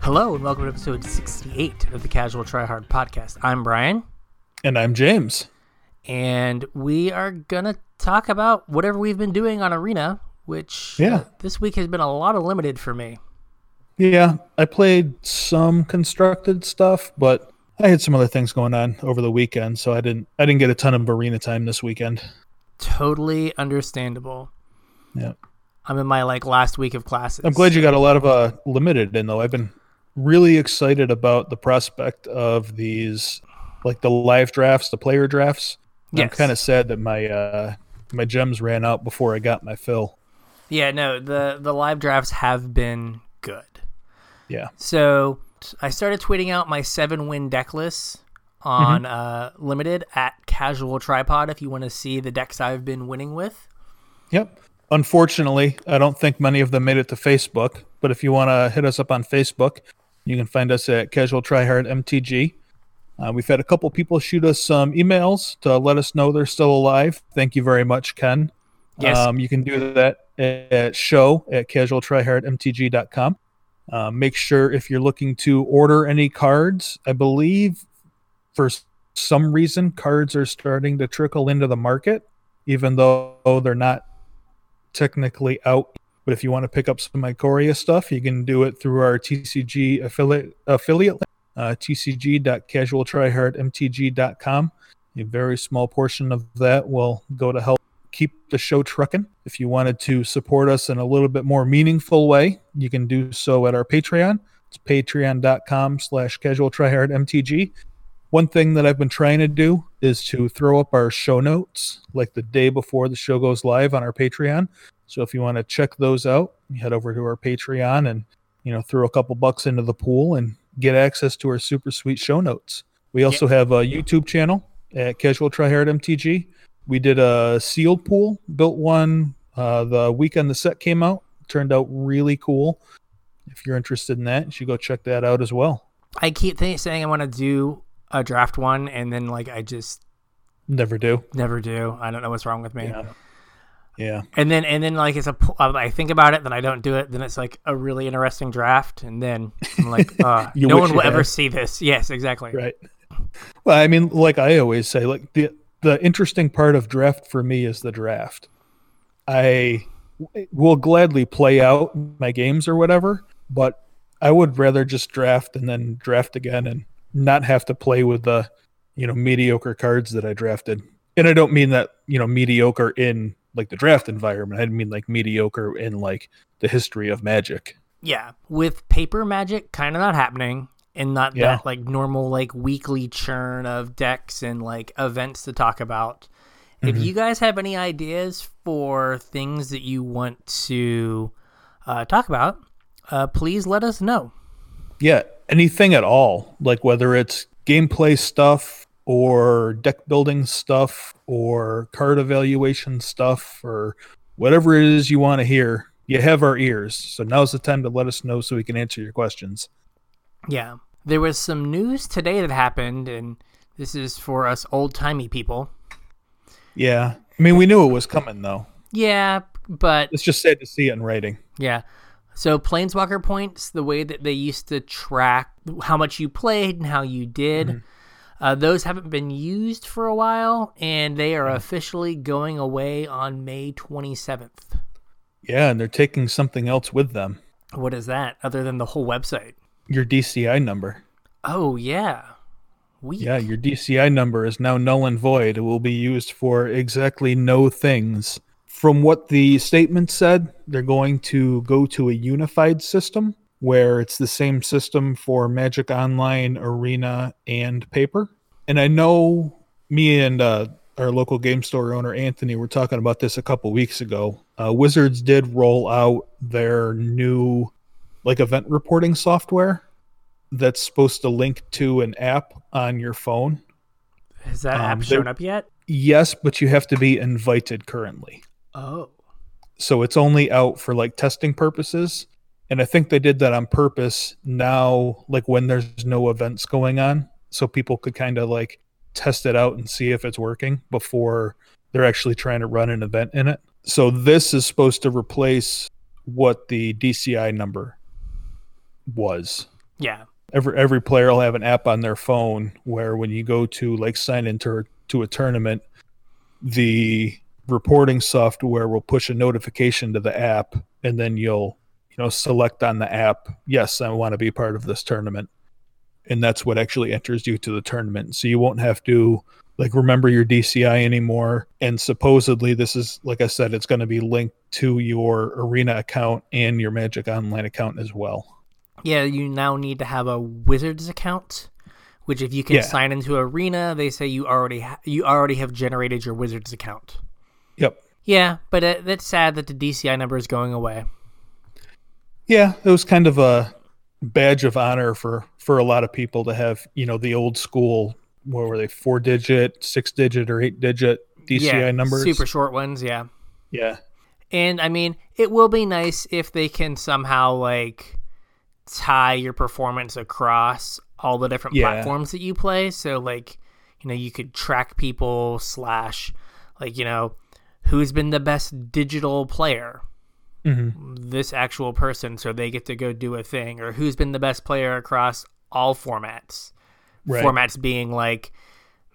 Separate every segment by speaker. Speaker 1: Hello and welcome to episode 68 of the Casual Tryhard Podcast. I'm Brian,
Speaker 2: And I'm James.
Speaker 1: and we are gonna talk about whatever we've been doing on Arena, which uh,
Speaker 2: Yeah.
Speaker 1: this week has been a lot of limited for me.
Speaker 2: Yeah, I played some constructed stuff, but I had some other things going on over the weekend, so I didn't I didn't get a ton of arena time this weekend.
Speaker 1: Totally understandable.
Speaker 2: Yeah.
Speaker 1: I'm in my like last week of classes.
Speaker 2: I'm glad you got a lot of uh limited in though. I've been really excited about the prospect of these like the live drafts, the player drafts. I'm
Speaker 1: Yes.
Speaker 2: kind of sad that my uh my gems ran out before I got my fill.
Speaker 1: Yeah, no, the the live drafts have been good.
Speaker 2: Yeah.
Speaker 1: So I started tweeting out my seven win deck list
Speaker 2: Mm-hmm.
Speaker 1: on uh, limited at casual tripod if you want to see the decks I've been winning with.
Speaker 2: Yep. Unfortunately, I don't think many of them made it to Facebook. But if you want to hit us up on Facebook, you can find us at Casual Tryhard MTG. Uh, we've had a couple people shoot us some emails to let us know they're still alive. Thank you very much, Ken.
Speaker 1: Yes.
Speaker 2: Um, you can do that at, at show at casualtryhardmtg.com. Uh, make sure if you're looking to order any cards, I believe for s- some reason cards are starting to trickle into the market, even though they're not technically out. But if you want to pick up some Icoria stuff, you can do it through our TCG affiliate affiliate link, uh, tcg.casualtryhardmtg.com. A very small portion of that will go to help keep the show trucking. If you wanted to support us in a little bit more meaningful way, you can do so at our Patreon. It's patreon.com slash casual tryhard MTG. One thing that I've been trying to do is to throw up our show notes like the day before the show goes live on our Patreon. So if you want to check those out, you head over to our Patreon and you know throw a couple bucks into the pool and get access to our super sweet show notes. We also have a YouTube channel at Casual Tryhard MTG. We did a sealed pool, built one uh, the weekend the set came out. Turned out really cool. If you're interested in that, you should go check that out as well.
Speaker 1: I keep th- saying I want to do a draft one, and then like I just
Speaker 2: Never do.
Speaker 1: never do. I don't know what's wrong with me.
Speaker 2: Yeah. Yeah.
Speaker 1: And then and then like it's a pl- I think about it, then I don't do it. Then it's like a really interesting draft, and then I'm like, uh,
Speaker 2: You
Speaker 1: no
Speaker 2: wish
Speaker 1: one
Speaker 2: you
Speaker 1: will ever
Speaker 2: had.
Speaker 1: see this. Yes, exactly.
Speaker 2: Right. Well, I mean, like I always say, like the the interesting part of draft for me is the draft. I w- will gladly play out my games or whatever, but I would rather just draft and then draft again and not have to play with the, you know, mediocre cards that I drafted. And I don't mean that, you know, mediocre in like the draft environment. I mean like mediocre in like the history of magic.
Speaker 1: Yeah, with paper magic kind of not happening and not
Speaker 2: Yeah.
Speaker 1: that like normal like weekly churn of decks and like events to talk about. If you guys have any ideas for things that you want to uh, talk about, uh, please let us know.
Speaker 2: Yeah, anything at all, like whether it's gameplay stuff or deck building stuff or card evaluation stuff or whatever it is you want to hear, you have our ears. So now's the time to let us know so we can answer your questions.
Speaker 1: Yeah, there was some news today that happened, and this is for us old timey people.
Speaker 2: Yeah. I mean, we knew it was coming though.
Speaker 1: Yeah, but
Speaker 2: It's just sad to see it in writing.
Speaker 1: Yeah. So planeswalker points, the way that they used to track how much you played and how you did,
Speaker 2: Mm-hmm.
Speaker 1: uh, those haven't been used for a while, and they are officially going away on May 27th.
Speaker 2: Yeah, and they're taking something else with them.
Speaker 1: What is that other than the whole website?
Speaker 2: Your DCI number.
Speaker 1: Oh yeah, we
Speaker 2: Yeah, your DCI number is now null and void. It will be used for exactly no things. From what the statement said, they're going to go to a unified system where it's the same system for Magic Online, Arena, and Paper. And I know me and uh, our local game store owner, Anthony, were talking about this a couple weeks ago. Uh, Wizards did roll out their new like event reporting software that's supposed to link to an app on your phone.
Speaker 1: has that
Speaker 2: um,
Speaker 1: app
Speaker 2: they-
Speaker 1: shown up yet?
Speaker 2: Yes, but you have to be invited currently.
Speaker 1: Oh,
Speaker 2: So it's only out for like testing purposes. And I think they did that on purpose now, like when there's no events going on. So people could kind of like test it out and see if it's working before they're actually trying to run an event in it. So this is supposed to replace what the DCI number was.
Speaker 1: Yeah.
Speaker 2: Every every player will have an app on their phone where when you go to like sign into to a tournament, the reporting software will push a notification to the app, and then you'll you know select on the app, yes, I want to be part of this tournament, and that's what actually enters you to the tournament. So you won't have to like remember your DCI anymore. And supposedly, this is like I said, it's going to be linked to your arena account and your Magic Online account as well.
Speaker 1: Yeah, you now need to have a Wizards account, which if you can
Speaker 2: Yeah.
Speaker 1: sign into Arena, they say you already ha- you already have generated your Wizards account.
Speaker 2: Yep.
Speaker 1: Yeah, but uh, that's sad that the DCI number is going away.
Speaker 2: Yeah, it was kind of a badge of honor for for a lot of people to have, you know, the old school what were they, four digit, six digit, or eight digit DCI
Speaker 1: yeah,
Speaker 2: numbers.
Speaker 1: super short ones. Yeah,
Speaker 2: Yeah.
Speaker 1: and I mean it will be nice if they can somehow like tie your performance across all the different
Speaker 2: Yeah.
Speaker 1: platforms that you play. So like you know you could track people slash like you know who's been the best digital player
Speaker 2: hmm
Speaker 1: this actual person so they get to go do a thing or who's been the best player across all formats
Speaker 2: Right.
Speaker 1: formats being like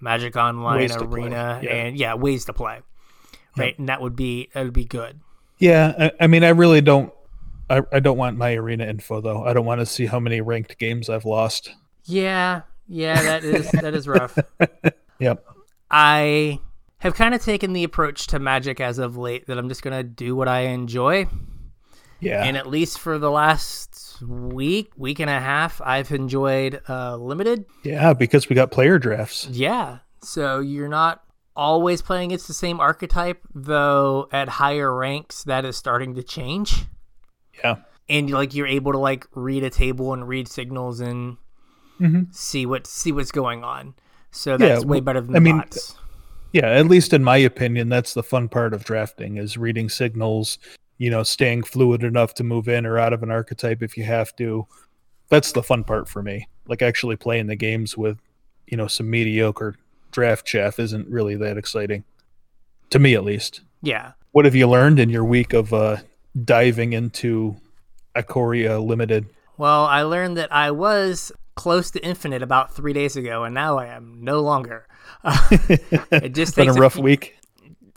Speaker 1: magic online
Speaker 2: Ways to play,
Speaker 1: arena
Speaker 2: yeah.
Speaker 1: and yeah ways to play right and that would be that would be good
Speaker 2: Yeah, I, I mean, I really don't. I, I don't want my arena info though. I don't want to see how many ranked games I've lost.
Speaker 1: yeah yeah that is that is rough
Speaker 2: Yep.
Speaker 1: i have kind of taken the approach to magic as of late that i'm just gonna do what i enjoy
Speaker 2: Yeah.
Speaker 1: and at least for the last week week and a half i've enjoyed uh limited
Speaker 2: yeah, because we got player drafts.
Speaker 1: Yeah. So you're not always playing against the same archetype, though at higher ranks that is starting to change.
Speaker 2: Yeah.
Speaker 1: And like you're able to like read a table and read signals and
Speaker 2: Mhm.
Speaker 1: see what see what's going on. So
Speaker 2: Yeah,
Speaker 1: that's way
Speaker 2: well,
Speaker 1: better than
Speaker 2: I
Speaker 1: the
Speaker 2: mean,
Speaker 1: bots.
Speaker 2: Yeah, at least in my opinion, that's the fun part of drafting is reading signals, you know, staying fluid enough to move in or out of an archetype if you have to. That's the fun part for me. Like actually playing the games with, you know, some mediocre draft chaff isn't really that exciting. To me at least.
Speaker 1: Yeah.
Speaker 2: What have you learned in your week of uh diving into Ikoria Limited?
Speaker 1: Well, I learned that I was close to infinite about three days ago, and now I am no longer. it just
Speaker 2: Been a
Speaker 1: takes a
Speaker 2: rough
Speaker 1: few-
Speaker 2: week.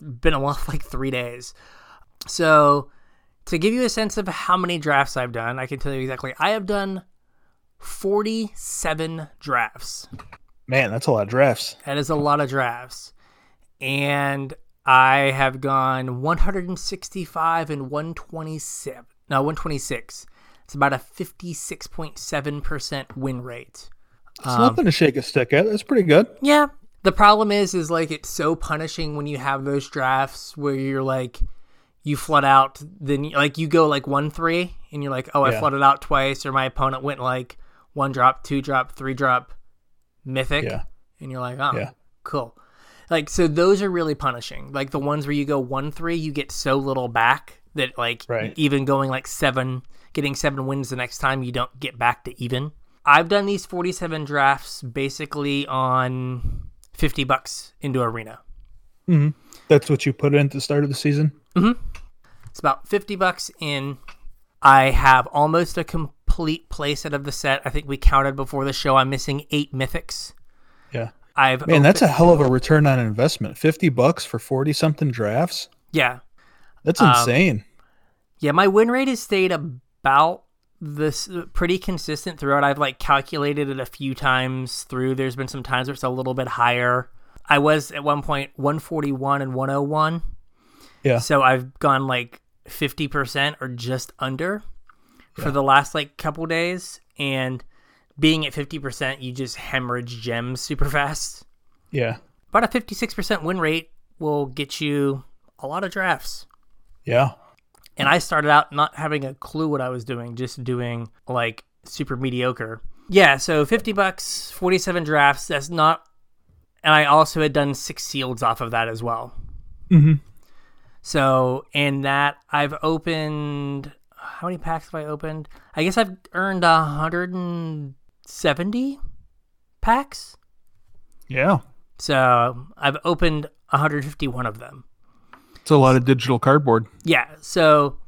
Speaker 1: been off like three days. So, to give you a sense of how many drafts I've done, I can tell you exactly. I have done 47 drafts.
Speaker 2: Man, that's a lot of drafts.
Speaker 1: That is a lot of drafts. And I have gone 165 and 127. No, 126. It's about a 56.7% win rate.
Speaker 2: It's nothing to shake a stick at. That's pretty good.
Speaker 1: Yeah. The problem is, is like it's so punishing when you have those drafts where you're like, you flood out, then you- like you go like one three, and you're like, oh, I
Speaker 2: Yeah.
Speaker 1: flooded out twice, or my opponent went like one drop, two drop, three drop, mythic,
Speaker 2: Yeah.
Speaker 1: and you're like, oh,
Speaker 2: Yeah.
Speaker 1: cool. Like so, those are really punishing. Like the ones where you go one three, you get so little back that like
Speaker 2: Right.
Speaker 1: even going like seven, getting seven wins the next time, you don't get back to even. I've done these forty seven drafts basically on fifty bucks into arena.
Speaker 2: That's what you put in at the start of the season?
Speaker 1: It's about 50 bucks in. I have almost a complete playset of the set. I think we counted before the show. I'm missing eight mythics.
Speaker 2: Yeah.
Speaker 1: I've
Speaker 2: Man, that's a
Speaker 1: opened-
Speaker 2: hell of a return on investment. 50 bucks for 40 something drafts?
Speaker 1: yeah,
Speaker 2: That's insane.
Speaker 1: yeah. My win rate has stayed about this uh, pretty consistent throughout. I've like calculated it a few times through. There's been some times where it's a little bit higher. I was at one point 141 and 101.
Speaker 2: Yeah.
Speaker 1: So I've gone like 50% or just under for the last like couple days. And being at 50%, you just hemorrhage gems super fast.
Speaker 2: Yeah.
Speaker 1: About a 56% win rate will get you a lot of drafts.
Speaker 2: Yeah.
Speaker 1: And I started out not having a clue what I was doing, just doing like super mediocre. Yeah, so 50 bucks, 47 drafts. That's not. And I also had done six seals off of that as well.
Speaker 2: hmm
Speaker 1: So, in that, I've opened. How many packs have I opened? I guess I've earned 170 packs.
Speaker 2: Yeah.
Speaker 1: So, I've opened 151 of them.
Speaker 2: It's a lot of digital cardboard.
Speaker 1: Yeah. So,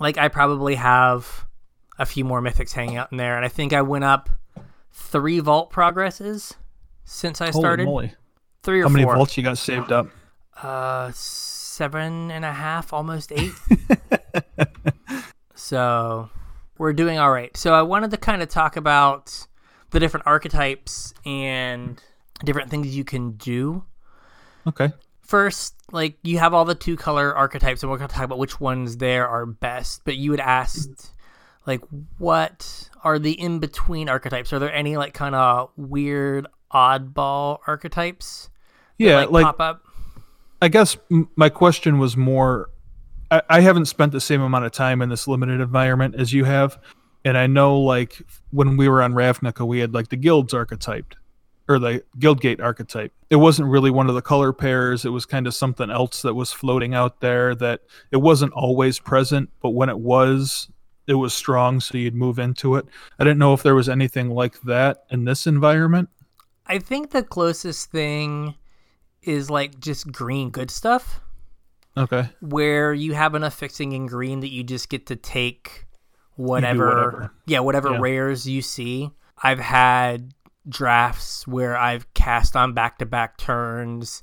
Speaker 1: like, I probably have a few more mythics hanging out in there. And I think I went up three vault progresses since I
Speaker 2: Holy
Speaker 1: started.
Speaker 2: moly.
Speaker 1: Three or
Speaker 2: How many
Speaker 1: four.
Speaker 2: volts you got saved up?
Speaker 1: Uh, seven and a half, almost eight. so we're doing all right. So I wanted to kind of talk about the different archetypes and different things you can do.
Speaker 2: Okay.
Speaker 1: First, like you have all the two color archetypes, and we're going to talk about which ones there are best. But you had asked, like, what are the in between archetypes? Are there any, like, kind of weird, oddball archetypes?
Speaker 2: Yeah,
Speaker 1: like,
Speaker 2: like
Speaker 1: pop up?
Speaker 2: I guess m- my question was more I, I haven't spent the same amount of time in this limited environment as you have. And I know, like, when we were on Ravnica, we had, like, the guilds archetyped or the guildgate archetype. It wasn't really one of the color pairs. It was kind of something else that was floating out there that it wasn't always present, but when it was, it was strong. So you'd move into it. I didn't know if there was anything like that in this environment.
Speaker 1: I think the closest thing is like just green good stuff
Speaker 2: Okay.
Speaker 1: where you have enough fixing in green that you just get to take whatever,
Speaker 2: whatever.
Speaker 1: yeah whatever
Speaker 2: Yeah.
Speaker 1: rares you see. I've had drafts where I've cast on back to back turns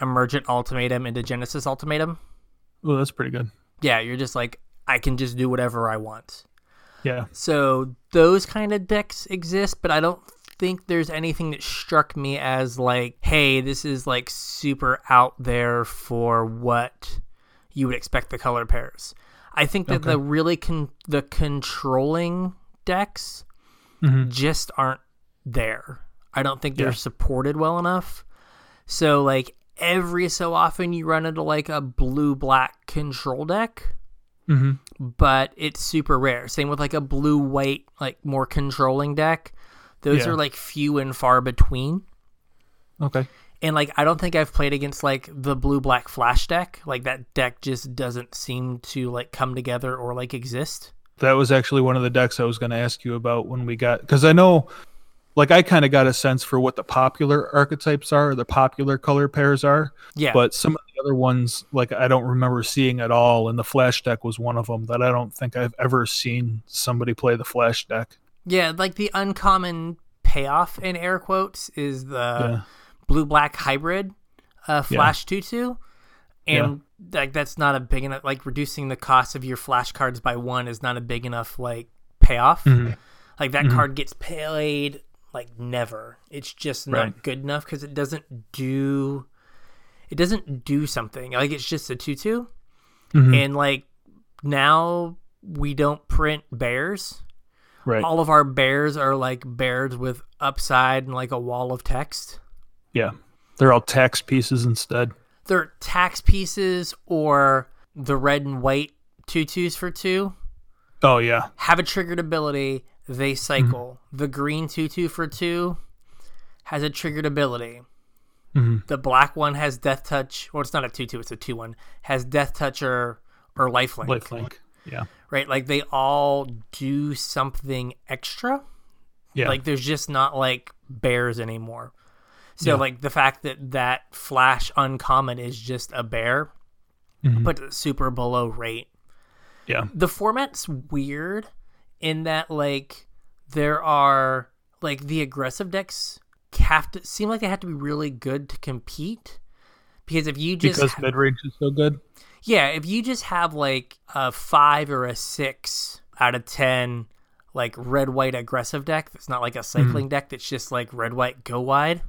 Speaker 1: emergent ultimatum into genesis ultimatum.
Speaker 2: Well, that's pretty good.
Speaker 1: Yeah, you're just like I can just do whatever I want.
Speaker 2: Yeah.
Speaker 1: So those kind of decks exist, but I don't think there's anything that struck me as like, hey, this is like super out there for what you would expect the color pairs. I think that the really con- the controlling decks
Speaker 2: Mhm.
Speaker 1: just aren't there. I don't think they're
Speaker 2: Yeah.
Speaker 1: supported well enough. So like every so often you run into like a blue black control deck
Speaker 2: hmm
Speaker 1: but it's super rare. Same with like a blue white, like more controlling deck. Those
Speaker 2: Yeah.
Speaker 1: are like few and far between.
Speaker 2: Okay.
Speaker 1: And like I don't think I've played against like the blue black flash deck. Like that deck just doesn't seem to like come together or like exist.
Speaker 2: That was actually one of the decks I was going to ask you about when we got because I know, like, I kind of got a sense for what the popular archetypes are, the popular color pairs are,
Speaker 1: Yeah.
Speaker 2: but some of the other ones, like, I don't remember seeing at all. And the flash deck was one of them that I don't think I've ever seen somebody play the flash deck.
Speaker 1: yeah, like the uncommon payoff in air quotes is the
Speaker 2: Yeah.
Speaker 1: blue black hybrid uh, flash tutu. And like that's not a big enough like reducing the cost of your flash cards by one is not a big enough like payoff.
Speaker 2: Mm-hmm.
Speaker 1: Like that card gets played like never. It's just not
Speaker 2: Right.
Speaker 1: good enough because it doesn't do it doesn't do something. Like it's just a two
Speaker 2: Mhm.
Speaker 1: and like now we don't print bears.
Speaker 2: Right.
Speaker 1: All of our bears are like bears with upside and like a wall of text.
Speaker 2: Yeah. They're all tax pieces instead.
Speaker 1: They're tax pieces or the red and white tutus for two.
Speaker 2: Oh, yeah.
Speaker 1: have a triggered ability, they cycle. The green 2 2 for 2 has a triggered ability.
Speaker 2: Mhm.
Speaker 1: The black one has death touch. Well, it's not a 2 2, it's a 2 1. Has death touch or, or lifelink.
Speaker 2: Lifelink. Yeah.
Speaker 1: Right? Like they all do something extra.
Speaker 2: Yeah.
Speaker 1: Like there's just not like bears anymore. So
Speaker 2: Yeah.
Speaker 1: like the fact that that flash uncommon is just a bear
Speaker 2: Mhm.
Speaker 1: puts it super below rate
Speaker 2: yeah.
Speaker 1: the format's weird in that like there are like the aggressive decks have to seem like they have to be really good to compete because if you just
Speaker 2: Because mid range is so good.
Speaker 1: yeah if you just have like a five or a six out of ten like red white aggressive deck that's not like a cycling deck that's just like red white go wide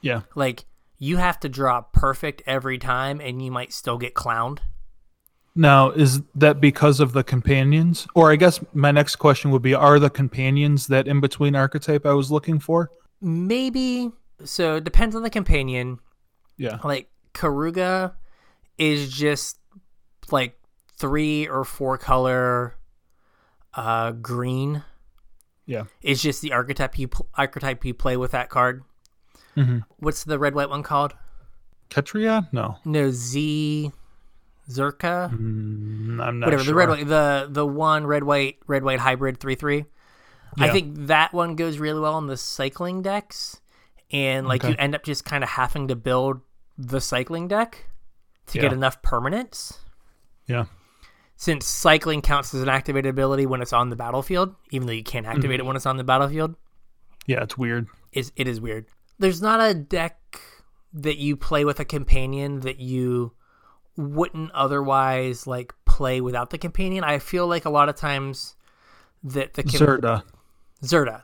Speaker 2: Yeah.
Speaker 1: like you have to draw perfect every time and you might still get clowned
Speaker 2: Now, is that because of the companions? Or I guess my next question would be are the companions that in between archetype I was looking for?
Speaker 1: maybe so it depends on the companion
Speaker 2: Yeah.
Speaker 1: like Karuga is just like three or four color uh green
Speaker 2: Yeah.
Speaker 1: is just the archetype you pl- archetype you play with that card.
Speaker 2: Mm-hmm.
Speaker 1: What's the red white one called?
Speaker 2: Ketria? No.
Speaker 1: No Z Zerka.
Speaker 2: Mm, I'm not
Speaker 1: Whatever
Speaker 2: sure.
Speaker 1: the red white the the one red white red white hybrid three three. I
Speaker 2: Yeah.
Speaker 1: think that one goes really well on the cycling decks, and like
Speaker 2: Okay.
Speaker 1: you end up just kind of having to build the cycling deck to get
Speaker 2: Yeah.
Speaker 1: enough permanence.
Speaker 2: Yeah.
Speaker 1: since cycling counts as an activated ability when it's on the battlefield, even though you can't activate it
Speaker 2: Mm-hmm.
Speaker 1: when it's on the battlefield,
Speaker 2: Yeah, it's weird.
Speaker 1: is it is weird. There's not a deck that you play with a companion that you wouldn't otherwise like play without the companion. I feel like a lot of times that the com-
Speaker 2: Zerda.
Speaker 1: Zerda.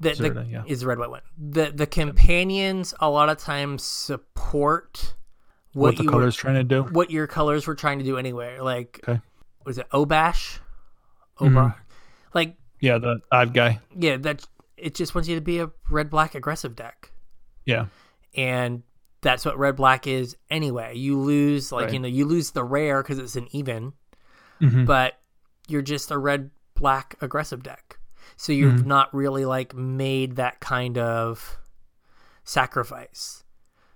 Speaker 1: That the,
Speaker 2: Zerda, yeah.
Speaker 1: is the red white one. The the companions a lot of times support what,
Speaker 2: What the
Speaker 1: you were- Mm-hmm.
Speaker 2: color's trying to do.
Speaker 1: what your colors were trying to do anyway. Like
Speaker 2: Okay. Mm-hmm.
Speaker 1: what is it? Obash? Obar. Like
Speaker 2: Yeah, the odd guy.
Speaker 1: yeah, that it just wants you to be a red black aggressive deck.
Speaker 2: Yeah.
Speaker 1: and that's what red black is anyway. You lose like you
Speaker 2: Right.
Speaker 1: know you lose the rare because it's an even,
Speaker 2: Mhm.
Speaker 1: but you're just a red black aggressive deck. So you've not really like made that kind of sacrifice.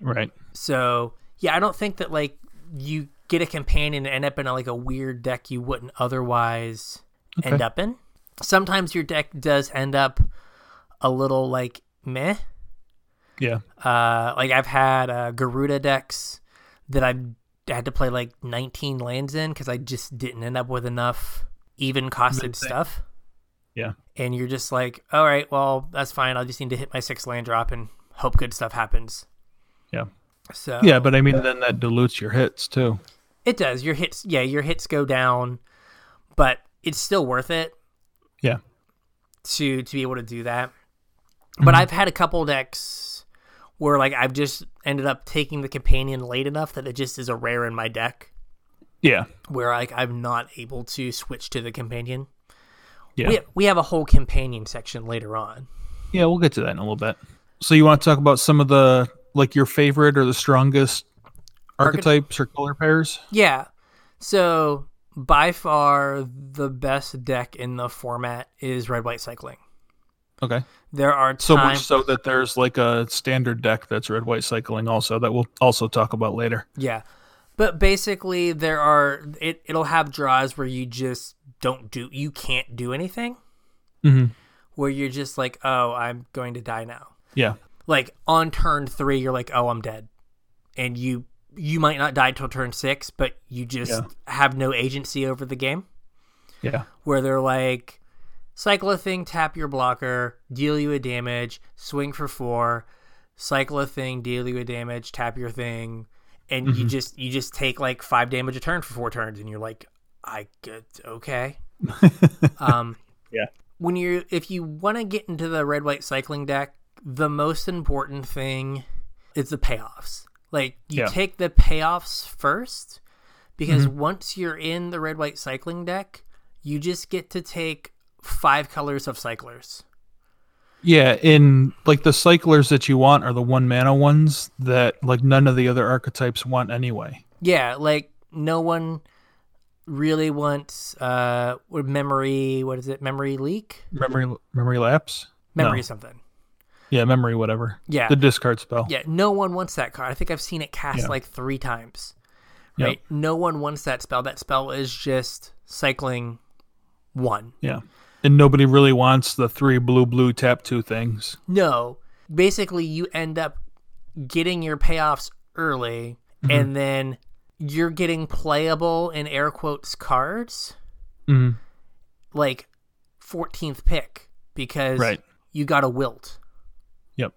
Speaker 2: Right.
Speaker 1: So yeah, I don't think that like you get a companion and end up in a, like a weird deck you wouldn't otherwise end
Speaker 2: Okay.
Speaker 1: up in. Sometimes your deck does end up a little like meh,
Speaker 2: Yeah.
Speaker 1: uh, like I've had uh, Garuda decks that I've had to play like 19 lands in because I just didn't end up with enough even costed stuff.
Speaker 2: Yeah.
Speaker 1: And you're just like, all right, well, that's fine. I'll just need to hit my six land drop and hope good stuff happens.
Speaker 2: Yeah.
Speaker 1: So
Speaker 2: Yeah, but I mean, then that dilutes your hits too.
Speaker 1: it does. Your hits, yeah, your hits go down, but it's still worth it
Speaker 2: Yeah.
Speaker 1: to to be able to do that. But
Speaker 2: Mm-hmm.
Speaker 1: I've had a couple decks where like I've just ended up taking the companion late enough that it just is a rare in my deck
Speaker 2: Yeah.
Speaker 1: where like I'm not able to switch to the companion.
Speaker 2: Yeah.
Speaker 1: We, we have a whole companion section later on.
Speaker 2: Yeah, we'll get to that in a little bit. So you want to talk about some of the like your favorite or the strongest archetypes or color pairs?
Speaker 1: Yeah. So by far the best deck in the format is red white cycling.
Speaker 2: Okay.
Speaker 1: There are
Speaker 2: So
Speaker 1: times
Speaker 2: much so that there's like a standard deck that's red white cycling also that we'll also talk about later.
Speaker 1: Yeah. But basically there are it it'll have draws where you just don't do you can't do anything
Speaker 2: Mm-hmm.
Speaker 1: where you're just like, "Oh, I'm going to die now."
Speaker 2: Yeah.
Speaker 1: Like on turn 3 you're like, "Oh, I'm dead." And you you might not die till turn 6, but you just
Speaker 2: Yeah.
Speaker 1: have no agency over the game
Speaker 2: Yeah.
Speaker 1: where they're like cycle a thing, tap your blocker, deal you a damage, swing for 4, cycle a thing, deal you a damage, tap your thing, and you just you just take like five damage a turn for four turns, and you're like, I get okay. um,
Speaker 2: Yeah.
Speaker 1: When you are if you want to get into the red white cycling deck, the most important thing is the payoffs. Like you
Speaker 2: Yeah.
Speaker 1: take the payoffs first, because once you're in the red white cycling deck, you just get to take five colors of cyclers.
Speaker 2: Yeah, in like the cyclers that you want are the one mana ones that like none of the other archetypes want anyway.
Speaker 1: Yeah, like no one really wants uh what- memory what is it? Memory leak?
Speaker 2: Memory memory lapse?
Speaker 1: Memory
Speaker 2: No.
Speaker 1: something.
Speaker 2: Yeah, memory whatever.
Speaker 1: Yeah.
Speaker 2: The discard spell.
Speaker 1: yeah, no one wants that card. I think I've seen it cast
Speaker 2: Yeah.
Speaker 1: like 3 times.
Speaker 2: Yep.
Speaker 1: Right? No one wants that spell. That spell is just cycling one.
Speaker 2: Yeah. And nobody really wants the three blue blue tap two things.
Speaker 1: No. Basically, you end up getting your payoffs early,
Speaker 2: Mm-hmm.
Speaker 1: and then you're getting playable in air quotes cards
Speaker 2: Mm.
Speaker 1: like 14th pick because
Speaker 2: Right.
Speaker 1: you got a wilt.
Speaker 2: Yep.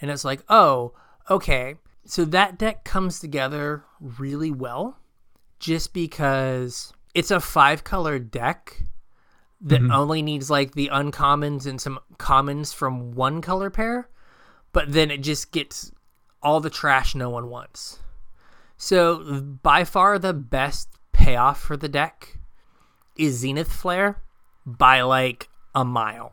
Speaker 1: And it's like, oh, okay. So that deck comes together really well just because it's a five color deck that only needs like the uncommons and some commons from one color pair, but then it just gets all the trash no one wants. So, by far the best payoff for the deck is Zenith Flare by like a mile.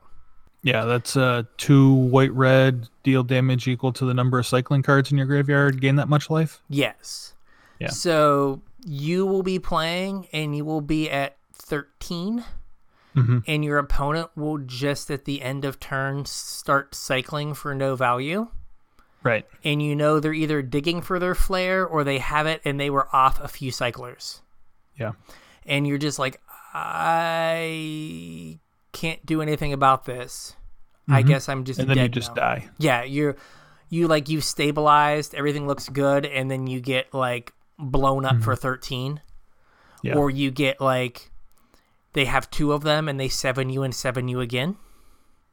Speaker 2: Yeah, that's uh two white red deal damage equal to the number of cycling cards in your graveyard, gain that much life.
Speaker 1: Yes.
Speaker 2: Yeah.
Speaker 1: So you will be playing and you will be at 13,
Speaker 2: Mhm.
Speaker 1: and your opponent will just at the end of turn start cycling for no value.
Speaker 2: Right.
Speaker 1: And you know they're either digging for their flare or they have it and they were off a few cyclers.
Speaker 2: Yeah.
Speaker 1: And you're just like, I can't do anything about this. I guess I'm just
Speaker 2: Mm-hmm. And then
Speaker 1: dead
Speaker 2: you just
Speaker 1: now."
Speaker 2: die.
Speaker 1: Yeah, you're you like you've stabilized, everything looks good, and then you get like blown up for thirteen.
Speaker 2: Mm-hmm. Yeah.
Speaker 1: or you get like they have two of them and they seven you and seven you again.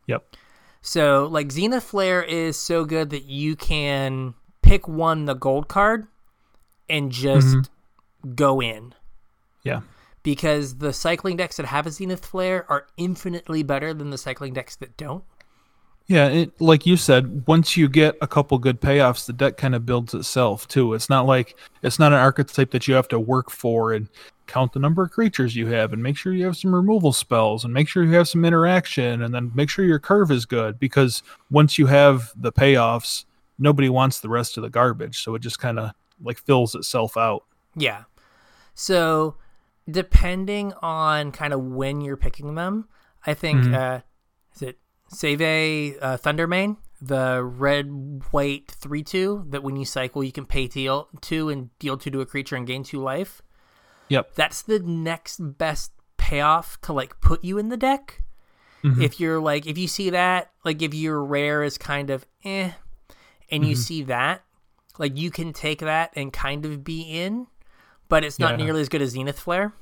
Speaker 2: Yep.
Speaker 1: So like Xena Flare is so good that you can pick one the gold card and just go in
Speaker 2: Mm-hmm. Yeah.
Speaker 1: because the cycling decks that have a Zenith Flare are infinitely better than the cycling decks that don't.
Speaker 2: Yeah, it, like you said, once you get a couple good payoffs, the deck kind of builds itself too. It's not like it's not an archetype that you have to work for and count the number of creatures you have and make sure you have some removal spells and make sure you have some interaction and then make sure your curve is good because once you have the payoffs, nobody wants the rest of the garbage. So it just kind of like fills itself out.
Speaker 1: Yeah. So depending on kind of when you're picking them, I think uh, is it Save uh, Thundermane, the red white three two that when you cycle you can pay deal two and deal two to a creature and gain two life.
Speaker 2: Yep.
Speaker 1: that's the next best payoff to like put you in the deck.
Speaker 2: Mm-hmm.
Speaker 1: If you're like, if you see that, like if your rare is kind of eh, and
Speaker 2: Mm-hmm.
Speaker 1: you see that, like you can take that and kind of be in, but it's not
Speaker 2: Yeah.
Speaker 1: nearly as good as Zenith Flare.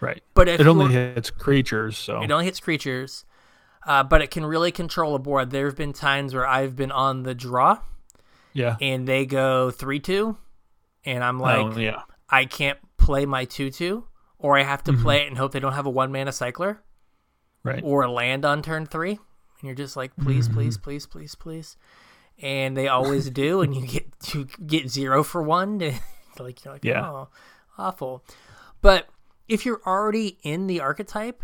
Speaker 2: Right.
Speaker 1: But if
Speaker 2: It only
Speaker 1: you're-
Speaker 2: hits creatures, so
Speaker 1: it only hits creatures, uh, but it can really control a board. There have been times where I've been on the draw
Speaker 2: yeah.
Speaker 1: and they go three two, and I'm like,
Speaker 2: Oh, yeah.
Speaker 1: I can't play my 2 2, or I have to play it and hope they don't have a one mana cycler
Speaker 2: Right. Mm-hmm.
Speaker 1: or land on turn three. And you're just like, please, please, please, please, please. And they always do, and you get you get zero for one. like you're like,
Speaker 2: Yeah.
Speaker 1: oh, awful. But if you're already in the archetype,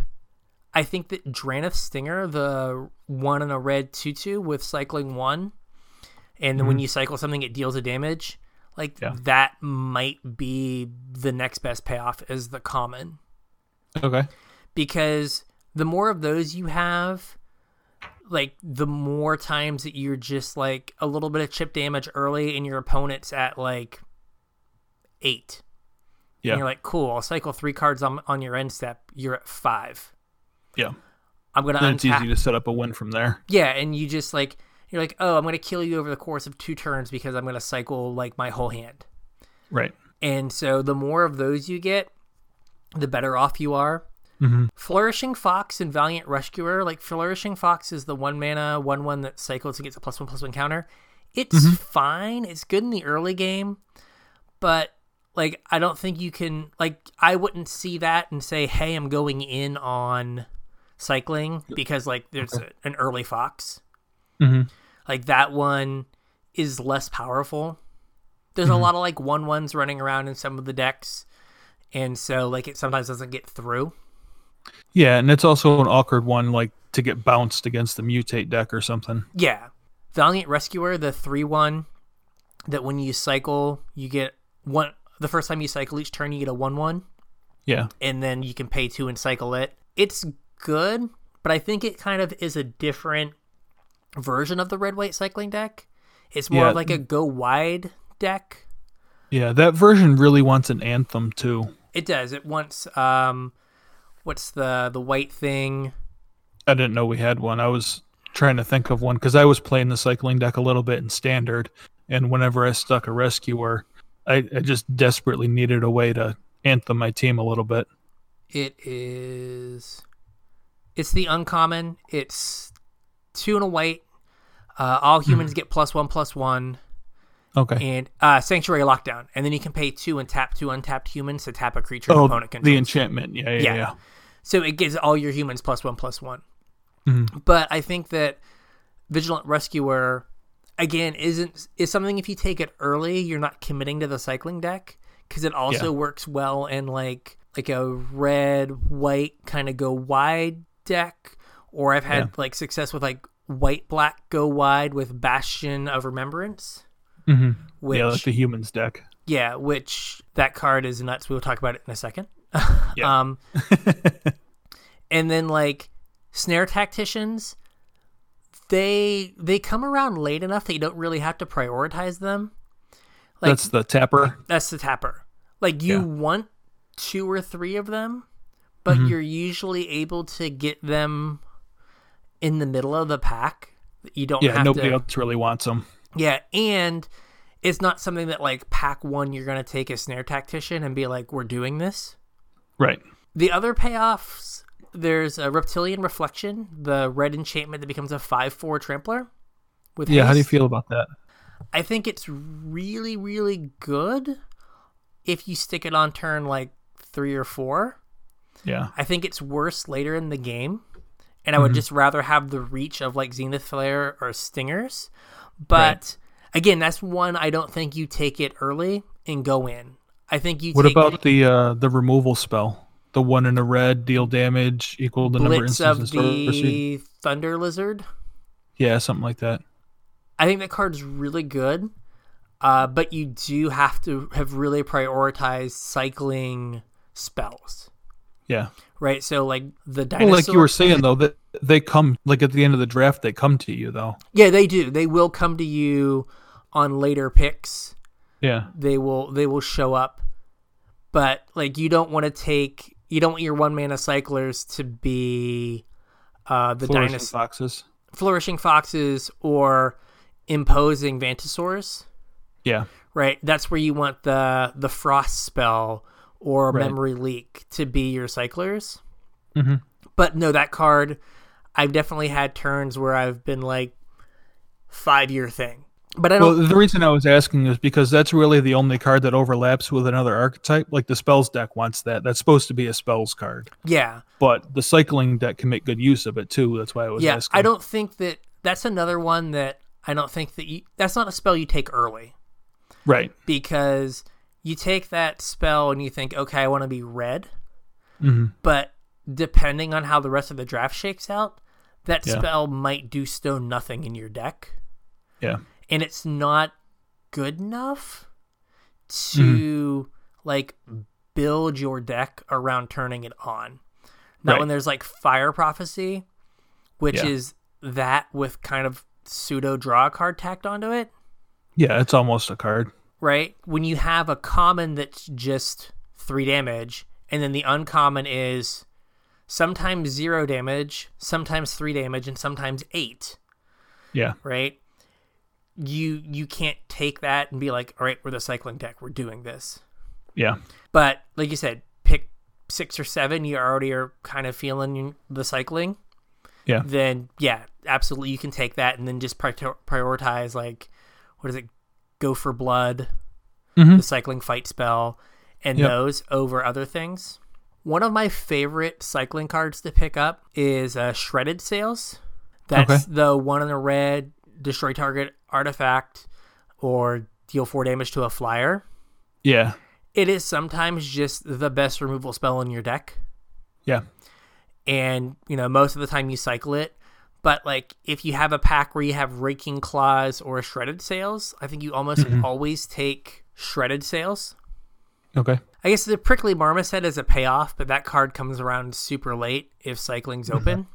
Speaker 1: I think that Dranith Stinger, the one in a red two two with cycling one, and then when you cycle something, it deals a damage. Like
Speaker 2: Mm-hmm. Yeah.
Speaker 1: that might be the next best payoff is the common
Speaker 2: Okay.
Speaker 1: because the more of those you have, like the more times that you're just like a little bit of chip damage early and your opponent's at like eight.
Speaker 2: Yeah.
Speaker 1: And you're like, cool, I'll cycle three cards on, on your end step. You're at five.
Speaker 2: yeah.
Speaker 1: I'm going to
Speaker 2: Then it's
Speaker 1: untap.
Speaker 2: easy to set up a win from there.
Speaker 1: yeah. And you just like, you're like, oh, I'm going to kill you over the course of two turns because I'm going to cycle like my whole hand.
Speaker 2: Right.
Speaker 1: And so the more of those you get, the better off you are. Flourishing Fox and Valiant Rescuer, like Flourishing Fox is the one mana, one one that cycles and gets a plus one plus one counter. It's fine. It's good in the early game, but like I don't think you can like I wouldn't see that and say, hey, I'm going in on cycling because like there's a, an early fox.
Speaker 2: Mhm.
Speaker 1: Like that one is less powerful. There's a lot of like one ones running around in some of the decks, and so like it sometimes doesn't get through.
Speaker 2: Yeah, and it's also an awkward one, like to get bounced against the mutate deck or something.
Speaker 1: Yeah. Valiant Rescuer, the 3 1 that when you cycle, you get one. The first time you cycle each turn, you get a 1 1,
Speaker 2: Yeah,
Speaker 1: and then you can pay 2 and cycle it. It's good, but I think it kind of is a different version of the red white cycling deck. It's more
Speaker 2: Yeah.
Speaker 1: of like a go wide deck.
Speaker 2: yeah, that version really wants an anthem too.
Speaker 1: It does. It wants, um, what's the the white thing?
Speaker 2: I didn't know we had one. I was trying to think of one because I was playing the cycling deck a little bit in standard, and whenever I stuck a rescuer, I, I just desperately needed a way to anthem my team a little bit.
Speaker 1: It is. It's the uncommon. It's two and a white. Uh, all
Speaker 2: Hmm.
Speaker 1: humans get plus one plus one
Speaker 2: Okay.
Speaker 1: and uh, sanctuary lockdown, and then you can pay two and tap two untapped humans to tap a creature
Speaker 2: Oh,
Speaker 1: opponent controls.
Speaker 2: the enchantment. Yeah, yeah,
Speaker 1: Yeah.
Speaker 2: yeah.
Speaker 1: so it gives all your humans plus one plus one.
Speaker 2: Mm-hmm.
Speaker 1: But I think that vigilant rescuer again isn't is something if you take it early, you're not committing to the cycling deck because it also
Speaker 2: Yeah.
Speaker 1: works well in like like a red white kind of go wide deck. Or I've had
Speaker 2: Yeah.
Speaker 1: like success with like white black go wide with Bastion of Remembrance.
Speaker 2: hmm
Speaker 1: Which
Speaker 2: yeah, like the humans deck.
Speaker 1: yeah, which that card is nuts. We'll talk about it in a second.
Speaker 2: Yeah.
Speaker 1: Um and then like snare tacticians, they they come around late enough that you don't really have to prioritize them. Like
Speaker 2: That's the tapper.
Speaker 1: that's the tapper. Like you
Speaker 2: Yeah.
Speaker 1: want two or three of them, but
Speaker 2: Mm-hmm.
Speaker 1: you're usually able to get them in the middle of the pack. You don't
Speaker 2: Yeah,
Speaker 1: have
Speaker 2: nobody
Speaker 1: to
Speaker 2: else really wants them.
Speaker 1: yeah, and it's not something that like pack one you're gonna take a snare tactician and be like, we're doing this.
Speaker 2: Right.
Speaker 1: The other payoffs there's a Reptilian Reflection, the red enchantment that becomes a 5 4 Trampler. With
Speaker 2: Yeah. How do you
Speaker 1: haste.
Speaker 2: feel about that?
Speaker 1: I think it's really, really good if you stick it on turn like three or four.
Speaker 2: Yeah.
Speaker 1: I think it's worse later in the game, and
Speaker 2: Mm-hmm.
Speaker 1: I would just rather have the reach of like Zenith Flare or Stingers. But again, that's one I don't think you take it early and go in. I think you
Speaker 2: What
Speaker 1: take
Speaker 2: about the uh the removal spell? The one in a red deal damage equal to number
Speaker 1: Blitz of
Speaker 2: instances. sorcery?
Speaker 1: the Thunder Lizard.
Speaker 2: Yeah, something like that.
Speaker 1: I think that card's really good, uh, but you do have to have really prioritized cycling spells.
Speaker 2: Yeah.
Speaker 1: right? So like the
Speaker 2: Well,
Speaker 1: dinosaur.
Speaker 2: like you were saying though, that they come like at the end of the draft, they come to you though.
Speaker 1: yeah, they do. They will come to you on later picks.
Speaker 2: Yeah.
Speaker 1: They will they will show up, but like you don't want to take you don't want your one mana cyclers to be uh, the
Speaker 2: Flourishing
Speaker 1: dinosaur
Speaker 2: foxes.
Speaker 1: flourishing foxes or imposing vantasaurs.
Speaker 2: Yeah.
Speaker 1: Right, that's where you want the the frost spell or
Speaker 2: Right.
Speaker 1: memory leak to be your cyclers.
Speaker 2: Mhm.
Speaker 1: But no, that card, I've definitely had turns where I've been like five year thing. But I
Speaker 2: Well,
Speaker 1: don't.
Speaker 2: the reason I was asking is because that's really the only card that overlaps with another archetype. Like the spells deck wants that. That's supposed to be a spells card,
Speaker 1: yeah,
Speaker 2: but the cycling deck can make good use of it too. That's why I was
Speaker 1: yeah.
Speaker 2: asking.
Speaker 1: I don't think that that's another one that I don't think that you. That's not a spell you take early
Speaker 2: Right.
Speaker 1: because you take that spell and you think, okay, I want to be red.
Speaker 2: hmm
Speaker 1: But depending on how the rest of the draft shakes out, that
Speaker 2: Yeah.
Speaker 1: spell might do stone nothing in your deck.
Speaker 2: Yeah.
Speaker 1: and it's not good enough to
Speaker 2: Hmm.
Speaker 1: like build your deck around turning it on. Not
Speaker 2: Right.
Speaker 1: when there's like Fire Prophecy, which
Speaker 2: Yeah.
Speaker 1: is that with kind of pseudo draw card tacked onto it,
Speaker 2: Yeah, it's almost a card.
Speaker 1: right? When you have a common that's just three damage, and then the uncommon is sometimes zero damage, sometimes three damage, and sometimes eight
Speaker 2: Yeah.
Speaker 1: right? You you can't take that and be like, all right, we're the cycling deck, we're doing this.
Speaker 2: Yeah.
Speaker 1: But like you said, pick six or seven, you already are kind of feeling the cycling.
Speaker 2: Yeah.
Speaker 1: Then yeah, absolutely, you can take that and then just pri- prioritize like, what is it? Go for blood,
Speaker 2: Mhm.
Speaker 1: the cycling fight spell, and
Speaker 2: Yep.
Speaker 1: those over other things. One of my favorite cycling cards to pick up is uh, Shredded Sails. That's
Speaker 2: Okay.
Speaker 1: the one in the red, destroy target artifact, or deal four damage to a flyer.
Speaker 2: Yeah.
Speaker 1: It is sometimes just the best removal spell in your deck.
Speaker 2: Yeah.
Speaker 1: And, you know, most of the time you cycle it. But, like, if you have a pack where you have Raking Claws or Shredded Sails, I think you almost always take Shredded Sails.
Speaker 2: Okay.
Speaker 1: I guess the prickly marmoset is a payoff, but that card comes around super late if cycling's open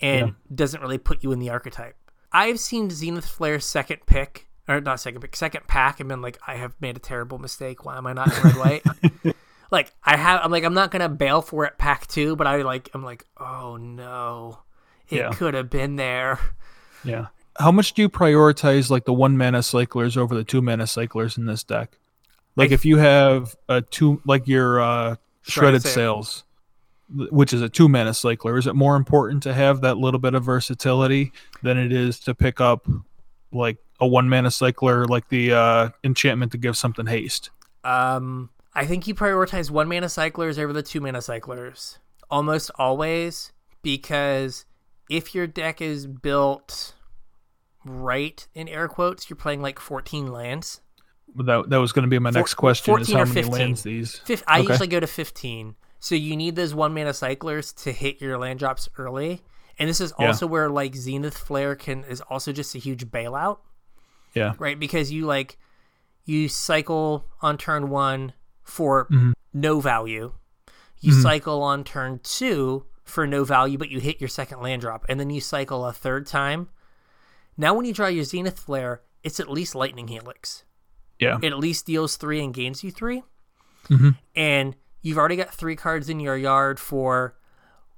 Speaker 1: and doesn't really put you in the archetype. I've seen Zenith Flare's second pick, or not second pick, second pack, and been like, I have made a terrible mistake. Why am I not in red white? like I have I'm like, I'm not gonna bail for it pack two, but I like I'm like, oh no. It
Speaker 2: Yeah.
Speaker 1: could have been there.
Speaker 2: Yeah. How much do you prioritize like the one mana cyclers over the two mana cyclers in this deck? Like
Speaker 1: I-
Speaker 2: if you have a two like your uh
Speaker 1: Shredded
Speaker 2: shredded sails, wh- which is a two mana cycler, is it more important to have that little bit of versatility than it is to pick up like a one mana cycler like the uh enchantment to give something haste?
Speaker 1: Um, I think you prioritize one mana cyclers over the two mana cyclers almost always because if your deck is built right in air quotes, you're playing like 14 lands.
Speaker 2: That that was gonna be my next question is
Speaker 1: 14
Speaker 2: how
Speaker 1: or
Speaker 2: many
Speaker 1: 15.
Speaker 2: lands these.
Speaker 1: Fif- I
Speaker 2: Okay.
Speaker 1: usually go to 15. So you need those one mana cyclers to hit your land drops early. And this is
Speaker 2: Yeah.
Speaker 1: also where like Zenith Flare can is also just a huge bailout.
Speaker 2: Yeah.
Speaker 1: right? Because you like you cycle on turn one for
Speaker 2: Mm-hmm.
Speaker 1: no value, you cycle on turn two for no value, but you hit your second land drop, and then you cycle a third time. Now, when you draw your Zenith Flare, it's at least Lightning Helix.
Speaker 2: Yeah.
Speaker 1: It at least deals three and gains you 3
Speaker 2: Mhm.
Speaker 1: and you've already got three cards in your yard for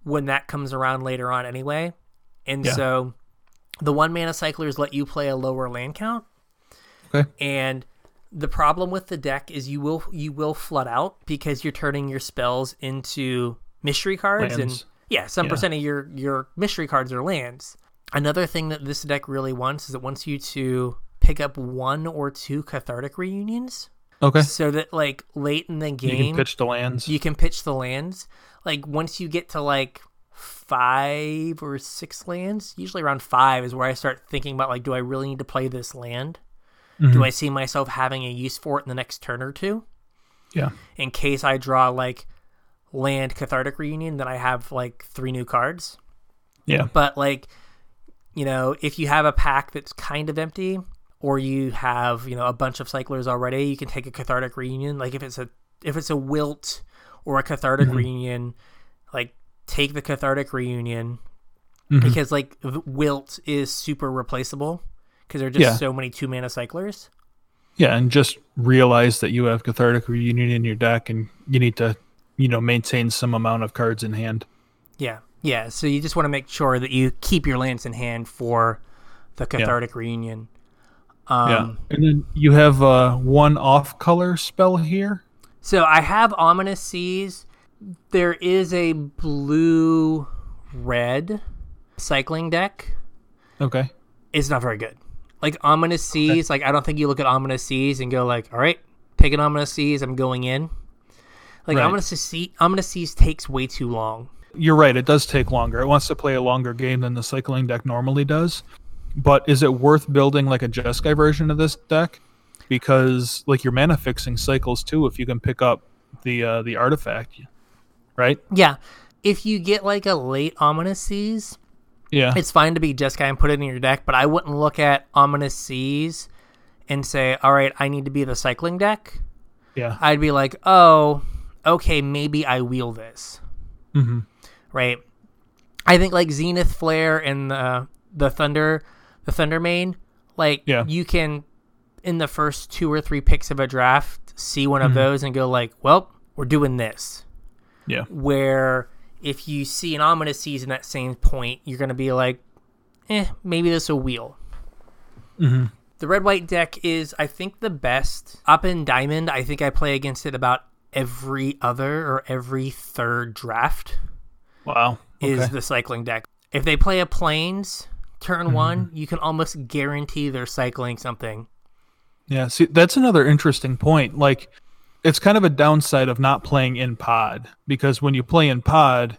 Speaker 1: when that comes around later on anyway. And
Speaker 2: Yeah.
Speaker 1: so the one mana cyclers let you play a lower land count
Speaker 2: Okay.
Speaker 1: and The problem with the deck is you will you will flood out because you're turning your spells into mystery cards
Speaker 2: Lands.
Speaker 1: and yeah, some
Speaker 2: Yeah.
Speaker 1: percent of your your mystery cards are lands. Another thing that this deck really wants is it wants you to pick up one or two cathartic reunions
Speaker 2: Okay.
Speaker 1: so that like late in the
Speaker 2: You
Speaker 1: game
Speaker 2: can pitch the lands.
Speaker 1: you can pitch the lands. Like once you get to like five or six lands, usually around five is where I start thinking about like, do I really need to play this land?
Speaker 2: Mm-hmm. Hmm.
Speaker 1: Do I see myself having a use for it in the next turn or two?
Speaker 2: yeah.
Speaker 1: In case I draw like land cathartic reunion, then I have like three new cards.
Speaker 2: Yeah.
Speaker 1: But like, you know, if you have a pack that's kind of empty, or you have you know a bunch of cyclers already, you can take a cathartic reunion. Like if it's a if it's a wilt or a cathartic reunion, like take the cathartic reunion
Speaker 2: Mhm.
Speaker 1: because like v- wilt is super replaceable because there are just
Speaker 2: Yeah.
Speaker 1: so many two mana cyclers.
Speaker 2: Yeah, and just realize that you have cathartic reunion in your deck, and you need to, you know, maintain some amount of cards in hand.
Speaker 1: Yeah, yeah. So you just want to make sure that you keep your lands in hand for the cathartic reunion. Um,
Speaker 2: yeah, and then you have uh, one off-color spell here.
Speaker 1: So I have ominous seas. There is a blue red cycling deck.
Speaker 2: Okay.
Speaker 1: It's not very good. Like ominous seas, like I don't think you look at ominous seas and go like, all right, pick an ominous seas, I'm going in. Like
Speaker 2: Right.
Speaker 1: ominous sea, ominous seas takes way too long.
Speaker 2: You're right. It does take longer. It wants to play a longer game than the cycling deck normally does. But is it worth building like a Jeskai version of this deck? Because like your mana fixing cycles too, if you can pick up the uh, the artifact, right?
Speaker 1: Yeah, if you get like a late ominous seas,
Speaker 2: Yeah.
Speaker 1: it's fine to be Jeskai and put it in your deck, but I wouldn't look at ominous seas and say, all right, I need to be the cycling deck.
Speaker 2: yeah.
Speaker 1: I'd be like, oh, okay, maybe I wheel this,
Speaker 2: hmm
Speaker 1: right? I think like Zenith Flare and the the Thunder, the Thunder main, like
Speaker 2: Yeah.
Speaker 1: you can in the first two or three picks of a draft see one
Speaker 2: Mm-hmm.
Speaker 1: of those and go like, well, we're doing this.
Speaker 2: Yeah.
Speaker 1: Where if you see an ominous season at same point, you're gonna be like, eh, maybe this will wheel.
Speaker 2: hmm
Speaker 1: The red white deck is, I think, the best. Up in diamond, I think I play against it about every other or every third draft
Speaker 2: Wow. Okay.
Speaker 1: is the cycling deck. If they play a planes turn one, you can almost guarantee they're cycling something.
Speaker 2: Yeah, see, that's another interesting point. Like, it's kind of a downside of not playing in pod because when you play in pod,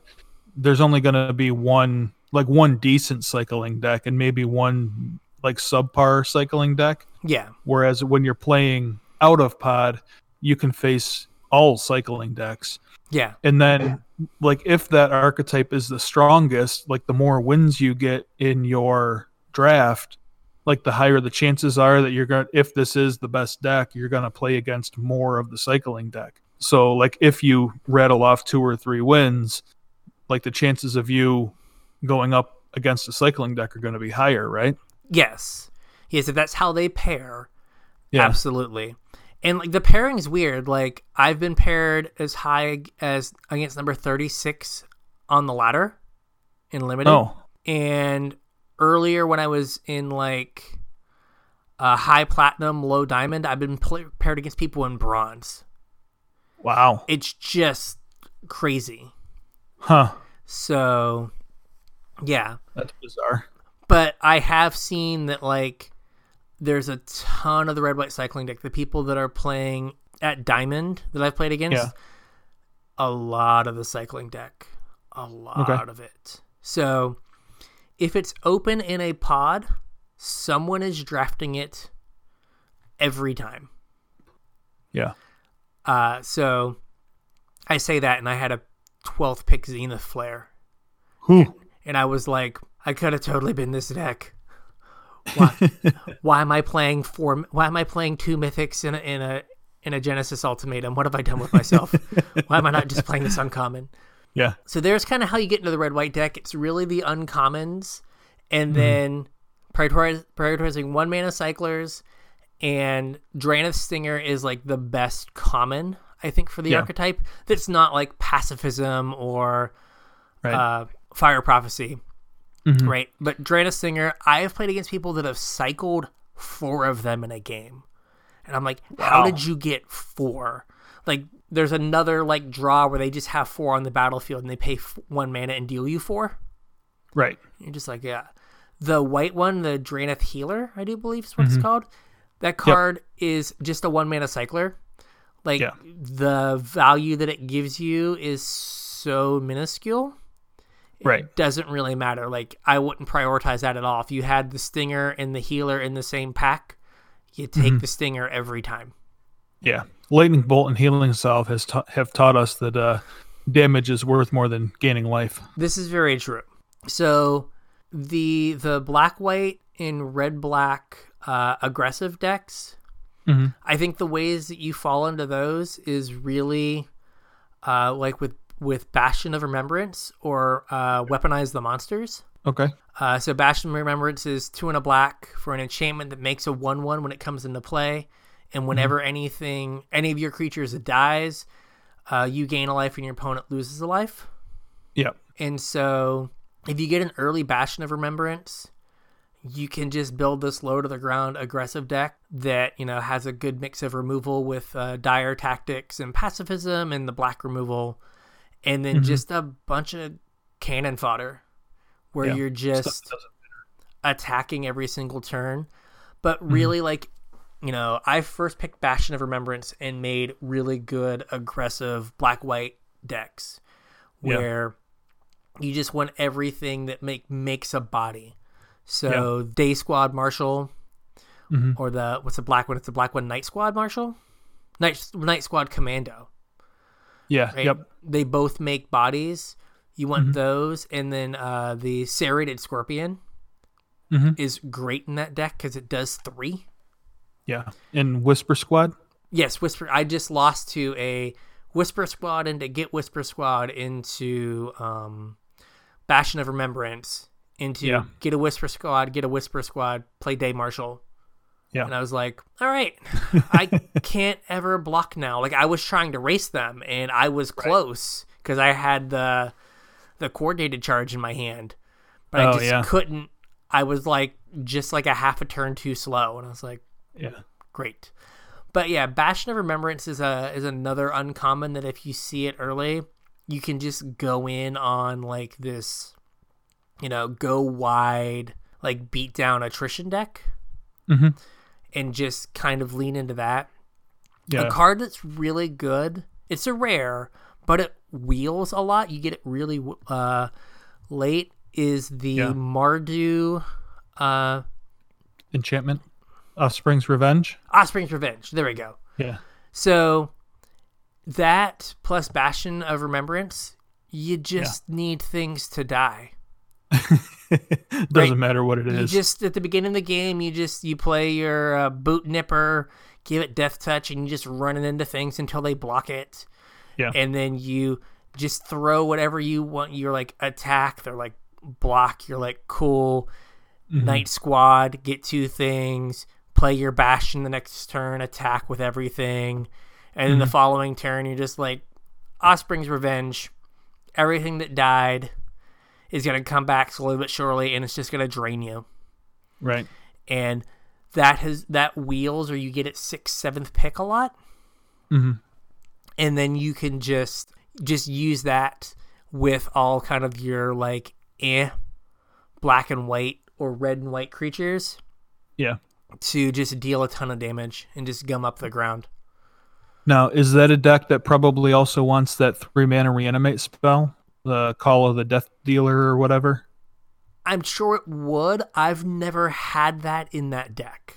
Speaker 2: there's only going to be one, like, one decent cycling deck and maybe one, like, subpar cycling deck.
Speaker 1: Yeah,
Speaker 2: Whereas when you're playing out of pod, you can face all cycling decks.
Speaker 1: yeah,
Speaker 2: And then, like, if that archetype is the strongest, like, the more wins you get in your draft, like, the higher the chances are that you're going to, if this is the best deck, you're going to play against more of the cycling deck. So, like, if you rattle off two or three wins, like, the chances of you going up against a cycling deck are going to be higher, right?
Speaker 1: yes, yes. If that's how they pair,
Speaker 2: Yeah.
Speaker 1: Absolutely. And like the pairing's weird. Like I've been paired as high as against number 36 on the ladder in limited.
Speaker 2: Oh,
Speaker 1: And earlier when I was in like uh, high platinum, low diamond, I've been pl- paired against people in bronze.
Speaker 2: wow.
Speaker 1: It's just crazy.
Speaker 2: Huh.
Speaker 1: So yeah,
Speaker 2: That's bizarre.
Speaker 1: but I have seen that like there's a ton of the red white cycling deck. The people that are playing at diamond that I've played against,
Speaker 2: Yeah.
Speaker 1: a lot of the cycling deck, a lot
Speaker 2: Okay.
Speaker 1: of it. So if it's open in a pod, someone is drafting it every time.
Speaker 2: Yeah.
Speaker 1: Uh, so I say that, and I had a 12th pick Zenith Flare
Speaker 2: Whew.
Speaker 1: and I was like, I could have totally been this deck. Why, why am I playing four? Why am I playing two mythics in a, in a in a Genesis Ultimatum? What have I done with myself? why am I not just playing this uncommon?
Speaker 2: Yeah.
Speaker 1: So there's kind of how you get into the red white deck. It's really the uncommons,
Speaker 2: Hmm.
Speaker 1: and then prioritize, prioritizing one mana cyclers, and Draenith Stinger is like the best common I think for the
Speaker 2: Yeah.
Speaker 1: archetype. That's not like pacifism or
Speaker 2: Right.
Speaker 1: uh, Fire Prophecy,
Speaker 2: Mhm.
Speaker 1: right? But Draenus Singer, I have played against people that have cycled four of them in a game, And I'm like, how did you get four? Like, there's another like draw where they just have four on the battlefield and they pay f- one mana and deal you four.
Speaker 2: Right.
Speaker 1: You're just like, yeah. The white one, the Draineth Healer, I do believe is what
Speaker 2: Mm-hmm.
Speaker 1: it's called. That card is just a one mana cycler. Like
Speaker 2: Yeah.
Speaker 1: the value that it gives you is so minuscule.
Speaker 2: Right.
Speaker 1: Doesn't really matter. Like I wouldn't prioritize that at all. If you had the stinger and the healer in the same pack, you take
Speaker 2: Mm-hmm.
Speaker 1: the stinger every time.
Speaker 2: Yeah. Lightning bolt and healing salve has ta- have taught us that uh, damage is worth more than gaining life.
Speaker 1: This is very true. So the the black white and red black uh, aggressive decks.
Speaker 2: Mhm.
Speaker 1: I think the ways that you fall into those is really uh, like with with Bastion of Remembrance or uh, Weaponize the Monsters.
Speaker 2: Okay.
Speaker 1: Uh, so Bastion of Remembrance is two and a black for an enchantment that makes a one one when it comes into play, and whenever anything any of your creatures dies, uh, you gain a life and your opponent loses a life.
Speaker 2: Yeah.
Speaker 1: And so, if you get an early Bastion of Remembrance, you can just build this low to the ground aggressive deck that you know has a good mix of removal with uh, dire tactics and pacifism and the black removal, and
Speaker 2: Mm-hmm.
Speaker 1: then just a bunch of cannon fodder, where
Speaker 2: Yeah.
Speaker 1: you're
Speaker 2: Stuff
Speaker 1: just
Speaker 2: that doesn't-
Speaker 1: attacking every single turn. But really, like, you know, I first picked Bastion of Remembrance and made really good, aggressive black white decks
Speaker 2: Yeah.
Speaker 1: where you just want everything that make makes a body. So Day Squad Marshal,
Speaker 2: Mhm.
Speaker 1: or the what's the black one? It's the black one Night Squad Marshal, Night Night Squad Commando.
Speaker 2: Yeah.
Speaker 1: Right?
Speaker 2: Yep.
Speaker 1: They both make bodies. You want those, and then uh, the serrated scorpion
Speaker 2: Mhm.
Speaker 1: is great in that deck because it does three.
Speaker 2: Yeah. And whisper squad.
Speaker 1: Yes, whisper. I just lost to a whisper squad into get whisper squad into um, bastion of remembrance into
Speaker 2: Yeah.
Speaker 1: get a whisper squad, get a whisper squad, play day marshal.
Speaker 2: Yeah.
Speaker 1: And I was like, all right, I can't ever block now. Like I was trying to race them and I was close because I had the the coordinated charge in my hand. But I
Speaker 2: Oh,
Speaker 1: just
Speaker 2: yeah.
Speaker 1: couldn't I was like just like a half a turn too slow and I was like,
Speaker 2: Yeah.
Speaker 1: great. But yeah, Bastion of Remembrance is a is another uncommon that if you see it early, you can just go in on like this, you know, go wide like beat down attrition deck,
Speaker 2: Mhm.
Speaker 1: and just kind of lean into that.
Speaker 2: Yeah.
Speaker 1: A card that's really good. It's a rare, but it wheels a lot. You get it really uh, late. Is the
Speaker 2: Yeah.
Speaker 1: Mardu uh,
Speaker 2: Enchantment. Offspring's revenge.
Speaker 1: Osprey's Revenge? There we go.
Speaker 2: Yeah.
Speaker 1: So that plus Bastion of Remembrance, you just need things to die.
Speaker 2: Doesn't
Speaker 1: Right.
Speaker 2: matter what it
Speaker 1: You
Speaker 2: is.
Speaker 1: just at the beginning of the game, you just you play your uh, boot nipper, give it death touch, and you just run it into things until they block it.
Speaker 2: Yeah.
Speaker 1: and then you just throw whatever you want. You're like attack. They're like block. You're like cool. Night squad. Get two things. Play your bastion the next turn. Attack with everything, and then the following turn you're just like Osprey's revenge. Everything that died is gonna come back slowly but surely, and it's just gonna drain you.
Speaker 2: right.
Speaker 1: And that has that wheels, or you get it sixth, seventh pick a lot
Speaker 2: Mhm.
Speaker 1: and then you can just just use that with all kind of your like eh black and white or red and white creatures
Speaker 2: Yeah.
Speaker 1: to just deal a ton of damage and just gum up the ground.
Speaker 2: Now, is that a deck that probably also wants that three mana reanimate spell, the Call of the Death Dealer or whatever?
Speaker 1: I'm sure it would. I've never had that in that deck.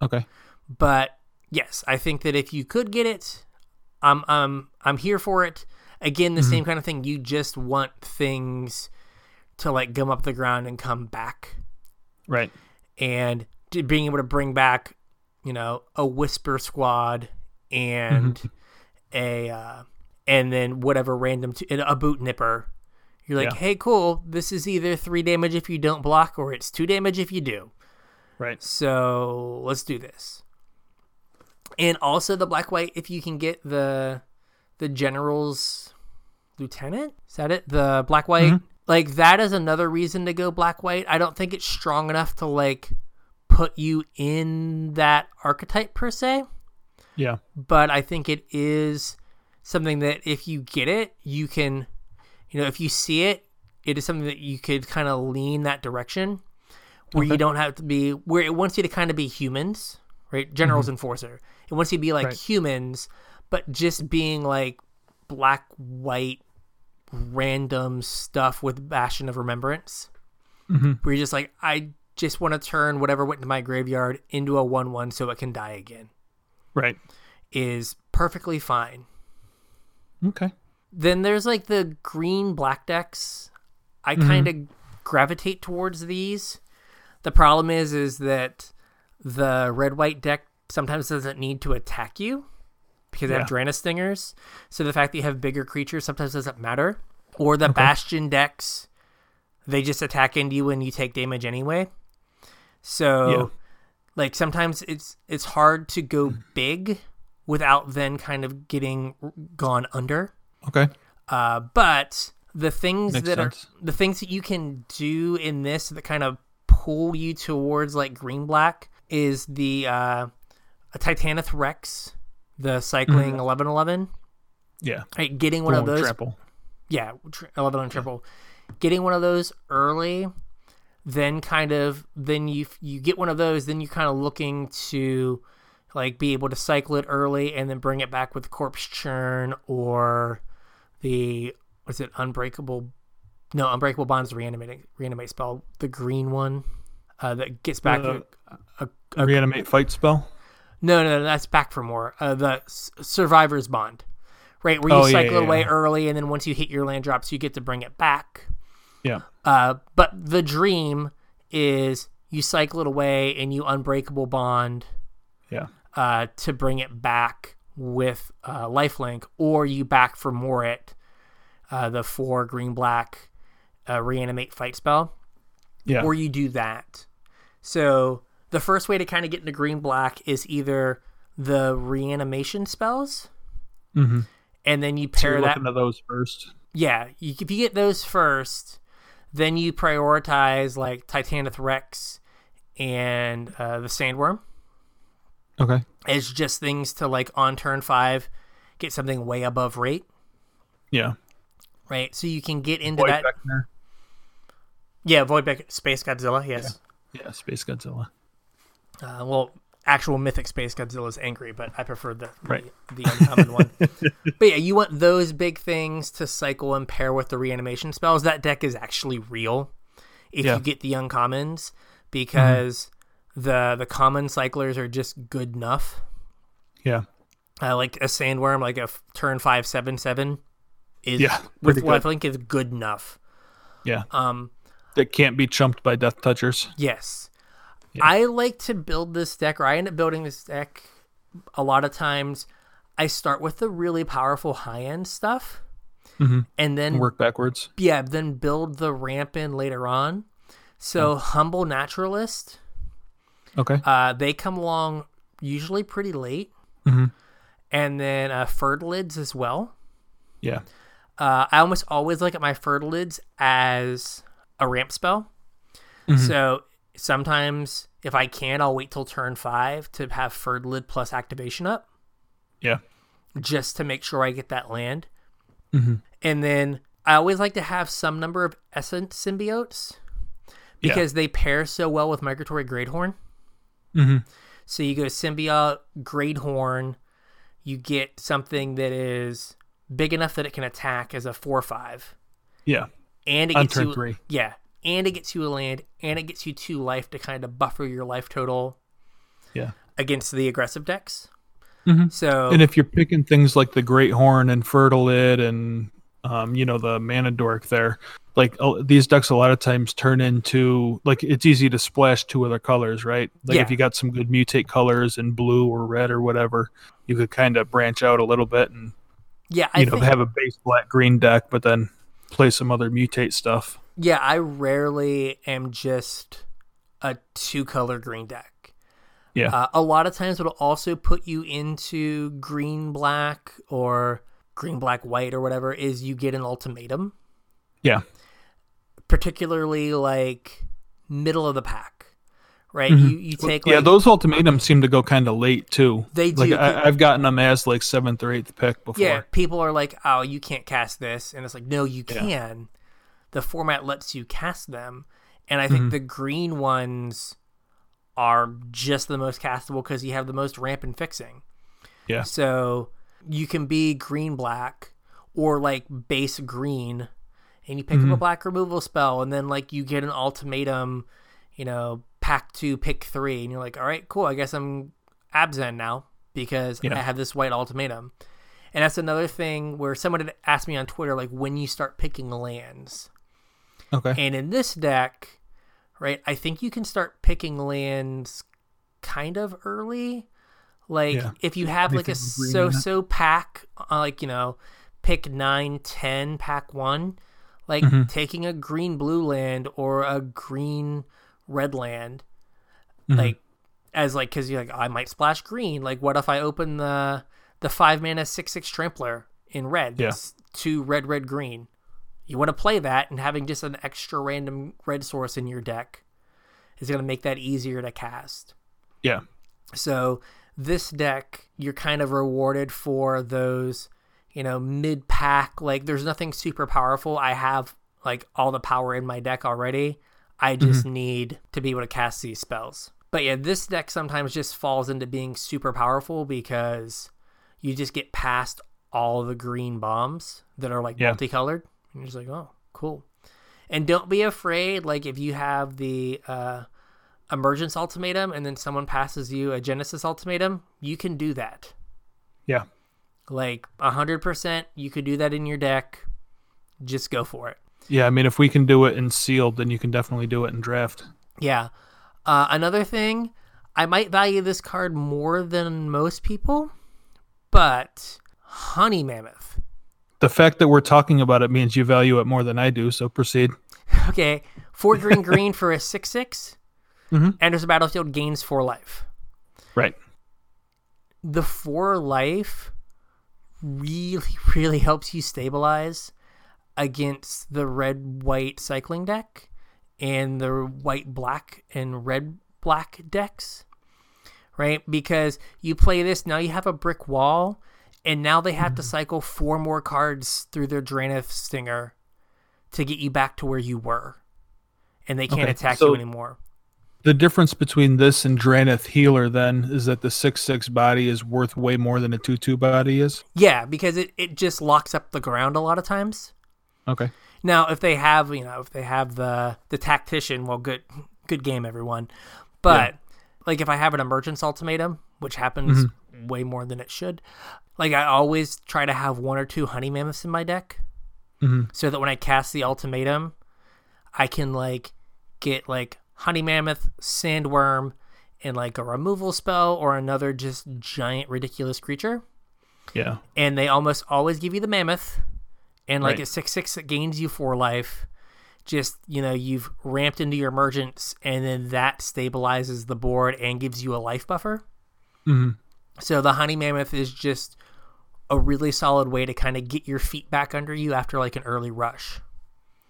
Speaker 2: Okay.
Speaker 1: But yes, I think that if you could get it, I'm I'm I'm here for it. Again, the same kind of thing. You just want things to like gum up the ground and come back.
Speaker 2: Right.
Speaker 1: and to being able to bring back, you know, a whisper squad and a uh, and then whatever random t- and a boot nipper. You're like,
Speaker 2: Yeah.
Speaker 1: hey, cool. This is either three damage if you don't block, or it's two damage if you do.
Speaker 2: Right.
Speaker 1: So let's do this. And also the black white, if you can get the the general's lieutenant, is that it? The black white, like that is another reason to go black white. I don't think it's strong enough to like put you in that archetype per se,
Speaker 2: Yeah.
Speaker 1: but I think it is something that if you get it, you can, you know, if you see it, it is something that you could kind of lean that direction where you
Speaker 2: Okay.
Speaker 1: don't have to be, where it wants you to kind of be humans, right? General's Enforcer. It wants you to be like
Speaker 2: Mm-hmm. Right.
Speaker 1: humans, but just being like black, white, random stuff with Bastion of Remembrance,
Speaker 2: Mhm.
Speaker 1: where you're just like, I just want to turn whatever went to my graveyard into a 1 1 so it can die again
Speaker 2: Right.
Speaker 1: is perfectly fine.
Speaker 2: Okay.
Speaker 1: Then there's like the green black decks. I kind of gravitate towards these. The problem is is that the red white deck sometimes doesn't need to attack you because they have Draenus stingers. So the fact that you have bigger creatures sometimes doesn't matter. Or the bastion decks, they just attack into you and you take damage anyway. So
Speaker 2: Yeah.
Speaker 1: like sometimes it's it's hard to go big without then kind of getting gone under.
Speaker 2: Okay.
Speaker 1: Uh, but the things
Speaker 2: Makes
Speaker 1: that
Speaker 2: sense.
Speaker 1: are the things that you can do in this that kind of pull you towards like green black is the uh, a Titanith Rex, the
Speaker 2: Mm-hmm.
Speaker 1: cycling eleven eleven.
Speaker 2: Yeah.
Speaker 1: Right, getting one
Speaker 2: The
Speaker 1: of
Speaker 2: one with
Speaker 1: those.
Speaker 2: Trample.
Speaker 1: Yeah, tr- eleven and triple. Getting one of those early, then kind of then you you get one of those, then you're kind of looking to like be able to cycle it early and then bring it back with corpse churn or the what's it unbreakable no unbreakable bonds reanimating reanimate spell the green one uh, that gets back
Speaker 2: The-
Speaker 1: a, a, a-
Speaker 2: Reanimate fight spell.
Speaker 1: no, no, no, that's back for more. Uh, the S- Survivor's Bond, right? Where you
Speaker 2: Oh, yeah,
Speaker 1: cycle
Speaker 2: yeah,
Speaker 1: it away
Speaker 2: yeah.
Speaker 1: early, and then once you hit your land drops, you get to bring it back.
Speaker 2: Yeah.
Speaker 1: Uh, but the dream is you cycle it away and you unbreakable bond
Speaker 2: Yeah.
Speaker 1: uh, to bring it back with uh, lifelink, or you back for more it, uh, the four green black uh, reanimate fight spell
Speaker 2: Yeah.
Speaker 1: or you do that. So the first way to kind of get into green black is either the reanimation spells,
Speaker 2: mm-hmm.
Speaker 1: and then you
Speaker 2: So
Speaker 1: pair
Speaker 2: you're
Speaker 1: that.
Speaker 2: looking to those first.
Speaker 1: yeah, you, if you get those first, then you prioritize like Titanith Rex and uh, the Sandworm
Speaker 2: Okay.
Speaker 1: as just things to like on turn five get something way above rate,
Speaker 2: Yeah.
Speaker 1: right? So you can get into
Speaker 2: Void
Speaker 1: that.
Speaker 2: Vector.
Speaker 1: Yeah, Void Beck, Space Godzilla. Yes.
Speaker 2: Yeah. Space Godzilla.
Speaker 1: Uh, well, actual mythic space Godzilla is angry, but I prefer the
Speaker 2: Right.
Speaker 1: the, the uncommon one. But yeah, you want those big things to cycle and pair with the reanimation spells. That deck is actually real if
Speaker 2: Yeah. Mm-hmm.
Speaker 1: you get the uncommons because the the common cyclers are just good enough.
Speaker 2: Yeah.
Speaker 1: Uh, like a sandworm, like a f- turn five seven seven is
Speaker 2: Yeah,
Speaker 1: with
Speaker 2: pretty good.
Speaker 1: lifelink is good enough.
Speaker 2: Yeah.
Speaker 1: Um,
Speaker 2: that can't be chumped by Death Touchers.
Speaker 1: Mm-hmm. Yes. I like to build this deck, or I end up building this deck a lot of times. I start with the really powerful high end stuff, and then
Speaker 2: Work backwards.
Speaker 1: yeah, then build the ramp in later on. So humble naturalist,
Speaker 2: Okay.
Speaker 1: uh, they come along usually pretty late, and then uh, fertilids as well.
Speaker 2: Yeah.
Speaker 1: Uh, I almost always look at my fertilids as a ramp spell. So sometimes, if I can, I'll wait till turn five to have fertilid plus activation up,
Speaker 2: Yeah.
Speaker 1: just to make sure I get that land. And then I always like to have some number of essence symbiotes
Speaker 2: Yeah.
Speaker 1: because they pair so well with migratory greathorn.
Speaker 2: Mhm.
Speaker 1: So you go symbiote greathorn, you get something that is big enough that it can attack as a four five,
Speaker 2: Yeah.
Speaker 1: and it
Speaker 2: On
Speaker 1: gets
Speaker 2: turn
Speaker 1: you
Speaker 2: three.
Speaker 1: yeah, and it gets you a land, and it gets you two life to kind of buffer your life total
Speaker 2: Yeah.
Speaker 1: against the aggressive decks.
Speaker 2: Mhm.
Speaker 1: So
Speaker 2: And if you're picking things like the Great Horn and Fertilid and um, you know the Mana Dork there, like oh, these decks a lot of times turn into like it's easy to splash two other colors, right? Like
Speaker 1: Yeah.
Speaker 2: if you got some good mutate colors in blue or red or whatever, you could kind of branch out a little bit and
Speaker 1: yeah, I
Speaker 2: you know
Speaker 1: think,
Speaker 2: have a base black green deck, but then play some other mutate stuff.
Speaker 1: yeah, I rarely am just a two color green deck.
Speaker 2: Yeah.
Speaker 1: Uh, a lot of times it'll also put you into green black or green black white or whatever is you get an ultimatum,
Speaker 2: yeah.
Speaker 1: particularly like middle of the pack, right? You you take
Speaker 2: Mm-hmm. yeah,
Speaker 1: like,
Speaker 2: those ultimatums seem to go kind of late too.
Speaker 1: They
Speaker 2: like,
Speaker 1: do.
Speaker 2: I, I've gotten them as like seventh or eighth pick before.
Speaker 1: yeah, people are like, oh, you can't cast this, and it's like, no, you can. The format lets you cast them, and I think the green ones are just the most castable because you have the most ramp and fixing.
Speaker 2: Yeah.
Speaker 1: So you can be green black or like base green, and you pick up a black removal spell, and then like you get an ultimatum, you know, pack two, pick three, and you're like, all right, cool, I guess I'm Abzan now because I
Speaker 2: Yeah.
Speaker 1: have this white ultimatum. And that's another thing where someone had asked me on Twitter, like, when you start picking lands.
Speaker 2: Okay.
Speaker 1: And in this deck, right, I think you can start picking lands kind of early. Like,
Speaker 2: Yeah.
Speaker 1: if you have like a
Speaker 2: Anything green in
Speaker 1: so
Speaker 2: it.
Speaker 1: so pack, uh, like, you know, pick nine, ten, pack one, like
Speaker 2: Mm-hmm.
Speaker 1: taking a green blue land or a green red land,
Speaker 2: Mhm.
Speaker 1: like, as like, because you're like, I might splash green. Like, what if I open the the five mana six six trampler in red?
Speaker 2: Yeah.
Speaker 1: That's two red red green. You want to play that, and having just an extra random red source in your deck is going to make that easier to cast.
Speaker 2: yeah.
Speaker 1: So this deck, you're kind of rewarded for those, you know, mid pack. Like there's nothing super powerful. I have like all the power in my deck already. I just need to be able to cast these spells. But yeah, this deck sometimes just falls into being super powerful because you just get past all the green bombs that are like
Speaker 2: Yeah.
Speaker 1: multicolored. And you're just like, oh, cool. And don't be afraid, like if you have the uh emergence ultimatum and then someone passes you a genesis ultimatum you can do that
Speaker 2: Yeah.
Speaker 1: like 100% you could do that in your deck just go for it
Speaker 2: Yeah. I mean, if we can do it in sealed, then you can definitely do it in draft.
Speaker 1: yeah uh, another thing i might value this card more than most people but honey mammoth
Speaker 2: The fact that we're talking about it means you value it more than I do. So proceed.
Speaker 1: okay four green green for a 6-6
Speaker 2: Mhm.
Speaker 1: enters the battlefield gains four life
Speaker 2: Right.
Speaker 1: the four life really really helps you stabilize against the red white cycling deck and the white black and red black decks right because you play this now you have a brick wall and now they have to
Speaker 2: Mm-hmm.
Speaker 1: cycle four more cards through their Draenith Stinger to get you back to where you were, and they can't
Speaker 2: Okay,
Speaker 1: attack
Speaker 2: so-
Speaker 1: you anymore.
Speaker 2: The difference between this and Draneth Healer then is that the six six body is worth way more than a two two body is.
Speaker 1: Yeah, because it, it just locks up the ground a lot of times.
Speaker 2: Okay.
Speaker 1: Now, if they have, you know, if they have the the tactician, well, good good game, everyone. But like, if I have an emergence ultimatum, which happens way more than it should, like I always try to have one or two honey mammoths in my deck,
Speaker 2: Mhm.
Speaker 1: so that when I cast the ultimatum, I can like get like honey mammoth, sandworm, and like a removal spell or another just giant ridiculous creature
Speaker 2: Yeah.
Speaker 1: and they almost always give you the mammoth and like
Speaker 2: Right.
Speaker 1: at six six it gains you four life just you know you've ramped into your emergence and then that stabilizes the board and gives you a life buffer
Speaker 2: Mhm.
Speaker 1: so the honey mammoth is just a really solid way to kind of get your feet back under you after like an early rush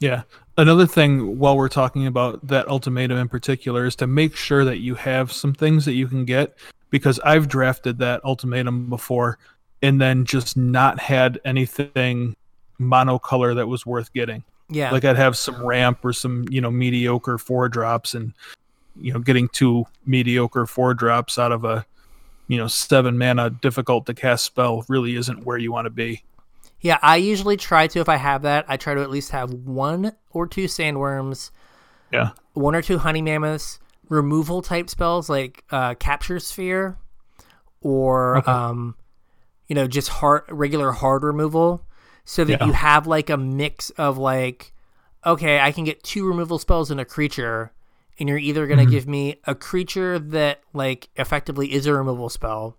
Speaker 2: Yeah. Another thing while we're talking about that ultimatum in particular is to make sure that you have some things that you can get because I've drafted that ultimatum before and then just not had anything monocolor that was worth getting.
Speaker 1: yeah
Speaker 2: Like I'd have some ramp or some, you know, mediocre four drops and you know, getting two mediocre four drops out of a you know, seven mana difficult to cast spell really isn't where you want to be.
Speaker 1: Yeah, I usually try to if I have that, I try to at least have one or two sandworms,
Speaker 2: Yeah.
Speaker 1: one or two honey mammoths, removal type spells like uh, capture sphere, or um, you know just hard regular hard removal, so that
Speaker 2: Yeah.
Speaker 1: you have like a mix of like, okay, I can get two removal spells and a creature, and you're either
Speaker 2: Mm-hmm.
Speaker 1: gonna give me a creature that like effectively is a removal spell,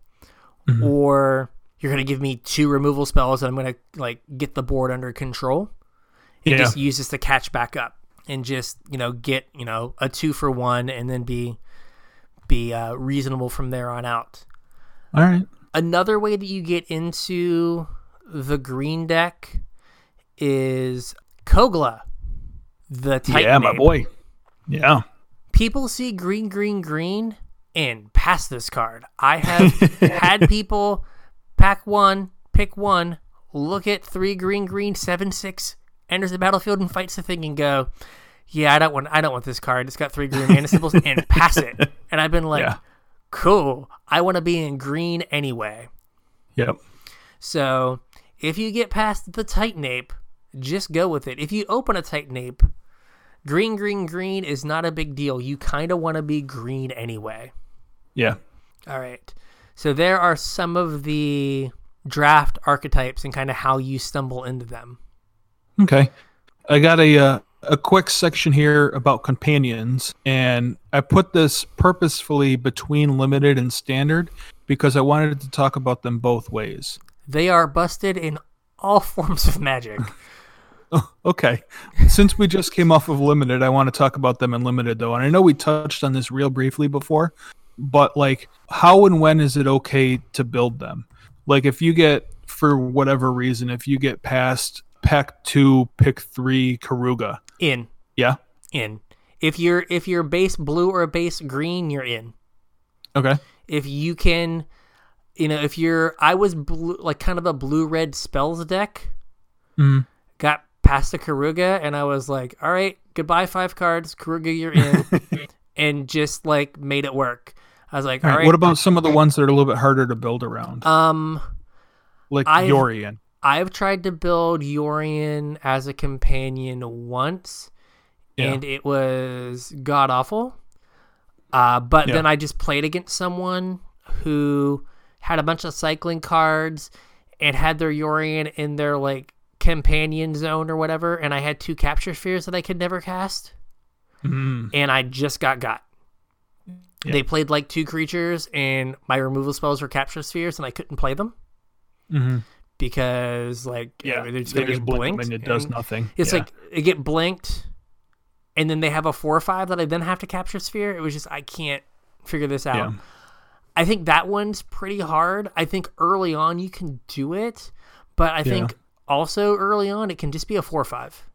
Speaker 2: Mm-hmm.
Speaker 1: or you're gonna give me two removal spells and I'm gonna like get the board under control. And
Speaker 2: Yeah.
Speaker 1: just use this to catch back up and just, you know, get, you know, a two for one and then be be uh, reasonable from there on out.
Speaker 2: All right.
Speaker 1: Another way that you get into the green deck is Kogla, the Titan
Speaker 2: yeah, my
Speaker 1: ape,
Speaker 2: boy. Yeah.
Speaker 1: people see green, green, green and pass this card. I have had people pack one, pick one, look at three green, green, seven, six, enters the battlefield and fights the thing and go, yeah, I don't want, I don't want this card. It's got three green mana symbols and pass it. And I've been like,
Speaker 3: Yeah.
Speaker 1: cool. I want to be in green anyway.
Speaker 3: Yep.
Speaker 1: So if you get past the Titan Ape, just go with it. If you open a Titan Ape, green, green, green is not a big deal. You kind of want to be green anyway.
Speaker 3: Yeah.
Speaker 1: All right. So there are some of the draft archetypes and kind of how you stumble into them.
Speaker 2: Okay. I got a uh, a quick section here about companions and I put this purposefully between limited and standard because I wanted to talk about them both ways.
Speaker 1: They are busted in all forms of magic.
Speaker 2: Okay. Since we just came off of limited, I want to talk about them in limited though. And I know we touched on this real briefly before, but like how and when is it okay to build them? Like if you get for whatever reason, if you get past pack 2, pick 3 Karuga.
Speaker 1: In,
Speaker 2: Yeah.
Speaker 1: in. If you're if you're base blue or base green, you're in.
Speaker 2: Okay.
Speaker 1: if you can you know if you're i was blue like kind of a blue red spells deck Mm-hmm.
Speaker 2: Mhm.
Speaker 1: got past the karuga and i was like all right goodbye five cards karuga you're in and just like made it work i was like all
Speaker 2: All
Speaker 1: right,
Speaker 2: right. What about some of the ones that are a little bit harder to build around,
Speaker 1: um
Speaker 2: like
Speaker 1: I've-
Speaker 2: Yorian?
Speaker 1: i've tried to build yorian as a companion once
Speaker 2: Yeah.
Speaker 1: and it was god awful. Uh, but
Speaker 2: Yeah.
Speaker 1: then I just played against someone who had a bunch of cycling cards and had their Yorian in their like companion zone or whatever, and I had two capture spheres that I could never cast,
Speaker 2: Mm,
Speaker 1: and I just got got.
Speaker 2: Yeah.
Speaker 1: They played like two creatures, and my removal spells were capture spheres, and I couldn't play them
Speaker 2: mhm.
Speaker 1: because like
Speaker 2: Yeah,
Speaker 1: they're just
Speaker 2: they
Speaker 1: gonna get
Speaker 2: blink
Speaker 1: blinked.
Speaker 2: them and it does
Speaker 1: and-
Speaker 2: nothing.
Speaker 1: it's
Speaker 2: Yeah.
Speaker 1: like I get blinked, and then they have a four or five that I then have to capture sphere. It was just I can't figure this out.
Speaker 2: Yeah.
Speaker 1: I think that one's pretty hard. I think early on you can do it, but I think also early on it can just be a four or five.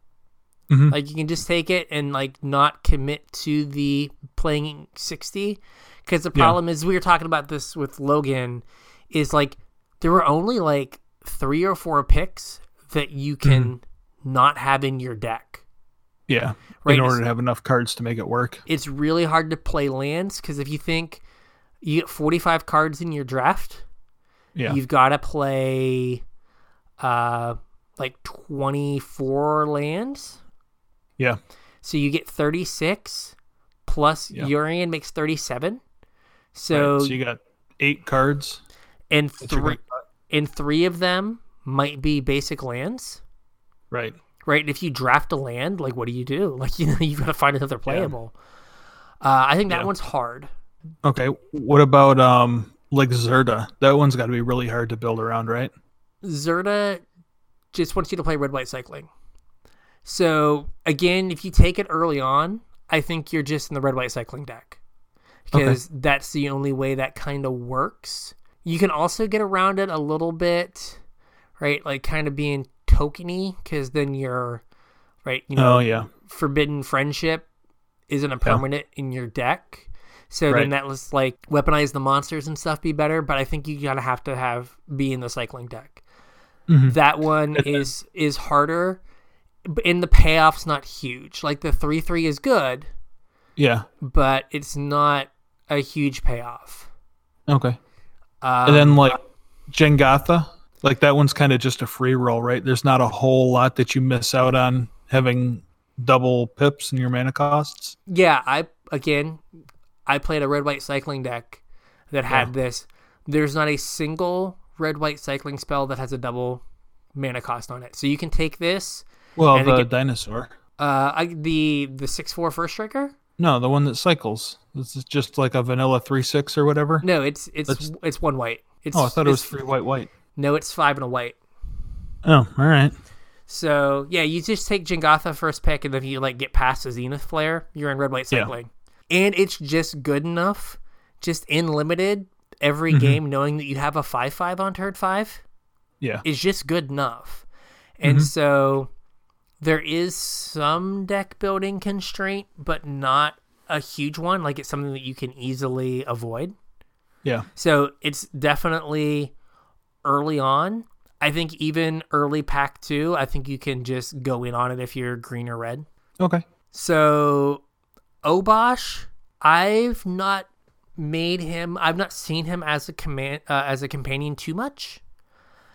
Speaker 2: Mhm.
Speaker 1: Like you can just take it and like not commit to the playing sixty, because the
Speaker 2: Yeah.
Speaker 1: problem is we were talking about this with Logan, is like there were only like three or four picks that you can not have in your deck.
Speaker 2: yeah,
Speaker 1: Right,
Speaker 2: in
Speaker 1: it's-
Speaker 2: order to have enough cards to make it work.
Speaker 1: it's really hard to play lands because if you think you get 45 cards in your draft,
Speaker 2: Yeah,
Speaker 1: you've got to play uh, like 24 lands.
Speaker 2: yeah,
Speaker 1: So you get 36 plus
Speaker 2: Yeah.
Speaker 1: Urian makes 37. So,
Speaker 2: Right, so you got eight cards.
Speaker 1: and
Speaker 2: that you're
Speaker 1: three and three of them might be basic lands,
Speaker 2: Right.
Speaker 1: right? And if you draft a land, like what do you do? Like you know you've got to find another playable. Uh, I think that
Speaker 2: Yeah.
Speaker 1: one's hard.
Speaker 2: Okay. What about um like Zerda? That one's got to be really hard to build around, right?
Speaker 1: Zerta just wants you to play red white cycling. So again, if you take it early on, I think you're just in the red white cycling deck because that's the only way that kind of works. You can also get around it a little bit, right? Like kind of being tokeny because then you're right. You know,
Speaker 2: Oh yeah.
Speaker 1: forbidden friendship isn't a permanent in your deck. So then
Speaker 2: Right.
Speaker 1: that was like weaponize the monsters and stuff be better, but I think you gotta have to have be in the cycling deck.
Speaker 2: Mhm.
Speaker 1: That one is is harder, b- and the payoff's not huge. Like the three three is good,
Speaker 2: Yeah.
Speaker 1: but it's not a huge payoff.
Speaker 2: Okay.
Speaker 1: Um,
Speaker 2: And then like Jengatha, like that one's kind of just a free roll, right? There's not a whole lot that you miss out on having double pips in your mana costs.
Speaker 1: Yeah, I again, I played a red white cycling deck that had this. There's not a single red white cycling spell that has a double mana cost on it. So you can take this,
Speaker 2: Well,
Speaker 1: And
Speaker 2: the
Speaker 1: again-
Speaker 2: dinosaur.
Speaker 1: uh, I, the the six four first striker.
Speaker 2: No, the one that cycles. This is just like a vanilla three six or whatever.
Speaker 1: No, it's it's
Speaker 2: That's-
Speaker 1: it's one white. It's,
Speaker 2: Oh, I thought it was
Speaker 1: it's-
Speaker 2: three white white.
Speaker 1: No, it's five and a white.
Speaker 2: Oh, all right.
Speaker 1: So yeah, you just take Jingatha first pick, and if you like get past the Zenith Flare, you're in red white
Speaker 2: Yeah.
Speaker 1: cycling, and it's just good enough, just in limited every
Speaker 2: Mm-hmm.
Speaker 1: game, knowing that you have a five five on turn five
Speaker 2: Yeah.
Speaker 1: is just good enough, and so there is some deck building constraint, but not a huge one. Like it's something that you can easily avoid.
Speaker 2: Yeah.
Speaker 1: So it's definitely early on. I think even early pack two, I think you can just go in on it if you're green or red.
Speaker 2: Okay.
Speaker 1: So Obosh, I've not made him. I've not seen him as a command uh, as a companion too much.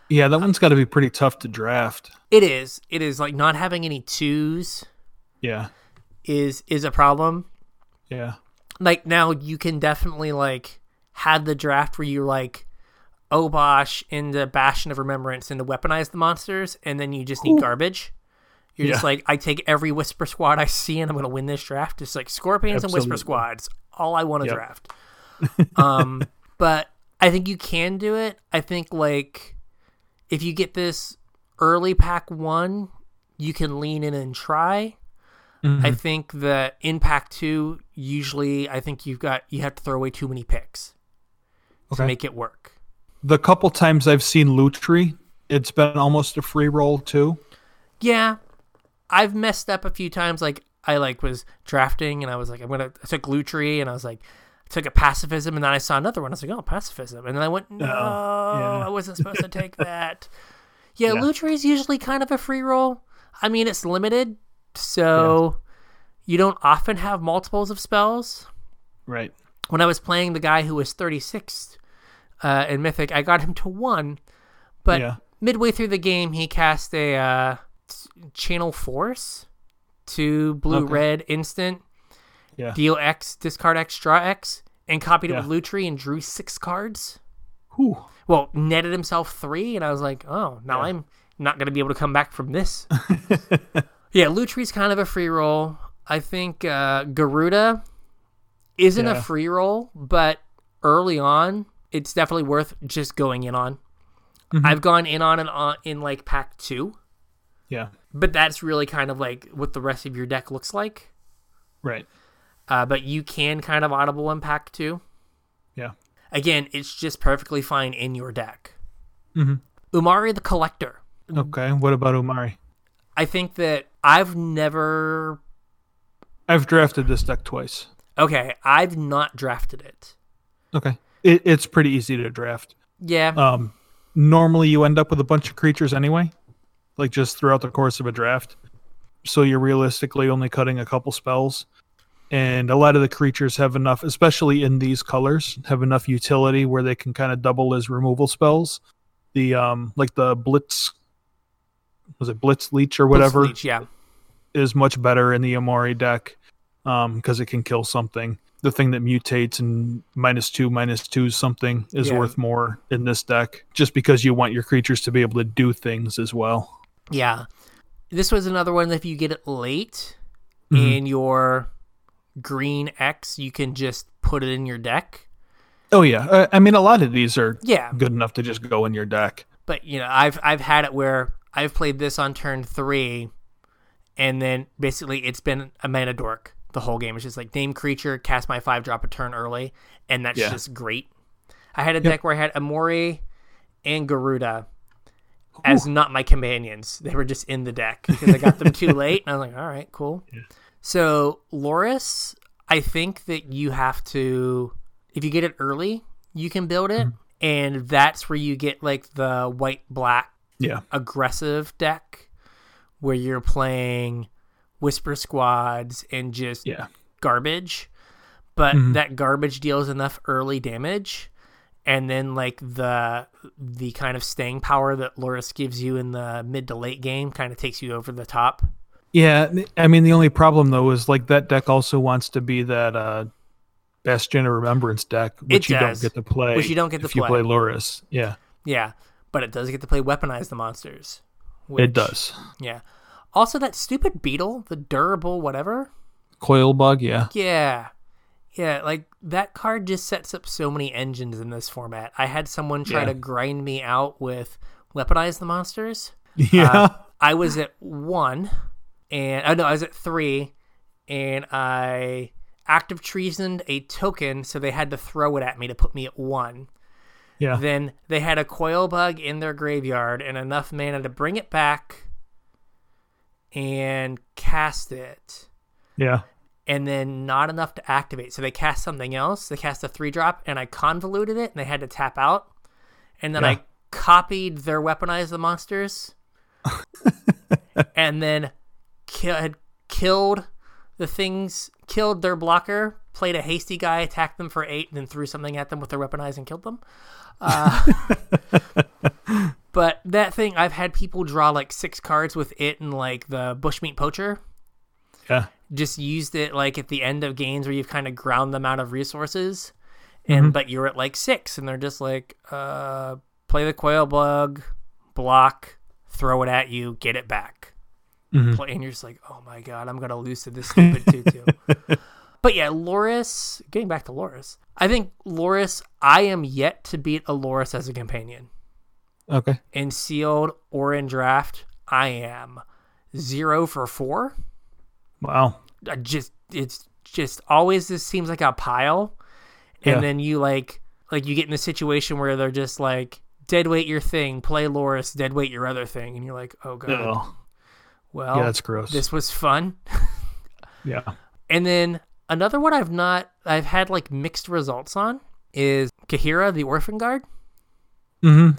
Speaker 2: Yeah, that one's got to be pretty tough to draft.
Speaker 1: It is. It is like not having any twos
Speaker 2: Yeah.
Speaker 1: is is a problem.
Speaker 2: Yeah.
Speaker 1: Like now you can definitely like have the draft where you like Obosh in the Bastion of Remembrance and to weaponize the monsters, and then you just need garbage. You're just
Speaker 2: Yeah.
Speaker 1: like, I take every Whisper Squad I see, and I'm going to win this draft. Just like Scorpions and Whisper
Speaker 2: Absolutely.
Speaker 1: Squads, all I want to
Speaker 2: Yep.
Speaker 1: draft. um, but I think you can do it. I think like if you get this early pack one, you can lean in and try.
Speaker 2: Mm-hmm.
Speaker 1: I think that in pack two, usually I think you've got you have to throw away too many picks to
Speaker 2: Okay.
Speaker 1: make it work.
Speaker 2: the couple times I've seen Lutri, it's been almost a free roll too.
Speaker 1: Yeah, I've messed up a few times. Like I like was drafting, and I was like, I'm gonna. I took Lutri, and I was like, I took a pacifism, and then I saw another one. I was like, oh, pacifism, and then I went, no,
Speaker 2: Oh, yeah.
Speaker 1: I wasn't supposed to take that. Yeah,
Speaker 2: Yeah.
Speaker 1: Lutri is usually kind of a free roll. I mean, it's limited, so you don't often have multiples of spells.
Speaker 2: Right.
Speaker 1: When I was playing the guy who was 36th uh, in Mythic, I got him to one, but
Speaker 2: yeah.
Speaker 1: midway through the game, he cast a uh, s- channel force to blue
Speaker 2: Okay.
Speaker 1: red instant.
Speaker 2: Yeah.
Speaker 1: Deal X, discard X, draw X, and copied
Speaker 2: Yeah.
Speaker 1: it with Lutri and drew six cards.
Speaker 2: Whew.
Speaker 1: Well, netted himself three, and I was like, oh, now I'm not going to be able to come back from this. yeah, Lutri's kind of a free roll. I think uh, Garuda isn't
Speaker 2: Yeah.
Speaker 1: a free roll, but early on, it's definitely worth just going in on. I've gone in on and on in like pack two,
Speaker 2: Yeah.
Speaker 1: but that's really kind of like what the rest of your deck looks like.
Speaker 2: Right.
Speaker 1: Uh, but you can kind of audible in pack two.
Speaker 2: Yeah.
Speaker 1: Again, it's just perfectly fine in your deck.
Speaker 2: Mhm.
Speaker 1: Umari the Collector.
Speaker 2: Okay. What about Umari?
Speaker 1: I think that I've never.
Speaker 2: I've drafted this deck twice.
Speaker 1: Okay, I've not drafted it.
Speaker 2: Okay. It, it's pretty easy to draft.
Speaker 1: Yeah.
Speaker 2: Um, normally you end up with a bunch of creatures anyway, like just throughout the course of a draft. So you're realistically only cutting a couple spells. And a lot of the creatures have enough, especially in these colors, have enough utility where they can kind of double as removal spells. The um like the blitz was it blitz leech or whatever
Speaker 1: Blitzleech, yeah.
Speaker 2: is much better in the Amori deck because it can kill something. The thing that mutates and minus two, minus two something is
Speaker 1: Yeah.
Speaker 2: worth more in this deck just because you want your creatures to be able to do things as well.
Speaker 1: Yeah. This was another one that if you get it late
Speaker 2: Mhm.
Speaker 1: in your green X, you can just put it in your deck.
Speaker 2: Oh, yeah. Uh, I mean, a lot of these are
Speaker 1: Yeah.
Speaker 2: good enough to just go in your deck.
Speaker 1: but you know i've i've had it where i've played this on turn three and then basically it's been a mana dork the whole game it's just like name creature cast my five drop a turn early and that's
Speaker 2: Yeah.
Speaker 1: just great i had a deck where i had amori and garuda as not my companions they were just in the deck because i got them too late and i was like all right cool so loris i think that you have to if you get it early you can build
Speaker 2: Mm-hmm.
Speaker 1: it and that's where you get like the white black
Speaker 2: Yeah.
Speaker 1: aggressive deck where you're playing whisper squads and just
Speaker 2: Yeah. Mm-hmm.
Speaker 1: garbage but that garbage deals enough early damage and then like the the kind of staying power that loris gives you in the mid to late game kind of takes you over the top
Speaker 2: Yeah. I mean, the only problem, though, is like that deck also wants to be that uh, Bastion of Remembrance deck, which you
Speaker 1: does.
Speaker 2: don't get to play.
Speaker 1: Which you don't get to
Speaker 2: if you
Speaker 1: play.
Speaker 2: play Loris. Yeah.
Speaker 1: yeah but it does get to play weaponize the monsters
Speaker 2: It
Speaker 1: which-
Speaker 2: does.
Speaker 1: yeah also that stupid beetle the durable whatever
Speaker 2: Coil Bug. Yeah.
Speaker 1: Yeah. Yeah, like that card just sets up so many engines in this format. I had someone try
Speaker 2: Yeah.
Speaker 1: to grind me out with weaponize the monsters.
Speaker 2: Yeah.
Speaker 1: Uh, I was at one and oh no, I was at three and I active treasoned a token, so they had to throw it at me to put me at one.
Speaker 2: yeah.
Speaker 1: Then they had a coil bug in their graveyard and enough mana to bring it back and cast it
Speaker 2: Yeah.
Speaker 1: and then not enough to activate. So they cast something else. They cast a three drop, and I convoluted it, and they had to tap out. And then
Speaker 2: Yeah.
Speaker 1: I copied their weaponize the monsters, and then ki- had killed the things, killed their blocker, played a hasty guy, attacked them for eight, and then threw something at them with their weaponize and killed them. Uh, but that thing, I've had people draw like six cards with it and like the bushmeat poacher
Speaker 2: Yeah.
Speaker 1: just used it like at the end of games where you've kind of ground them out of resources and but you're at like six and they're just like uh play the quail bug block throw it at you get it back play, and you're just like oh my god i'm gonna lose to this stupid tutu but yeah loris getting back to loris i think loris i am yet to beat a loris as a companion
Speaker 2: Okay.
Speaker 1: in sealed or in draft i am zero for four
Speaker 2: Wow.
Speaker 1: I just it's just always this seems like a pile and
Speaker 2: Yeah.
Speaker 1: then you like like you get in a situation where they're just like deadweight your thing play loris deadweight your other thing and you're like oh god
Speaker 2: Oh,
Speaker 1: well
Speaker 2: yeah, that's gross.
Speaker 1: this was fun
Speaker 2: yeah.
Speaker 1: and then another one i've not i've had like mixed results on is kahira the orphan guard
Speaker 2: hmm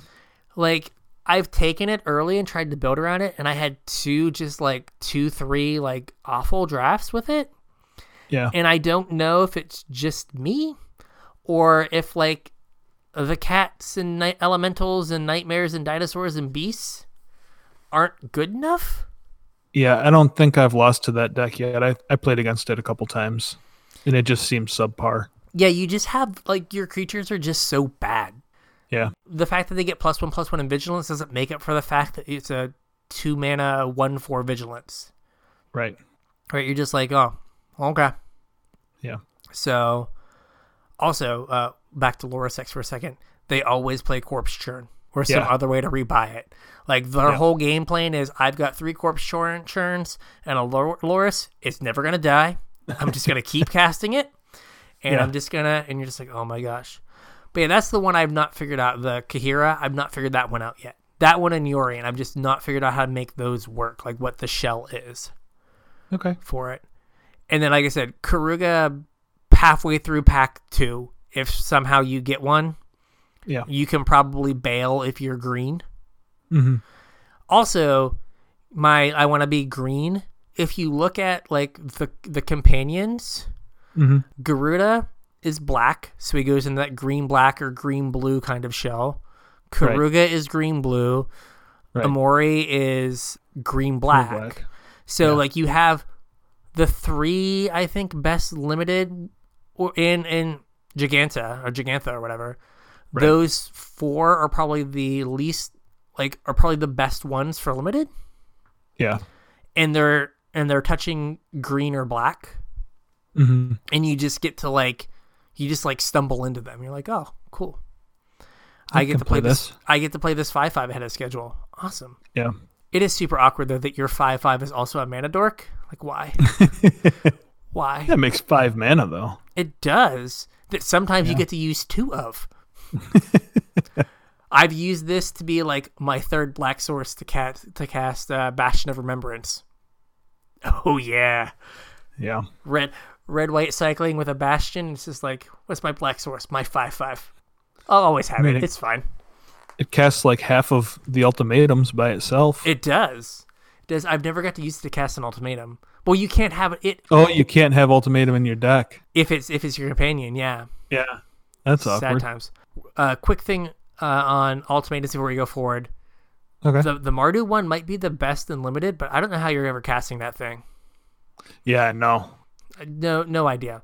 Speaker 1: like I've taken it early and tried to build around it, and I had two just like two, three like awful drafts with it.
Speaker 2: Yeah.
Speaker 1: And I don't know if it's just me or if like the cats and night elementals and nightmares and dinosaurs and beasts aren't good enough.
Speaker 2: Yeah. I don't think I've lost to that deck yet. I, I played against it a couple times and it just seems subpar.
Speaker 1: Yeah, you just have like your creatures are just so bad.
Speaker 2: Yeah.
Speaker 1: The fact that they get plus one plus one in vigilance doesn't make up for the fact that it's a two mana one four vigilance.
Speaker 2: Right.
Speaker 1: Right, you're just like, oh, okay.
Speaker 2: Yeah.
Speaker 1: So, also uh, back to Laura Sex for a second. They always play Corpse Churn or some
Speaker 2: Yeah.
Speaker 1: other way to rebuy it. Like their whole game plan is: I've got three Corpse Churn churns and a Lor- Loris. It's never gonna die. I'm just gonna keep casting it, and
Speaker 2: Yeah.
Speaker 1: I'm just gonna. And you're just like, oh my gosh. But yeah, that's the one I've not figured out. The Kahira, I've not figured that one out yet. That one and Yorian, I've just not figured out how to make those work. Like what the shell is
Speaker 2: Okay.
Speaker 1: for it. And then, like I said, Karuga halfway through pack two, if somehow you get one,
Speaker 2: Yeah.
Speaker 1: you can probably bail if you're green.
Speaker 2: hmm
Speaker 1: Also, my I want to be green. If you look at like the the companions,
Speaker 2: hmm
Speaker 1: Garuda is black, so he goes in that green black or green blue kind of shell.
Speaker 2: Right.
Speaker 1: Karuga is green blue.
Speaker 2: Right.
Speaker 1: Amori is green black.
Speaker 2: black.
Speaker 1: So like you have the three I think best limited or in in Giganta or Gigantha or whatever.
Speaker 2: Right.
Speaker 1: Those four are probably the least like are probably the best ones for limited
Speaker 2: Yeah.
Speaker 1: and they're and they're touching green or black
Speaker 2: hmm
Speaker 1: and you just get to like you just like stumble into them. You're like, "Oh, cool." I, get
Speaker 2: can
Speaker 1: to play,
Speaker 2: play
Speaker 1: this.
Speaker 2: this.
Speaker 1: I get to play this 5/5 ahead of schedule. Awesome.
Speaker 2: Yeah.
Speaker 1: It is super awkward though that your 5/5 is also a mana dork. Like why? why?
Speaker 2: That makes five mana though.
Speaker 1: It does. That sometimes you get to use two of. I've used this to be like my third black source to cast to cast uh, Bastion of Remembrance. Oh yeah,
Speaker 2: Yeah.
Speaker 1: red red white cycling with a Bastion. It's just like what's my black source? My five five. I'll always have
Speaker 2: mean,
Speaker 1: it.
Speaker 2: it-
Speaker 1: It's fine.
Speaker 2: It casts like half of the ultimatums by itself.
Speaker 1: It does. It does I've never got to use it to cast an ultimatum. Well, you can't have it, it
Speaker 2: oh, you can't have ultimatum in your deck.
Speaker 1: if it's if it's your companion. Yeah.
Speaker 2: Yeah. That's awkward.
Speaker 1: Sad times. Uh, quick thing uh, on ultimatums before we go forward.
Speaker 2: Okay.
Speaker 1: The the Mardu one might be the best in limited, but I don't know how you're ever casting that thing.
Speaker 2: yeah, no.
Speaker 1: Uh, No no idea.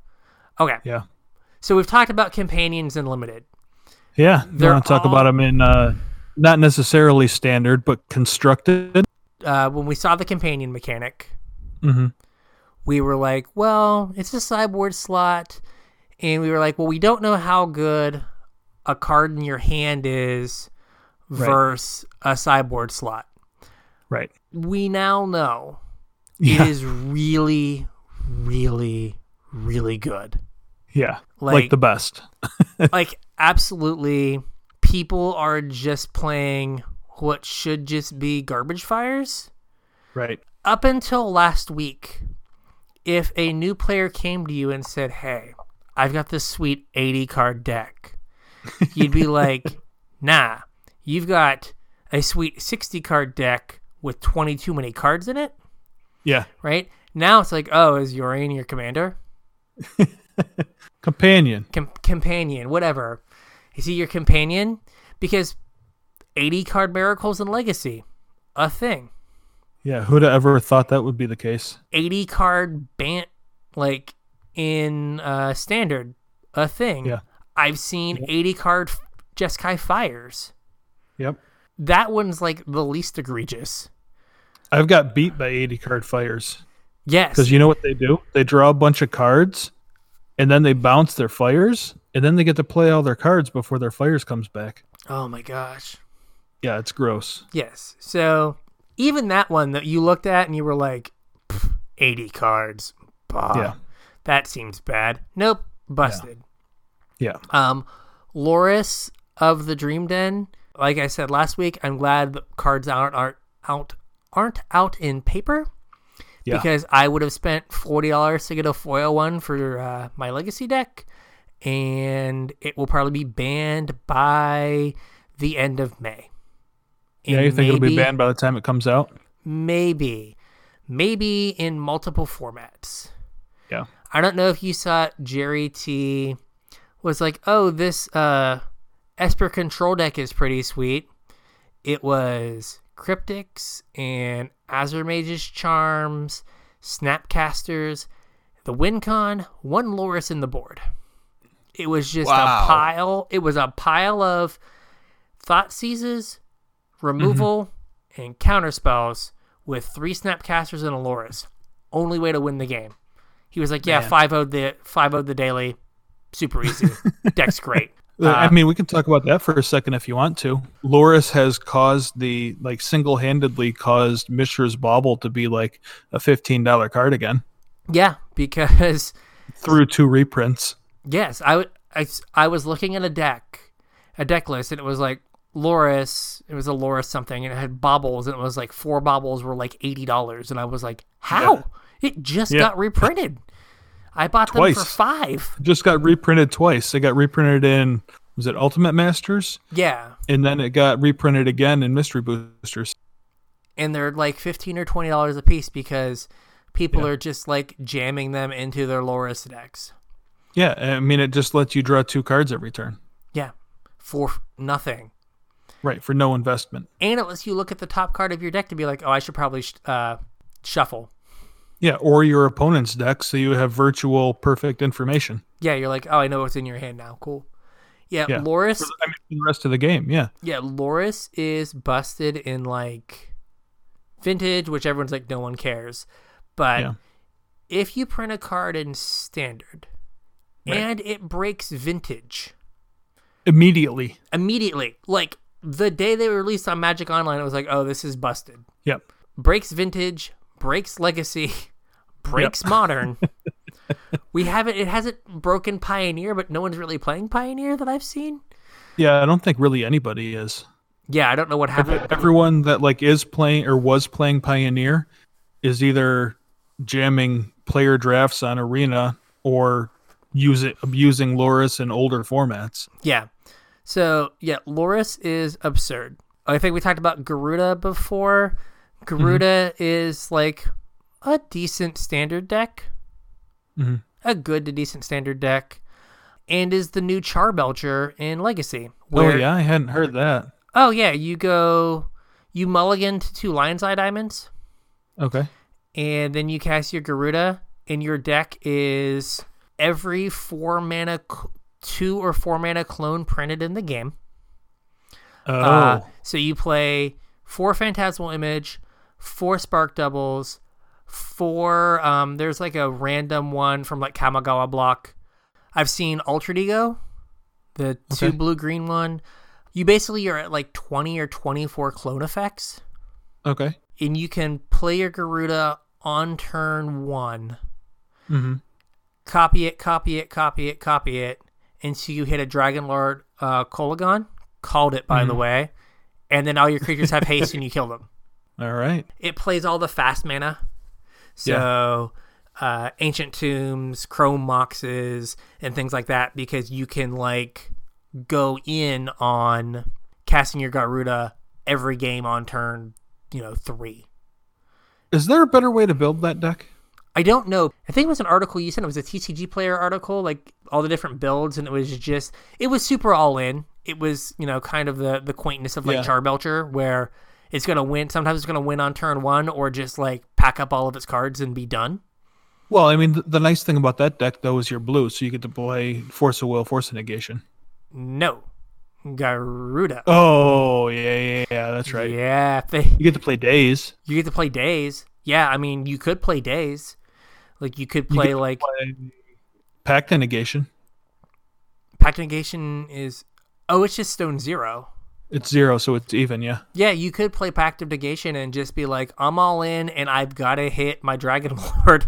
Speaker 1: Okay,
Speaker 2: Yeah.
Speaker 1: so we've talked about companions in limited.
Speaker 2: Yeah. You
Speaker 1: They're
Speaker 2: want to talk
Speaker 1: all-
Speaker 2: about them in uh, not necessarily standard, but constructed.
Speaker 1: Uh, when we saw the companion mechanic,
Speaker 2: hmm
Speaker 1: we were like, well, it's a cyborg slot, and we were like, well, we don't know how good a card in your hand is versus a cyborg slot.
Speaker 2: Right.
Speaker 1: We now know
Speaker 2: Yeah.
Speaker 1: it is really, really, really good.
Speaker 2: yeah. Like,
Speaker 1: Like-
Speaker 2: the best.
Speaker 1: like absolutely people are just playing what should just be garbage fires
Speaker 2: Right.
Speaker 1: up until last week if a new player came to you and said, "Hey, I've got this sweet 80 card deck," you'd be like, "Nah, you've got a sweet 60 card deck with 20 too many cards in it."
Speaker 2: Yeah.
Speaker 1: Right now, it's like, "Oh, is Yorain your commander,
Speaker 2: Companion.
Speaker 1: Com- companion, whatever? Is he your companion?" Because 80 card miracles and legacy, a thing.
Speaker 2: Yeah. Who'd have ever thought that would be the case?
Speaker 1: 80 card bant like in uh standard a thing
Speaker 2: Yeah.
Speaker 1: i've seen 80 card f- jeskai fires
Speaker 2: Yep.
Speaker 1: that one's like the least egregious
Speaker 2: I've got beat by 80 card fires
Speaker 1: yes
Speaker 2: because you know what they do? They draw a bunch of cards and then they bounce their fires and then they get to play all their cards before their fires comes back.
Speaker 1: oh my gosh
Speaker 2: Yeah, it's gross.
Speaker 1: yes so even that one that you looked at and you were like "Pff, 80 cards bah,
Speaker 2: Yeah.
Speaker 1: that seems bad nope busted
Speaker 2: Yeah.
Speaker 1: Um, Loris of the Dream Den. Like I said last week, I'm glad the cards aren't aren't out aren't out in paper
Speaker 2: Yeah.
Speaker 1: because I would have spent forty dollars to get a foil one for uh, my legacy deck, and it will probably be banned by the end of May.
Speaker 2: yeah,
Speaker 1: And
Speaker 2: you think it'll be
Speaker 1: maybe-
Speaker 2: banned by the time it comes out?
Speaker 1: Maybe, maybe in multiple formats.
Speaker 2: Yeah.
Speaker 1: I don't know if you saw it, Jerry T was like, "Oh, this uh Esper control deck is pretty sweet." It was Cryptics and Azure Mage's Charms, Snapcasters, the Wincon, one Loris in the board. It was just
Speaker 3: Wow.
Speaker 1: a pile. It was a pile of thought seizes, removal, and counter spells with three Snapcasters and a Loris. Only way to win the game. He was like, "Yeah, five would the five would the daily, super easy. Deck's great."
Speaker 2: Uh, I
Speaker 1: Uh,
Speaker 2: mean, we can talk about that for a second if you want to. Loris has caused the like single-handedly caused Mishra's Bobble to be like a fifteen dollar card again
Speaker 1: yeah, because
Speaker 2: through two reprints.
Speaker 1: yes, I, w- I s- I was looking at a deck, a deck list, and it was like Loris. It was a Loris something, and it had bobbles, and it was like four bobbles were like eighty dollars, and I was like, "How? It just
Speaker 2: Yeah.
Speaker 1: got reprinted. I bought them for
Speaker 2: Twice.
Speaker 1: five.
Speaker 2: Just got reprinted twice. It got reprinted in was it Ultimate Masters,
Speaker 1: Yeah,
Speaker 2: and then it got reprinted again in Mystery Boosters.
Speaker 1: and they're like fifteen or twenty dollars a piece because people are just like jamming them into their Loris decks.
Speaker 2: Yeah, I mean, it just lets you draw two cards every turn,
Speaker 1: Yeah, for f- nothing.
Speaker 2: right? For no investment.
Speaker 1: And it lets you look at the top card of your deck to be like, oh, I should probably sh- uh, shuffle.
Speaker 2: Yeah, or your opponent's deck, so you have virtual perfect information.
Speaker 1: Yeah, you're like, oh, I know what's in your hand now. Cool. Yeah,
Speaker 2: Yeah.
Speaker 1: Loris.
Speaker 2: I mean, for the rest of the game, yeah.
Speaker 1: Yeah, Loris is busted in like vintage, which everyone's like, no one cares. But
Speaker 2: Yeah.
Speaker 1: if you print a card in standard
Speaker 2: Right.
Speaker 1: and it breaks vintage
Speaker 2: Immediately.
Speaker 1: immediately, like the day they were released on Magic Online, it was like, oh, this is busted.
Speaker 2: Yep.
Speaker 1: breaks vintage, breaks legacy, breaks modern. we haven't it hasn't broken pioneer, but no one's really playing pioneer that I've seen.
Speaker 2: Yeah, I don't think really anybody is.
Speaker 1: Yeah, I don't know what happened.
Speaker 2: Everyone that like is playing or was playing Pioneer is either jamming player drafts on Arena or use it abusing Loris in older formats.
Speaker 1: yeah. So, yeah, Loris is absurd. I think we talked about Garuda before.
Speaker 2: Mm-hmm.
Speaker 1: Garuda is like a decent standard deck.
Speaker 2: Mhm.
Speaker 1: A good to decent standard deck. And is the new Charbelcher in Legacy.
Speaker 2: oh
Speaker 1: where-
Speaker 2: yeah, I hadn't heard that.
Speaker 1: Oh yeah, you go, you mulligan to two lion's eye diamonds,
Speaker 2: Okay.
Speaker 1: and then you cast your Garuda, and your deck is every four mana, cl- two or four mana clone printed in the game.
Speaker 2: Oh,
Speaker 1: Uh, so you play four Phantasmal Image, four Spark Doubles, four. Um, there's like a random one from like Kamigawa block. I've seen Altered Ego, the two
Speaker 2: Okay.
Speaker 1: blue green one. You basically are at like 20 or 24 clone effects,
Speaker 2: Oh, okay.
Speaker 1: and you can play your Garuda on turn one,
Speaker 2: hmm
Speaker 1: copy it, copy it, copy it, copy it, until you hit a Dragon Lord uh, Kolagon. Called it, by the way. And then all your creatures have haste and you kill them.
Speaker 2: All right.
Speaker 1: it plays all the fast mana. So uh, ancient tombs, chrome moxes, and things like that because you can like go in on casting your Garuda every game on turn, you know, three.
Speaker 2: Is there a better way to build that deck?
Speaker 1: I don't know. I think it was an article you sent. It was a TCG player article, like all the different builds, and it was just it was super all in. It was you know kind of the the quaintness of like
Speaker 2: Yeah.
Speaker 1: Charbelcher, where it's gonna win. Sometimes it's gonna win on turn one, or just like pack up all of its cards and be done.
Speaker 2: Well, I mean, the, the nice thing about that deck though is your blue, so you get to play Force of Will, Force of Negation.
Speaker 1: No, Garuda.
Speaker 2: Oh yeah, yeah, yeah. That's right.
Speaker 1: Yeah, if they,
Speaker 2: You get to play Days.
Speaker 1: you get to play days. Yeah, I mean you could play days, like you could
Speaker 2: You get
Speaker 1: play
Speaker 2: to
Speaker 1: like
Speaker 2: play Pact of Negation.
Speaker 1: Pact Negation is oh it's just Stone Zero.
Speaker 2: It's zero, so it's even. Yeah.
Speaker 1: Yeah, you could play Pact of Negation and just be like, I'm all in and I've got to hit my Dragon Lord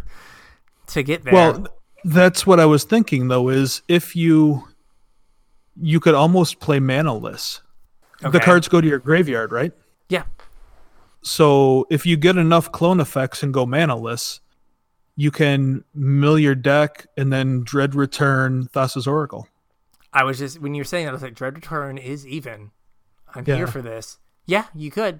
Speaker 1: to get there.
Speaker 2: Well, th- that's what I was thinking though. Is if you you could almost play manaless. The
Speaker 1: Okay.
Speaker 2: cards go to your graveyard, right?
Speaker 1: Yeah.
Speaker 2: So if you get enough clone effects and go manaless, you can mill your deck and then dread return Thassa's Oracle.
Speaker 1: I was just, when you were saying that, I was like, Dread Return is even. I'm
Speaker 2: Yeah.
Speaker 1: here for this. Yeah, you could.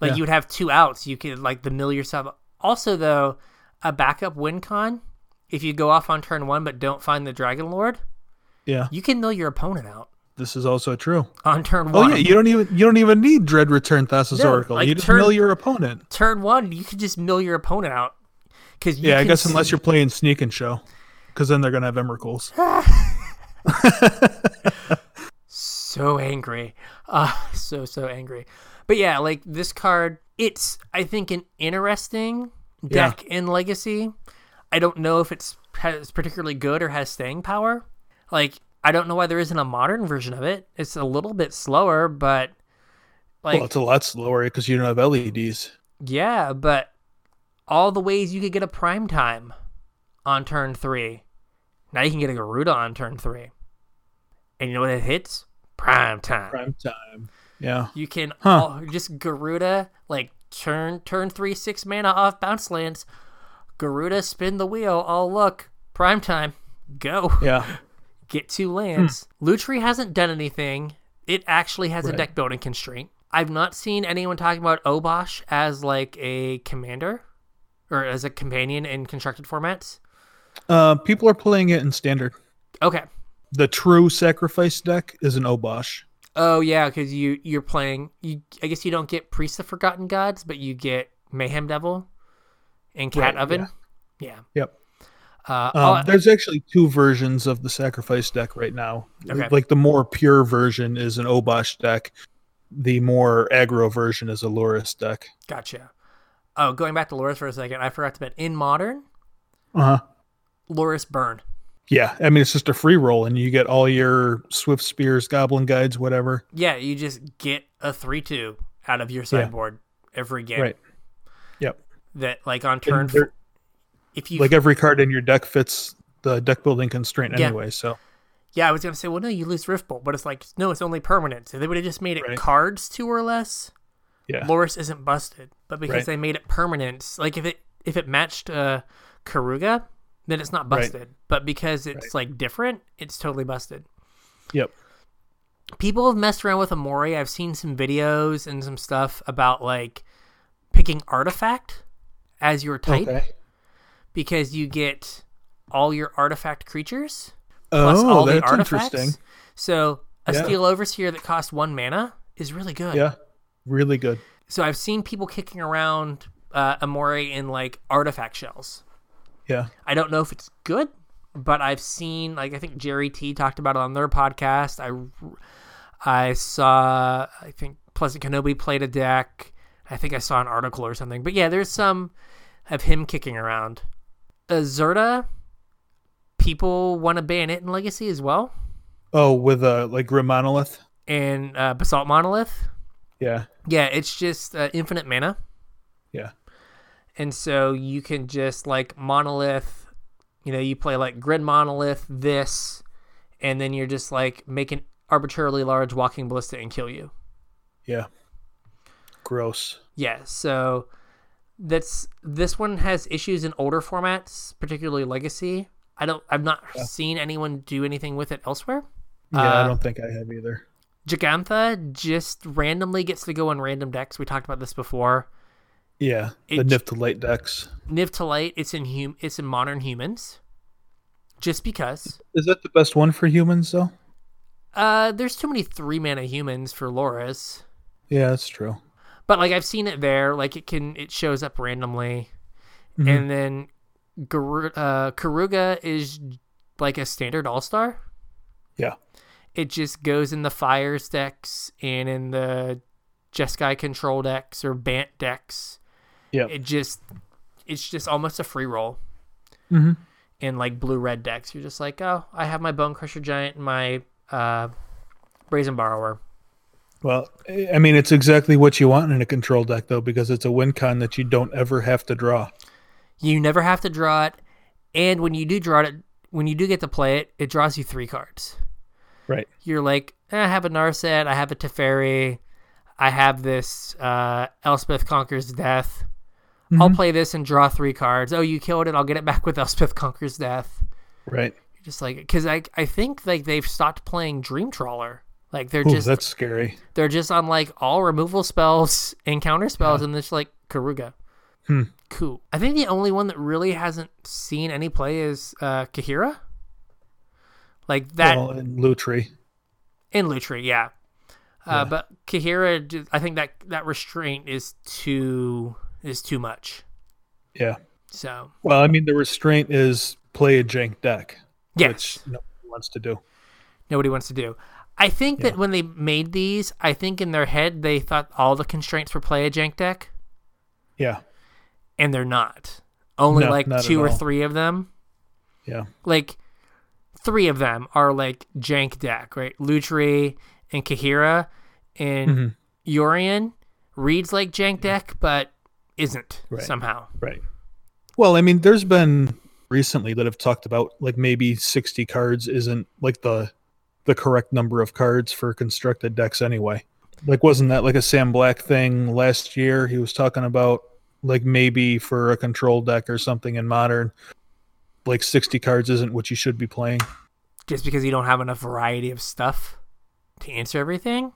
Speaker 1: Like,
Speaker 2: Yeah.
Speaker 1: you would have two outs. You could, like, the mill yourself. Also, though, a backup win con, if you go off on turn one but don't find the Dragon Lord,
Speaker 2: Yeah,
Speaker 1: you can mill your opponent out
Speaker 2: this is also true.
Speaker 1: on turn
Speaker 2: Oh
Speaker 1: one.
Speaker 2: yeah, you don't even you don't even need dread return Thassa's
Speaker 1: No,
Speaker 2: Oracle.
Speaker 1: like,
Speaker 2: you just
Speaker 1: turn-
Speaker 2: mill your opponent.
Speaker 1: turn one, you could just mill your opponent out. Cause you
Speaker 2: Yeah, I
Speaker 1: can
Speaker 2: guess
Speaker 1: see-
Speaker 2: unless you're playing sneak and show, because then they're gonna have Emrakuls.
Speaker 1: so angry uh so so angry but yeah like this card it's i think an interesting
Speaker 2: Yeah.
Speaker 1: deck in legacy i don't know if it's has particularly good or has staying power like i don't know why there isn't a modern version of it it's a little bit slower but like
Speaker 2: well, it's a lot slower because you don't have E LEDs.
Speaker 1: yeah but all the ways you could get a prime time on turn three now you can get a garuda on turn three and you know what it hits prime time
Speaker 2: Prime time. Yeah.
Speaker 1: You can
Speaker 2: Huh.
Speaker 1: all, just Garuda like turn turn three six mana off bounce lands. Garuda spin the wheel. All look prime time. Go
Speaker 2: Yeah.
Speaker 1: get two lands. Lutri hasn't done anything. It actually has a
Speaker 2: Hmm. Right.
Speaker 1: deck building constraint. I've not seen anyone talking about Obosh as like a commander or as a companion in constructed formats.
Speaker 2: Uh, people are playing it in standard.
Speaker 1: Okay.
Speaker 2: The true sacrifice deck is an Obosh.
Speaker 1: Oh yeah, because you you're playing. You I guess you don't get Priest of Forgotten Gods, but you get Mayhem Devil and Cat
Speaker 2: Right,
Speaker 1: Oven. Yeah.
Speaker 2: Yep.
Speaker 1: Uh,
Speaker 2: Um,
Speaker 1: all-
Speaker 2: there's actually two versions of the sacrifice deck right now.
Speaker 1: Okay.
Speaker 2: Like the more pure version is an Obosh deck. The more aggro version is a Loris deck.
Speaker 1: gotcha. Oh, going back to Loris for a second, I forgot to bet in modern
Speaker 2: Uh huh.
Speaker 1: Uh-huh. Loris Burn.
Speaker 2: Yeah, I mean it's just a free roll, and you get all your swift spears, goblin guides, whatever.
Speaker 1: Yeah, you just get a three two out of your sideboard every game.
Speaker 2: Right. Yep.
Speaker 1: That like on
Speaker 2: And
Speaker 1: turn
Speaker 2: they're-
Speaker 1: f- if you
Speaker 2: like every card in your deck fits the deck building constraint
Speaker 1: Yeah.
Speaker 2: anyway. So
Speaker 1: yeah I was gonna say well no you lose Riftbolt but it's like no it's only permanent so they would have just made it
Speaker 2: Right.
Speaker 1: cards two or less
Speaker 2: yeah,
Speaker 1: Loris isn't busted, but because
Speaker 2: Right.
Speaker 1: they made it permanent, like if it if it matched uh Karuga, then it's not
Speaker 2: Right.
Speaker 1: busted. But because it's like different, it's totally busted.
Speaker 2: yep,
Speaker 1: People have messed around with Amori. I've seen some videos and some stuff about like picking artifact as your type
Speaker 2: okay.
Speaker 1: because you get all your artifact creatures plus
Speaker 2: Oh,
Speaker 1: all the
Speaker 2: that's
Speaker 1: artifacts.
Speaker 2: interesting.
Speaker 1: So a
Speaker 2: Yeah.
Speaker 1: steel overseer that costs one mana is really good.
Speaker 2: Yeah, really good.
Speaker 1: so I've seen people kicking around uh, Amori in like artifact shells.
Speaker 2: Yeah,
Speaker 1: I don't know if it's good, but I've seen like I think Jerry T talked about it on their podcast. I I saw I think Pleasant Kenobi played a deck. I think I saw an article or something. But yeah, there's some of him kicking around. Azurta, people want to ban it in Legacy as well,
Speaker 2: Oh, with uh, like Grim Monolith.
Speaker 1: and uh, Basalt Monolith.
Speaker 2: Yeah,
Speaker 1: Yeah, it's just uh, infinite mana.
Speaker 2: yeah,
Speaker 1: And so you can just like monolith, you know, you play like grid monolith, this, and then you're just like make an arbitrarily large walking ballista and kill you.
Speaker 2: yeah. Gross.
Speaker 1: Yeah. So That's this one has issues in older formats, particularly Legacy. I don't. I've not
Speaker 2: Yeah.
Speaker 1: seen anyone do anything with it elsewhere.
Speaker 2: Yeah,
Speaker 1: Uh,
Speaker 2: I don't think I have either.
Speaker 1: Gigantha just randomly gets to go in random decks. We talked about this before.
Speaker 2: Yeah, the
Speaker 1: it-
Speaker 2: Niftalite decks.
Speaker 1: Nivtalite, it's in hum, it's in modern humans. Just because.
Speaker 2: Is that the best one for humans though?
Speaker 1: Uh, there's too many three mana humans for Loris.
Speaker 2: Yeah, that's true.
Speaker 1: But like I've seen it there, like it can it shows up randomly. And then Garu- uh, Karuga is like a standard all star.
Speaker 2: Yeah.
Speaker 1: It just goes in the fires decks and in the Jeskai control decks or Bant decks.
Speaker 2: Yeah.
Speaker 1: It just it's just almost a free roll.
Speaker 2: Mhm.
Speaker 1: In like blue red decks, you're just like, oh, I have my Bone Crusher Giant, and my uh, Brazen Borrower.
Speaker 2: Well, I I mean, it's exactly what you want in a control deck though, because it's a win con that you don't ever have to draw.
Speaker 1: You never have to draw it, and when you do draw it, when you do get to play it, it draws you three cards.
Speaker 2: Right.
Speaker 1: You're like, eh, I have a Narset, I have a Teferi, I have this uh, Elspeth Conquers Death.
Speaker 2: Mm-hmm.
Speaker 1: I'll play this and draw three cards. Oh, you killed it. I'll get it back with Elspeth Conquers Death.
Speaker 2: Right.
Speaker 1: You're just like, because I, I think like they've stopped playing Dream Trawler. Like they're
Speaker 2: Ooh,
Speaker 1: just
Speaker 2: that's scary.
Speaker 1: they're just on like all removal spells and counter spells and this like Karuga.
Speaker 2: Hmm.
Speaker 1: Cool. I think the only one that really hasn't seen any play is uh Kahira. Like that
Speaker 2: well, uh, and Lutri.
Speaker 1: in Lutri, yeah. Uh, but Kahira, ju- I think that that restraint is too is too much.
Speaker 2: Yeah.
Speaker 1: So
Speaker 2: Well, I mean, the restraint is play a jank deck,
Speaker 1: yes,
Speaker 2: which no one wants to do.
Speaker 1: nobody wants to do. I think that when they made these, I think in their head they thought all the constraints were play a jank deck.
Speaker 2: Yeah.
Speaker 1: and they're not. Only
Speaker 2: No,
Speaker 1: like
Speaker 2: not at
Speaker 1: two or
Speaker 2: all.
Speaker 1: three of them.
Speaker 2: Yeah.
Speaker 1: Like three of them are like jank deck, right? Lutri and Kahira and
Speaker 2: Mhm.
Speaker 1: Yorian reads like jank deck, but isn't
Speaker 2: Right.
Speaker 1: somehow.
Speaker 2: Right. Well, I mean, there's been recently that have talked about like maybe 60 cards isn't like the the correct number of cards for constructed decks anyway. Like wasn't that like a Sam Black thing last year? He was talking about like maybe for a control deck or something in modern like 60 cards isn't what you should be playing.
Speaker 1: Just because you don't have enough variety of stuff to answer everything.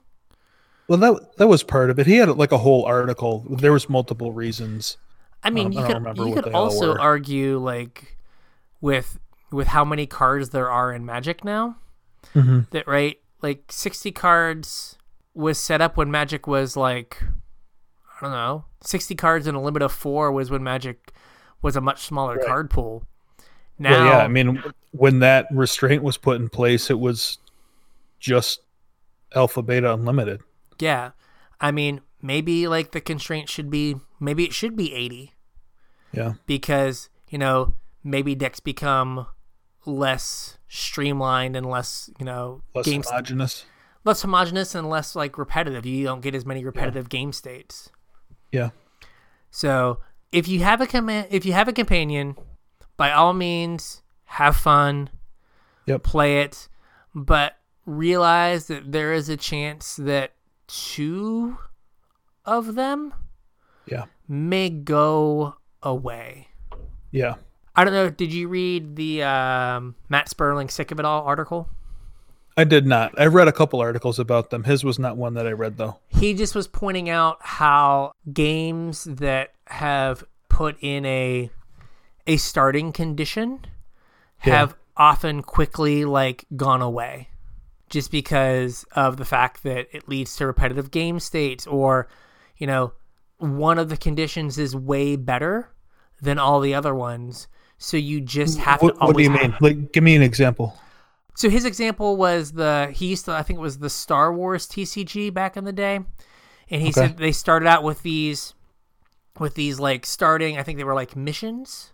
Speaker 2: Well, that that was part of it. He had like a whole article. There was multiple reasons.
Speaker 1: I mean,
Speaker 2: Um, I
Speaker 1: you
Speaker 2: don't
Speaker 1: could
Speaker 2: remember
Speaker 1: you
Speaker 2: what
Speaker 1: could
Speaker 2: they all
Speaker 1: also
Speaker 2: were.
Speaker 1: argue like with with how many cards there are in Magic now.
Speaker 2: Mhm.
Speaker 1: That right, like sixty cards was set up when Magic was like I don't know, sixty cards and a limit of four was when Magic was a much smaller
Speaker 2: Right.
Speaker 1: card pool. Now,
Speaker 2: Well, yeah, I mean, when that restraint was put in place, it was just alpha beta unlimited.
Speaker 1: yeah, I mean, maybe like the constraint should be maybe it should be eighty.
Speaker 2: Yeah,
Speaker 1: because you know maybe decks become less streamlined and less you know
Speaker 2: less
Speaker 1: games
Speaker 2: homogenous.
Speaker 1: less homogenous and less like repetitive you don't get as many repetitive game states
Speaker 2: Yeah,
Speaker 1: so if you have a command if you have a companion by all means have fun
Speaker 2: Yep.
Speaker 1: play it but realize that there is a chance that two of them
Speaker 2: yeah,
Speaker 1: may go away
Speaker 2: yeah.
Speaker 1: I don't know. Did you read the um, Matt Sperling "Sick of It All" article?
Speaker 2: I did not. I read a couple articles about them. His was not one that I read though.
Speaker 1: He just was pointing out how games that have put in a a starting condition
Speaker 2: Yeah.
Speaker 1: have often quickly like gone away, just because of the fact that it leads to repetitive game states, or you know, one of the conditions is way better than all the other ones. So you just have
Speaker 2: What,
Speaker 1: to
Speaker 2: what
Speaker 1: always
Speaker 2: do you
Speaker 1: have
Speaker 2: mean? Like, give me an example.
Speaker 1: So his example was the he used to I think it was the Star Wars TCG back in the day, and he said they started out with these, with these like starting I think they were like missions,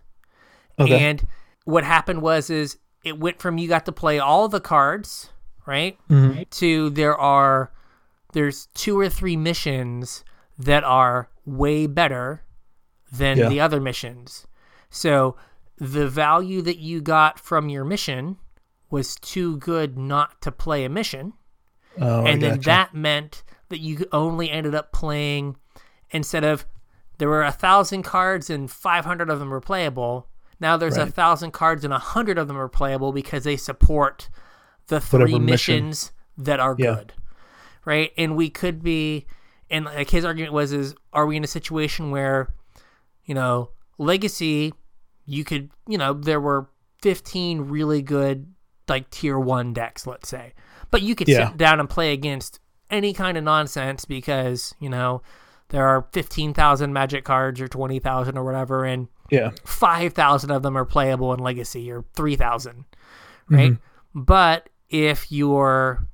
Speaker 2: Okay.
Speaker 1: and what happened was is it went from you got to play all the cards right
Speaker 2: Mm-hmm.
Speaker 1: to there are there's two or three missions that are way better than
Speaker 2: Yeah.
Speaker 1: the other missions. So the value that you got from your mission was too good not to play a mission.
Speaker 2: oh, I
Speaker 1: and then
Speaker 2: gotcha.
Speaker 1: that meant that you only ended up playing instead of There were a thousand cards and 500 of them were playable. Now there's a
Speaker 2: Right.
Speaker 1: thousand cards and a hundred of them are playable because they support the three
Speaker 2: Whatever mission.
Speaker 1: missions that are
Speaker 2: Yeah.
Speaker 1: good, right? And we could be, and like his argument was, is are we in a situation where, you know, legacy, you could, you know, there were fifteen really good like tier one decks, let's say, but you could
Speaker 2: Yeah.
Speaker 1: sit down and play against any kind of nonsense because you know there are fifteen thousand magic cards or twenty thousand or whatever, and
Speaker 2: Yeah.
Speaker 1: 5,000 of them are playable in Legacy or 3,000, right? But if you're,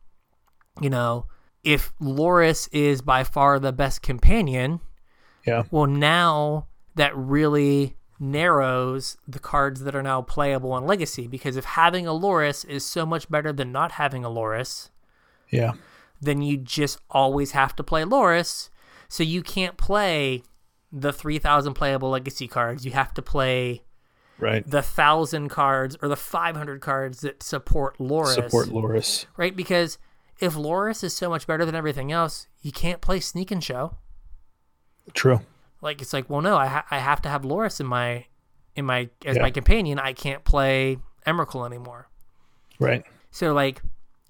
Speaker 1: you know, if Loris is by far the best companion,
Speaker 2: Yeah.
Speaker 1: well, now that really narrows the cards that are now playable in Legacy because if having a Loris is so much better than not having a Loris,
Speaker 2: Yeah.
Speaker 1: then you just always have to play Loris. So you can't play the 3,000 playable Legacy cards. You have to play
Speaker 2: Right.
Speaker 1: the thousand cards or the 500 cards that support Loris,
Speaker 2: Support Loris.
Speaker 1: right? Because if Loris is so much better than everything else, you can't play Sneak and Show.
Speaker 2: True.
Speaker 1: Like it's like, well, no, I ha- I have to have Loris in my in my as
Speaker 2: Yeah.
Speaker 1: my companion. I can't play Emrakul anymore.
Speaker 2: Right.
Speaker 1: So like,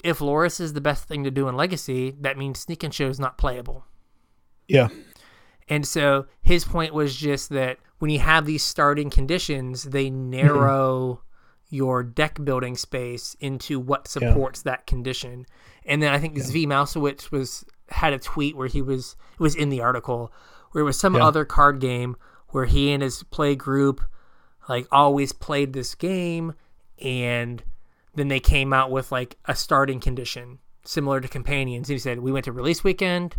Speaker 1: if Loris is the best thing to do in Legacy, that means Sneak and Show is not playable.
Speaker 2: Yeah.
Speaker 1: And so his point was just that when you have these starting conditions, they narrow your deck building space into what supports that condition. And then I think Zvi Mousewicz was had a tweet where he was it was in the article where it was some
Speaker 2: Yeah.
Speaker 1: other card game where he and his play group like always played this game and then they came out with like a starting condition similar to companions and he said we went to release weekend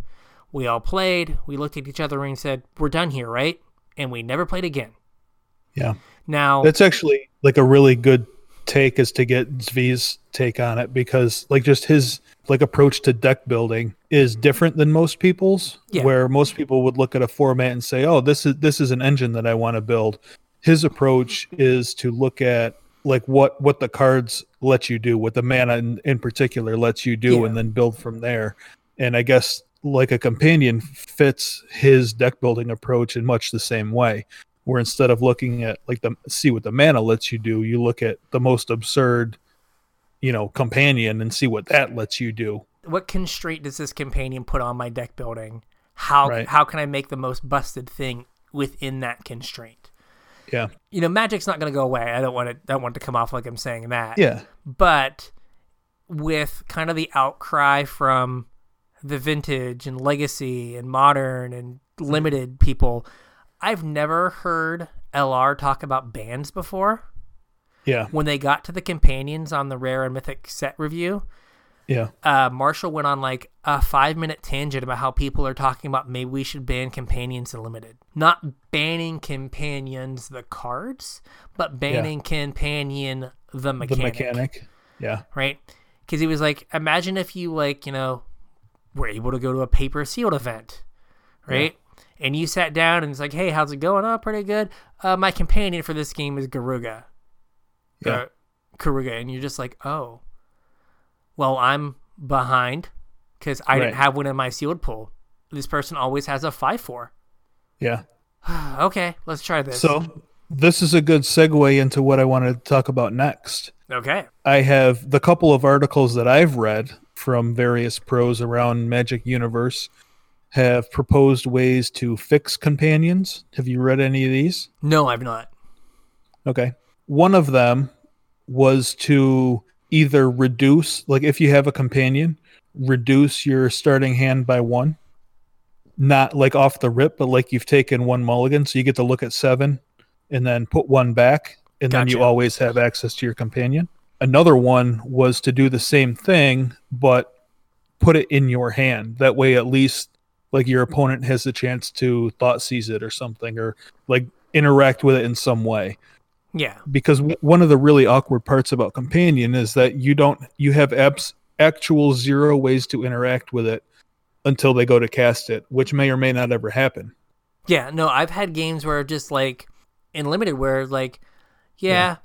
Speaker 1: we all played we looked at each other and said we're done here right and we never played again
Speaker 2: Yeah.
Speaker 1: now
Speaker 2: That's actually like a really good take is to get Zvi's take on it because like just his like approach to deck building is different than most people's
Speaker 1: Yeah.
Speaker 2: where most people would look at a format and say, "Oh, this is this is an engine that I want to build." His approach is to look at like what what the cards let you do, what the mana in, in particular lets you do
Speaker 1: Yeah.
Speaker 2: and then build from there. And I guess like a companion fits his deck building approach in much the same way where instead of looking at like the see what the mana lets you do, you look at the most absurd, you know, companion and see what that lets you do.
Speaker 1: what constraint does this companion put on my deck building how
Speaker 2: Right.
Speaker 1: how can i make the most busted thing within that constraint
Speaker 2: Yeah.
Speaker 1: you know magic's not going to go away i don't want it I don't want it to come off like i'm saying that
Speaker 2: Yeah.
Speaker 1: but with kind of the outcry from the vintage and legacy and modern and limited people, I've never heard LR talk about bans before.
Speaker 2: Yeah.
Speaker 1: When they got to the companions on the rare and mythic set review,
Speaker 2: Yeah.
Speaker 1: uh, Marshall went on like a five minute tangent about how people are talking about maybe we should ban companions in limited. Not banning companions, the cards, but banning companion, the
Speaker 2: The
Speaker 1: mechanic
Speaker 2: mechanic. Yeah.
Speaker 1: right? Because he was like, imagine if you like, you know, were able to go to a paper sealed event, right? And you sat down and it's like, hey, how's it going? Oh, pretty good. Uh, my companion for this game is Garuga.
Speaker 2: Yeah.
Speaker 1: Uh, Karuga, and you're just like, oh, well, I'm behind because I didn't
Speaker 2: Right.
Speaker 1: have one in my sealed pool. This person always has a five four.
Speaker 2: Yeah.
Speaker 1: okay, let's try this.
Speaker 2: So this is a good segue into what I wanted to talk about next.
Speaker 1: okay,
Speaker 2: I have the couple of articles that I've read from various pros around Magic Universe have proposed ways to fix companions. Have you read any of these?
Speaker 1: no, I've not.
Speaker 2: Okay. One of them was to either reduce, like if you have a companion, reduce your starting hand by one. Not like off the rip, but like you've taken one mulligan. So you get to look at seven and then put one back. And then you
Speaker 1: Gotcha.
Speaker 2: always have access to your companion. Another one was to do the same thing, but put it in your hand. That way, at least like your opponent has the chance to thought seize it or something or like interact with it in some way
Speaker 1: Yeah,
Speaker 2: because w- one of the really awkward parts about companion is that you don't you have abs actual zero ways to interact with it until they go to cast it which may or may not ever happen
Speaker 1: Yeah, no, I've had games where just like in limited where like yeah,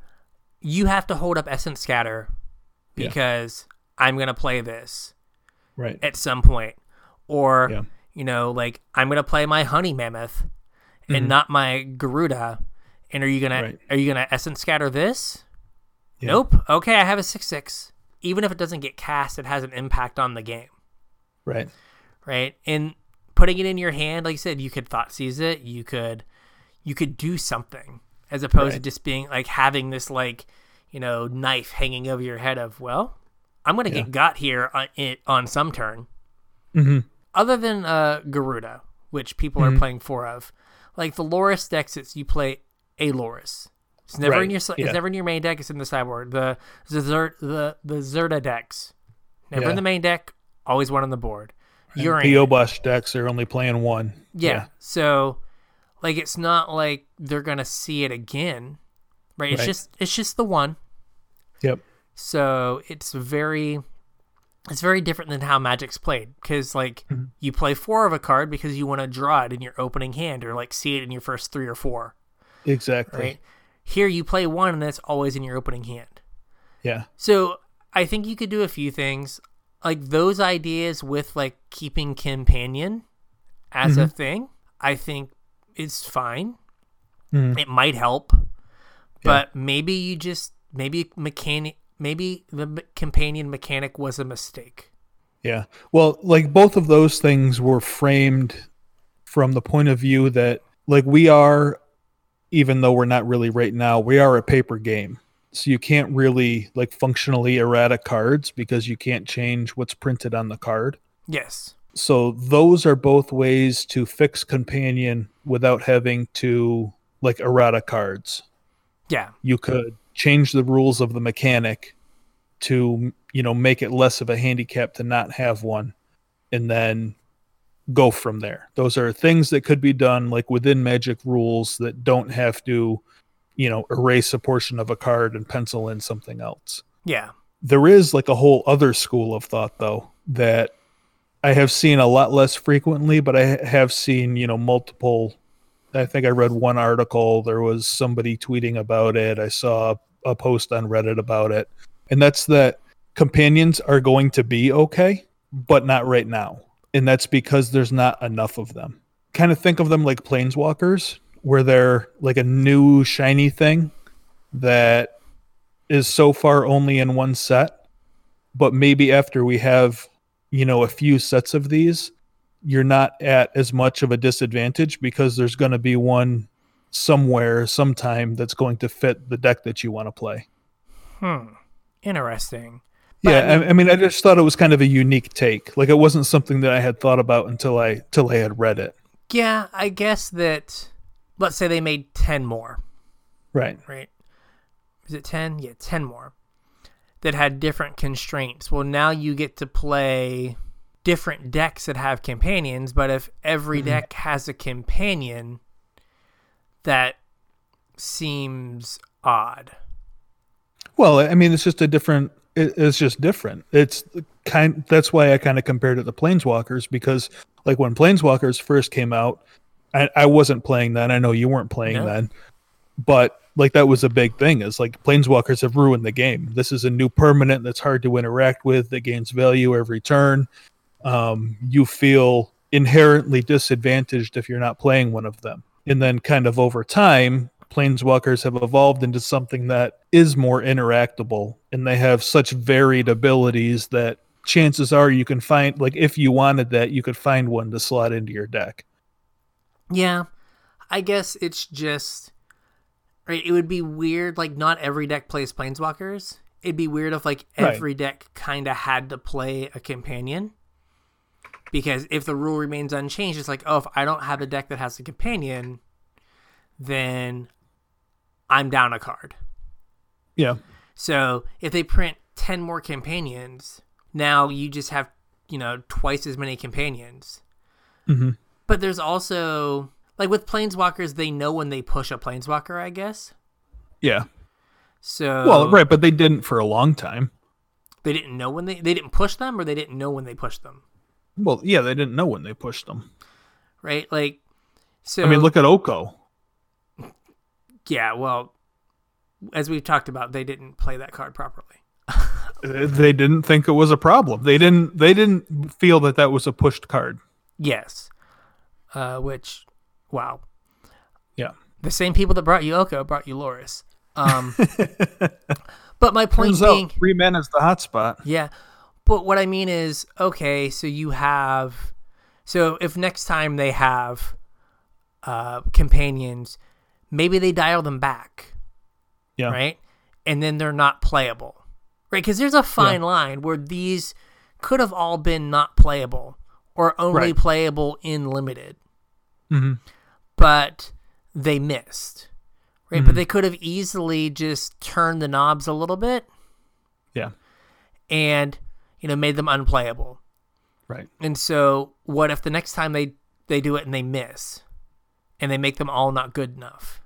Speaker 1: you have to hold up essence scatter
Speaker 2: Yeah.
Speaker 1: because I'm going to play this
Speaker 2: right
Speaker 1: at some point or
Speaker 2: Yeah.
Speaker 1: you know like I'm going to play my honey mammoth and not my Garuda. And are you gonna
Speaker 2: Mm-hmm. Right.
Speaker 1: are you gonna essence scatter this?
Speaker 2: Yeah.
Speaker 1: Nope. Okay, I have a six six. Even if it doesn't get cast, it has an impact on the game,
Speaker 2: Right.
Speaker 1: right? And putting it in your hand, like you said, you could thought seize it. You could you could do something as opposed to
Speaker 2: Right.
Speaker 1: just being like having this like you know knife hanging over your head of well, I'm gonna get got here on it on some turn
Speaker 2: hmm
Speaker 1: other than uh, Garuda, which people
Speaker 2: Mm-hmm.
Speaker 1: are playing four of, like the Loris decks, it's you play a Loris. It's never in
Speaker 2: Right,
Speaker 1: your si-
Speaker 2: yeah.
Speaker 1: it's never in your main deck. It's in the sideboard. The Zert the the Zerta decks, never in
Speaker 2: Yeah.
Speaker 1: the main deck. Always one on the board. Urine,
Speaker 2: PO Bush decks are only playing one.
Speaker 1: yeah. So, like, it's not like they're gonna see it again, right? It's
Speaker 2: Right.
Speaker 1: just it's just the one.
Speaker 2: Yep.
Speaker 1: So it's very it's very different than how Magic's played because like you play four of a card because you want to draw it in your opening hand or like see it in your first three or four,
Speaker 2: Exactly.
Speaker 1: right? Here you play one and that's always in your opening hand.
Speaker 2: Yeah.
Speaker 1: So I think you could do a few things like those ideas with like keeping companion as a thing. I think is fine.
Speaker 2: Mhm.
Speaker 1: It might help, but maybe you just maybe mechanic maybe the m- companion mechanic was a mistake.
Speaker 2: Yeah. Well, like both of those things were framed from the point of view that like we are even though we're not really right now, we are a paper game. So you can't really like functionally errata cards because you can't change what's printed on the card.
Speaker 1: Yes.
Speaker 2: So those are both ways to fix companion without having to like errata cards.
Speaker 1: Yeah.
Speaker 2: you could change the rules of the mechanic to you know make it less of a handicap to not have one and then go from there those are things that could be done like within magic rules that don't have to you know erase a portion of a card and pencil in something else
Speaker 1: Yeah.
Speaker 2: there is like a whole other school of thought though that i have seen a lot less frequently but i ha- have seen you know multiple i think i read one article there was somebody tweeting about it i saw a post on reddit about it and that's that companions are going to be okay but not right now and that's because there's not enough of them kind of think of them like planeswalkers where they're like a new shiny thing that is so far only in one set, but maybe after we have, you know, a few sets of these, you're not at as much of a disadvantage because there's going to be one somewhere sometime that's going to fit the deck that you want to play.
Speaker 1: Interesting.
Speaker 2: yeah, I, I mean, I just thought it was kind of a unique take. Like it wasn't something that I had thought about until I till I had read it.
Speaker 1: Yeah, I guess that let's say they made 10 more,
Speaker 2: Right.
Speaker 1: right? Is it 10? Yeah, 10 more that had different constraints. Well, now you get to play different decks that have companions, but if every deck has a companion, that seems odd.
Speaker 2: Well, I mean, it's just a different. It, it's just different. It's kind. That's why I kind of compared it to Planeswalkers because, like, when Planeswalkers first came out, I, I wasn't playing then. I know you weren't playing
Speaker 1: No.
Speaker 2: then, but like that was a big thing. Is like Planeswalkers have ruined the game. This is a new permanent that's hard to interact with that gains value every turn. Um, you feel inherently disadvantaged if you're not playing one of them. And then, kind of over time, planeswalkers have evolved into something that is more interactable and they have such varied abilities that chances are you can find, like, if you wanted that, you could find one to slot into your deck.
Speaker 1: Yeah, I guess it's just right. It would be weird, like not every deck plays planeswalkers. It'd be weird if like
Speaker 2: Right.
Speaker 1: every deck kind of had to play a companion. Because if the rule remains unchanged, it's like, oh, if I don't have a deck that has a companion, then I'm down a card.
Speaker 2: Yeah.
Speaker 1: So if they print 10 more companions, now you just have, you know, twice as many companions.
Speaker 2: Mhm.
Speaker 1: But there's also, like with planeswalkers, they know when they push a planeswalker, I guess.
Speaker 2: Yeah.
Speaker 1: So
Speaker 2: Well, right, but they didn't for a long time.
Speaker 1: they didn't know when they, they didn't push them or they didn't know when they pushed them,
Speaker 2: Well, yeah, they didn't know when they pushed them.
Speaker 1: right? Like, so
Speaker 2: I mean, look at Oko.
Speaker 1: yeah, well, as we've talked about, they didn't play that card properly.
Speaker 2: They didn't think it was a problem. They didn't. They didn't feel that that was a pushed card.
Speaker 1: Yes. Uh, which, wow.
Speaker 2: Yeah.
Speaker 1: The same people that brought you Oko brought you Loris. Um, but my point
Speaker 2: Turns
Speaker 1: being,
Speaker 2: out three men is the hot spot.
Speaker 1: yeah. But what I mean is, okay, so you have, so if next time they have uh, companions, maybe they dial them back,
Speaker 2: Yeah.
Speaker 1: right? And then they're not playable, right? Because there's a fine line where these could have all been not playable or only
Speaker 2: Right.
Speaker 1: playable in limited
Speaker 2: Mhm.
Speaker 1: but they missed. Right? But they could have easily just turned the knobs a little bit
Speaker 2: Yeah.
Speaker 1: and, you know, made them unplayable.
Speaker 2: Right.
Speaker 1: And so what if the next time they they do it and they miss and they make them all not good enough?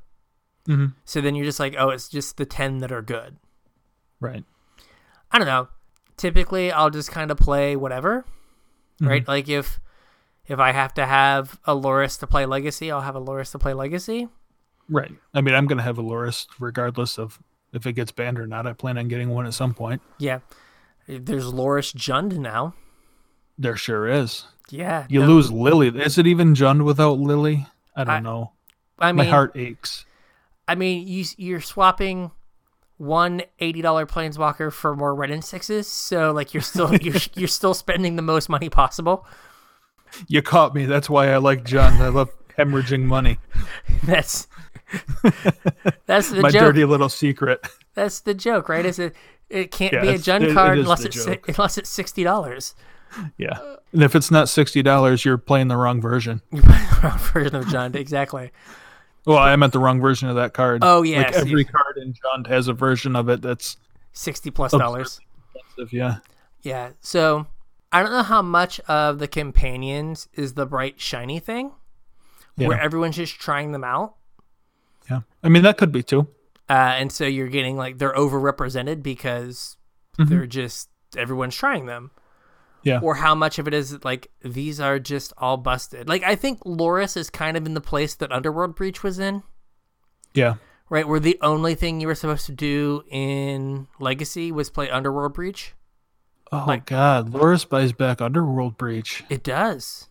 Speaker 2: hmm
Speaker 1: So then you're just like, "Oh, it's just the 10 that are good."
Speaker 2: Right.
Speaker 1: I don't know. Typically, I'll just kind of play whatever. Right? Like if if I have to have a Loris to play Legacy, I'll have a Loris to play Legacy.
Speaker 2: Right. I mean, I'm going to have a Loris regardless of if it gets banned or not. I plan on getting one at some point.
Speaker 1: Yeah. There's Loris Jund now.
Speaker 2: There sure is.
Speaker 1: Yeah.
Speaker 2: You
Speaker 1: no,
Speaker 2: lose Lily. Is it even Jund without Lily? I don't
Speaker 1: I-
Speaker 2: know.
Speaker 1: I mean,
Speaker 2: My heart aches.
Speaker 1: I mean, you, you're swapping one $80 planeswalker for more red and sixes. So like you're still, you're, you're still spending the most money possible.
Speaker 2: You caught me. That's why I like Jund. I love hemorrhaging money.
Speaker 1: That's, that's the
Speaker 2: My
Speaker 1: joke.
Speaker 2: dirty little secret.
Speaker 1: That's the joke, right? Is it, it can't
Speaker 2: Yeah,
Speaker 1: be a
Speaker 2: it's- it-
Speaker 1: Jund
Speaker 2: it
Speaker 1: card
Speaker 2: is
Speaker 1: unless
Speaker 2: the
Speaker 1: it's, si-
Speaker 2: joke.
Speaker 1: unless it's $60.
Speaker 2: Yeah. And if it's not sixty dollars, you're playing the wrong version.
Speaker 1: You buy the wrong version of Jund. Exactly.
Speaker 2: Well, I meant the wrong version of that card.
Speaker 1: Oh, yes,
Speaker 2: Like every
Speaker 1: yeah.
Speaker 2: card in Jund has a version of it that's
Speaker 1: 60 plus
Speaker 2: Absurd.
Speaker 1: dollars.
Speaker 2: expensive. Yeah.
Speaker 1: Yeah. So I don't know how much of the companions is the bright shiny thing,
Speaker 2: Yeah.
Speaker 1: where everyone's just trying them out,
Speaker 2: Yeah. I mean that could be too.
Speaker 1: uh, and so you're getting like they're overrepresented because they're just everyone's trying them.
Speaker 2: Mm-hmm. Yeah.
Speaker 1: Or how much of it is like these are just all busted. Like I think Loris is kind of in the place that Underworld Breach was in,
Speaker 2: Yeah.
Speaker 1: right? Where the only thing you were supposed to do in Legacy was play Underworld Breach.
Speaker 2: Oh
Speaker 1: Like-
Speaker 2: God, Loris buys back Underworld Breach.
Speaker 1: It does.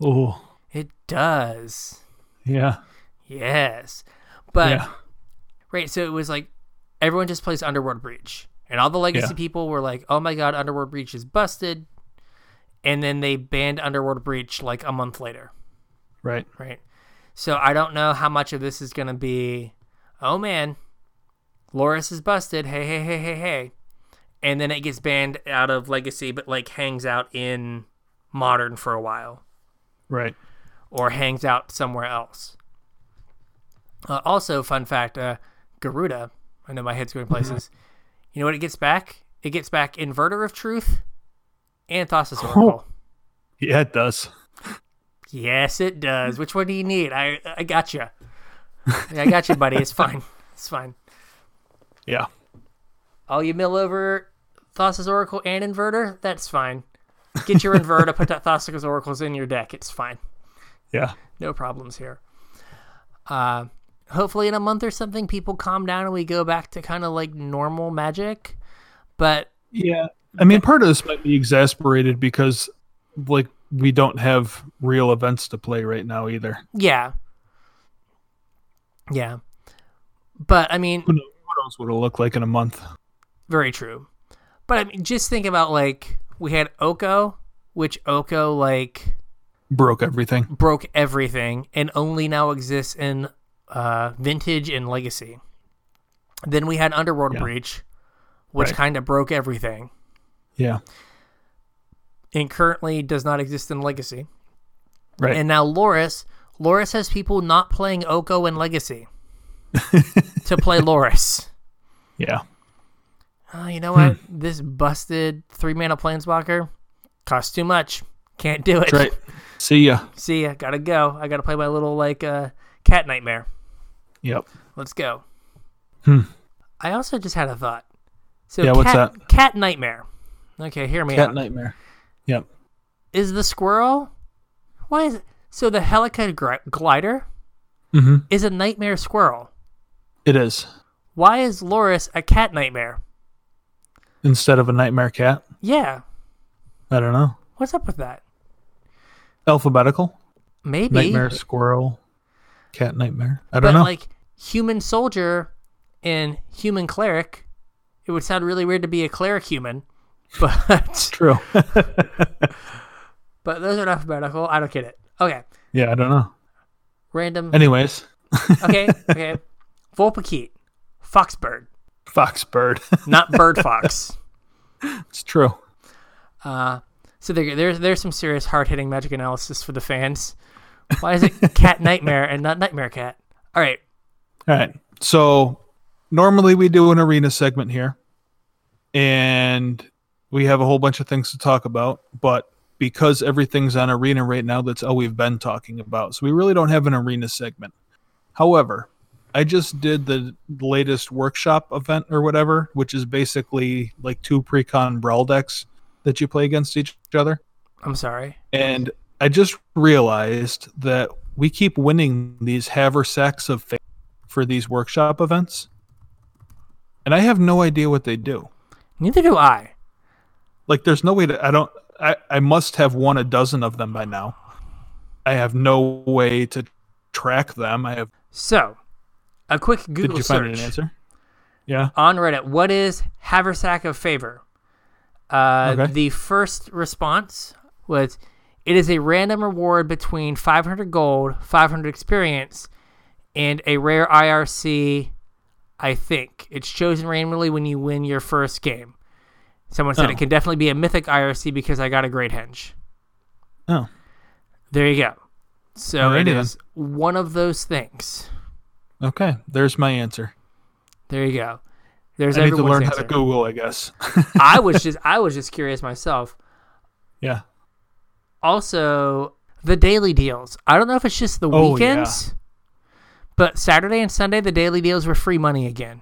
Speaker 2: Oh,
Speaker 1: It does.
Speaker 2: yeah,
Speaker 1: Yes. But
Speaker 2: yeah,
Speaker 1: Right. So it was like everyone just plays Underworld Breach. And all the legacy
Speaker 2: Yeah.
Speaker 1: people were like, oh my God, Underworld Breach is busted. And then they banned Underworld Breach like a month later.
Speaker 2: right.
Speaker 1: Right. So I don't know how much of this is going to be, oh man, Loris is busted. Hey, hey, hey, hey, hey. And then it gets banned out of legacy, but like hangs out in modern for a while
Speaker 2: Right.
Speaker 1: or hangs out somewhere else. Uh, also, fun fact uh, Garuda, I know my head's going places. You know what it gets back? It gets back Inverter of Truth and Thassa's Oracle.
Speaker 2: Yeah, it does.
Speaker 1: Yes, it does. Which one do you need? I I got you. I got you, buddy. It's fine. It's fine.
Speaker 2: Yeah.
Speaker 1: Oh, you mill over Thassa's Oracle and Inverter? That's fine. Get your Inverter, put that Thassa's Oracles in your deck. It's fine.
Speaker 2: Yeah.
Speaker 1: no problems here. Uh, hopefully, in a month or something, people calm down and we go back to kind of like normal magic. But
Speaker 2: Yeah. I mean, part of this might be exasperated because, like, we don't have real events to play right now either.
Speaker 1: yeah, yeah. But I mean,
Speaker 2: Who knows, who knows what it'll look like in a month?
Speaker 1: very true. But I mean, just think about like we had Oko, which Oko like
Speaker 2: Broke everything.
Speaker 1: broke everything and only now exists in uh, vintage and legacy. Then we had Underworld
Speaker 2: Yeah.
Speaker 1: Breach, which
Speaker 2: Right.
Speaker 1: kind of broke everything.
Speaker 2: Yeah.
Speaker 1: and currently does not exist in Legacy.
Speaker 2: Right.
Speaker 1: And now Loris, Loris has people not playing Oko in Legacy to play Loris.
Speaker 2: yeah.
Speaker 1: Oh, you know what?
Speaker 2: Hmm.
Speaker 1: This busted three mana planeswalker costs too much. Can't do it.
Speaker 2: That's right. See ya.
Speaker 1: See ya. Gotta go. I gotta play my little like uh, cat nightmare.
Speaker 2: Yep.
Speaker 1: Let's go.
Speaker 2: Hmm.
Speaker 1: I also just had a thought. So
Speaker 2: Yeah,
Speaker 1: cat,
Speaker 2: what's
Speaker 1: Cat nightmare. Okay, hear me
Speaker 2: Cat
Speaker 1: out.
Speaker 2: nightmare. Yep.
Speaker 1: is the squirrel? Why is it? So the Helica gri- glider
Speaker 2: Mm-hmm.
Speaker 1: is a nightmare squirrel.
Speaker 2: It is
Speaker 1: Why is Loris a cat nightmare?
Speaker 2: instead of a nightmare cat.
Speaker 1: Yeah.
Speaker 2: I don't know.
Speaker 1: What's up with that?
Speaker 2: Alphabetical.
Speaker 1: Maybe.
Speaker 2: Nightmare squirrel. Cat Nightmare. I
Speaker 1: but
Speaker 2: don't know.
Speaker 1: like human soldier and human cleric, it would sound really weird to be a cleric human. But
Speaker 2: True.
Speaker 1: but those are not alphabetical. I don't get it. Okay,
Speaker 2: yeah, I don't know.
Speaker 1: random.
Speaker 2: Anyways,
Speaker 1: Okay, okay. Volpakeet, foxbird,
Speaker 2: Foxbird.
Speaker 1: not bird fox.
Speaker 2: it's true.
Speaker 1: Uh, so there, there's there's some serious hard hitting magic analysis for the fans. Why is it cat nightmare and not nightmare cat? All right,
Speaker 2: All right. So normally we do an arena segment here, and we have a whole bunch of things to talk about, but because everything's on arena right now, that's all we've been talking about. So we really don't have an arena segment. However, I just did the latest workshop event or whatever, which is basically like two pre-con brawl decks that you play against each other.
Speaker 1: I'm sorry.
Speaker 2: And I just realized that we keep winning these haversacks of faith for these workshop events. And I have no idea what they do.
Speaker 1: Neither do I.
Speaker 2: Like there's no way to I don't I, I must have won a dozen of them by now. I have no way to track them. I have
Speaker 1: So, a quick Google
Speaker 2: did you
Speaker 1: search
Speaker 2: find an answer? Yeah.
Speaker 1: on Reddit. What is haversack of favor? Uh,
Speaker 2: Okay.
Speaker 1: The first response was, "It is a random reward between 500 gold, 500 experience, and a rare IRC. I think it's chosen randomly when you win your first game." Someone said
Speaker 2: Oh.
Speaker 1: it can definitely be a mythic IRC because I got a great henge.
Speaker 2: Oh.
Speaker 1: There you go. So
Speaker 2: Alrighty
Speaker 1: it
Speaker 2: then.
Speaker 1: is one of those things.
Speaker 2: Okay. There's my answer.
Speaker 1: There you go. There's
Speaker 2: I need to
Speaker 1: everyone's
Speaker 2: learn how
Speaker 1: answer.
Speaker 2: to Google, I guess.
Speaker 1: I was just I was just curious myself.
Speaker 2: yeah.
Speaker 1: Also, the daily deals. I don't know if it's just the
Speaker 2: Oh, yeah.
Speaker 1: weekends, but Saturday and Sunday the daily deals were free money again.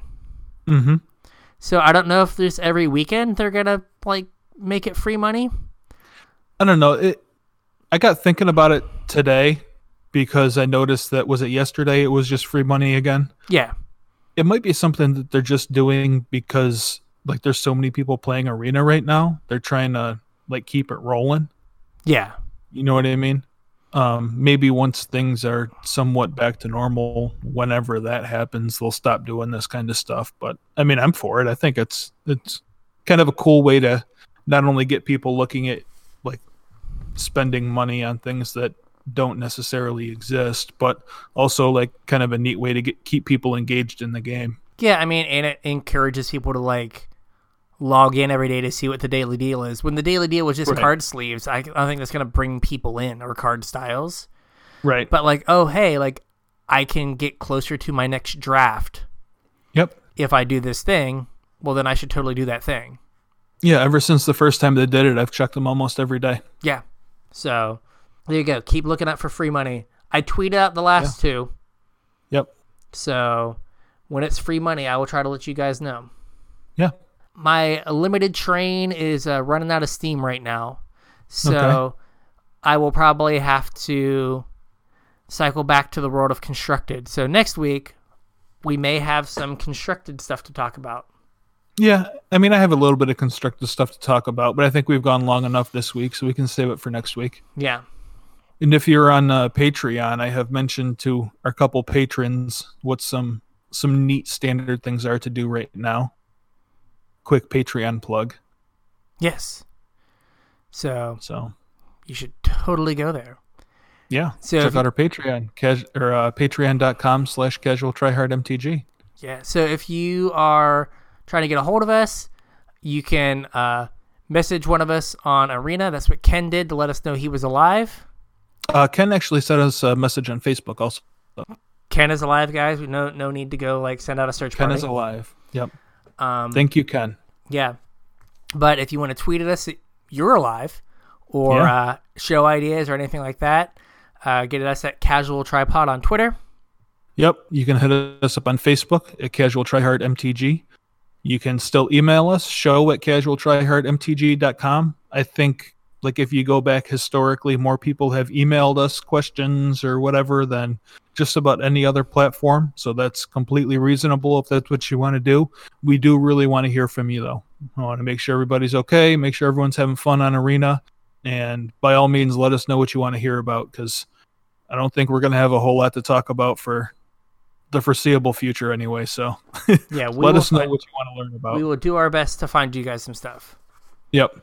Speaker 2: Mm-hmm.
Speaker 1: So I don't know if there's every weekend they're gonna like make it free money.
Speaker 2: I don't know. It, I got thinking about it today because I noticed that was it yesterday. It was just free money again.
Speaker 1: Yeah,
Speaker 2: It might be something that they're just doing because like there's so many people playing arena right now. They're trying to like keep it rolling.
Speaker 1: yeah,
Speaker 2: You know what I mean? Um, maybe once things are somewhat back to normal, whenever that happens, they'll stop doing this kind of stuff. But I mean, I'm for it. I think it's it's kind of a cool way to not only get people looking at like spending money on things that don't necessarily exist, but also like kind of a neat way to get keep people engaged in the game.
Speaker 1: yeah. I mean, and it encourages people to like log in every day to see what the daily deal is. When the daily deal was just
Speaker 2: Right.
Speaker 1: card sleeves, I, I don't think that's gonna bring people in or card styles.
Speaker 2: Right.
Speaker 1: but like oh hey like i can get closer to my next draft
Speaker 2: Yep.
Speaker 1: if i do this thing well then i should totally do that thing
Speaker 2: Yeah. Ever since the first time they did it, I've checked them almost every day.
Speaker 1: yeah so there you go keep looking up for free money i tweeted out the last two
Speaker 2: Yep.
Speaker 1: so when it's free money i will try to let you guys know
Speaker 2: Yeah.
Speaker 1: my limited train is uh, running out of steam right now so
Speaker 2: Okay.
Speaker 1: i will probably have to cycle back to the world of constructed so next week we may have some constructed stuff to talk about
Speaker 2: Yeah, I mean, I have a little bit of constructive stuff to talk about, but I think we've gone long enough this week, so we can save it for next week.
Speaker 1: yeah
Speaker 2: And if you're on uh, Patreon, I have mentioned to our couple patrons what some some neat standard things are to do right now. Quick Patreon plug.
Speaker 1: yes so
Speaker 2: So
Speaker 1: you should totally go there
Speaker 2: yeah,
Speaker 1: So if
Speaker 2: check
Speaker 1: you-
Speaker 2: out our Patreon, cas- or uh, Patreon.com/slash Casual Tryhard MTG.
Speaker 1: yeah so if you are trying to get a hold of us you can uh, message one of us on arena that's what ken did to let us know he was alive
Speaker 2: Uh, Ken actually sent us a message on Facebook. Also,
Speaker 1: Ken is alive, guys. We no no need to go like send out a search
Speaker 2: Ken
Speaker 1: party.
Speaker 2: is alive. Yep.
Speaker 1: um,
Speaker 2: Thank you, Ken.
Speaker 1: yeah. But if you want to tweet at us, that you're alive, or
Speaker 2: Yeah.
Speaker 1: uh, show ideas or anything like that, uh, get at us at Casual Tripod on Twitter.
Speaker 2: Yep. You can hit us up on Facebook at Casual Tryhard MTG. You can still email us, show at casualtryhardmtg.com. I think, like, if you go back historically, more people have emailed us questions or whatever than just about any other platform. So that's completely reasonable if that's what you want to do. We do really want to hear from you, though. I want to make sure everybody's okay, make sure everyone's having fun on Arena. And by all means, let us know what you want to hear about because I don't think we're going to have a whole lot to talk about for the foreseeable future anyway. So
Speaker 1: Yeah, we
Speaker 2: let
Speaker 1: will
Speaker 2: us know
Speaker 1: find-
Speaker 2: what you want to learn about.
Speaker 1: we will do our best to find you guys some stuff.
Speaker 2: Yep.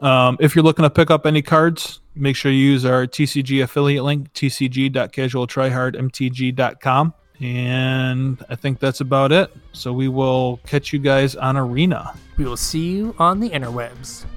Speaker 2: Um, if you're looking to pick up any cards, make sure you use our TCG affiliate link, tcg.casualtryhardmtg.com. And I think that's about it. So we will catch you guys on Arena.
Speaker 1: We will see you on the interwebs.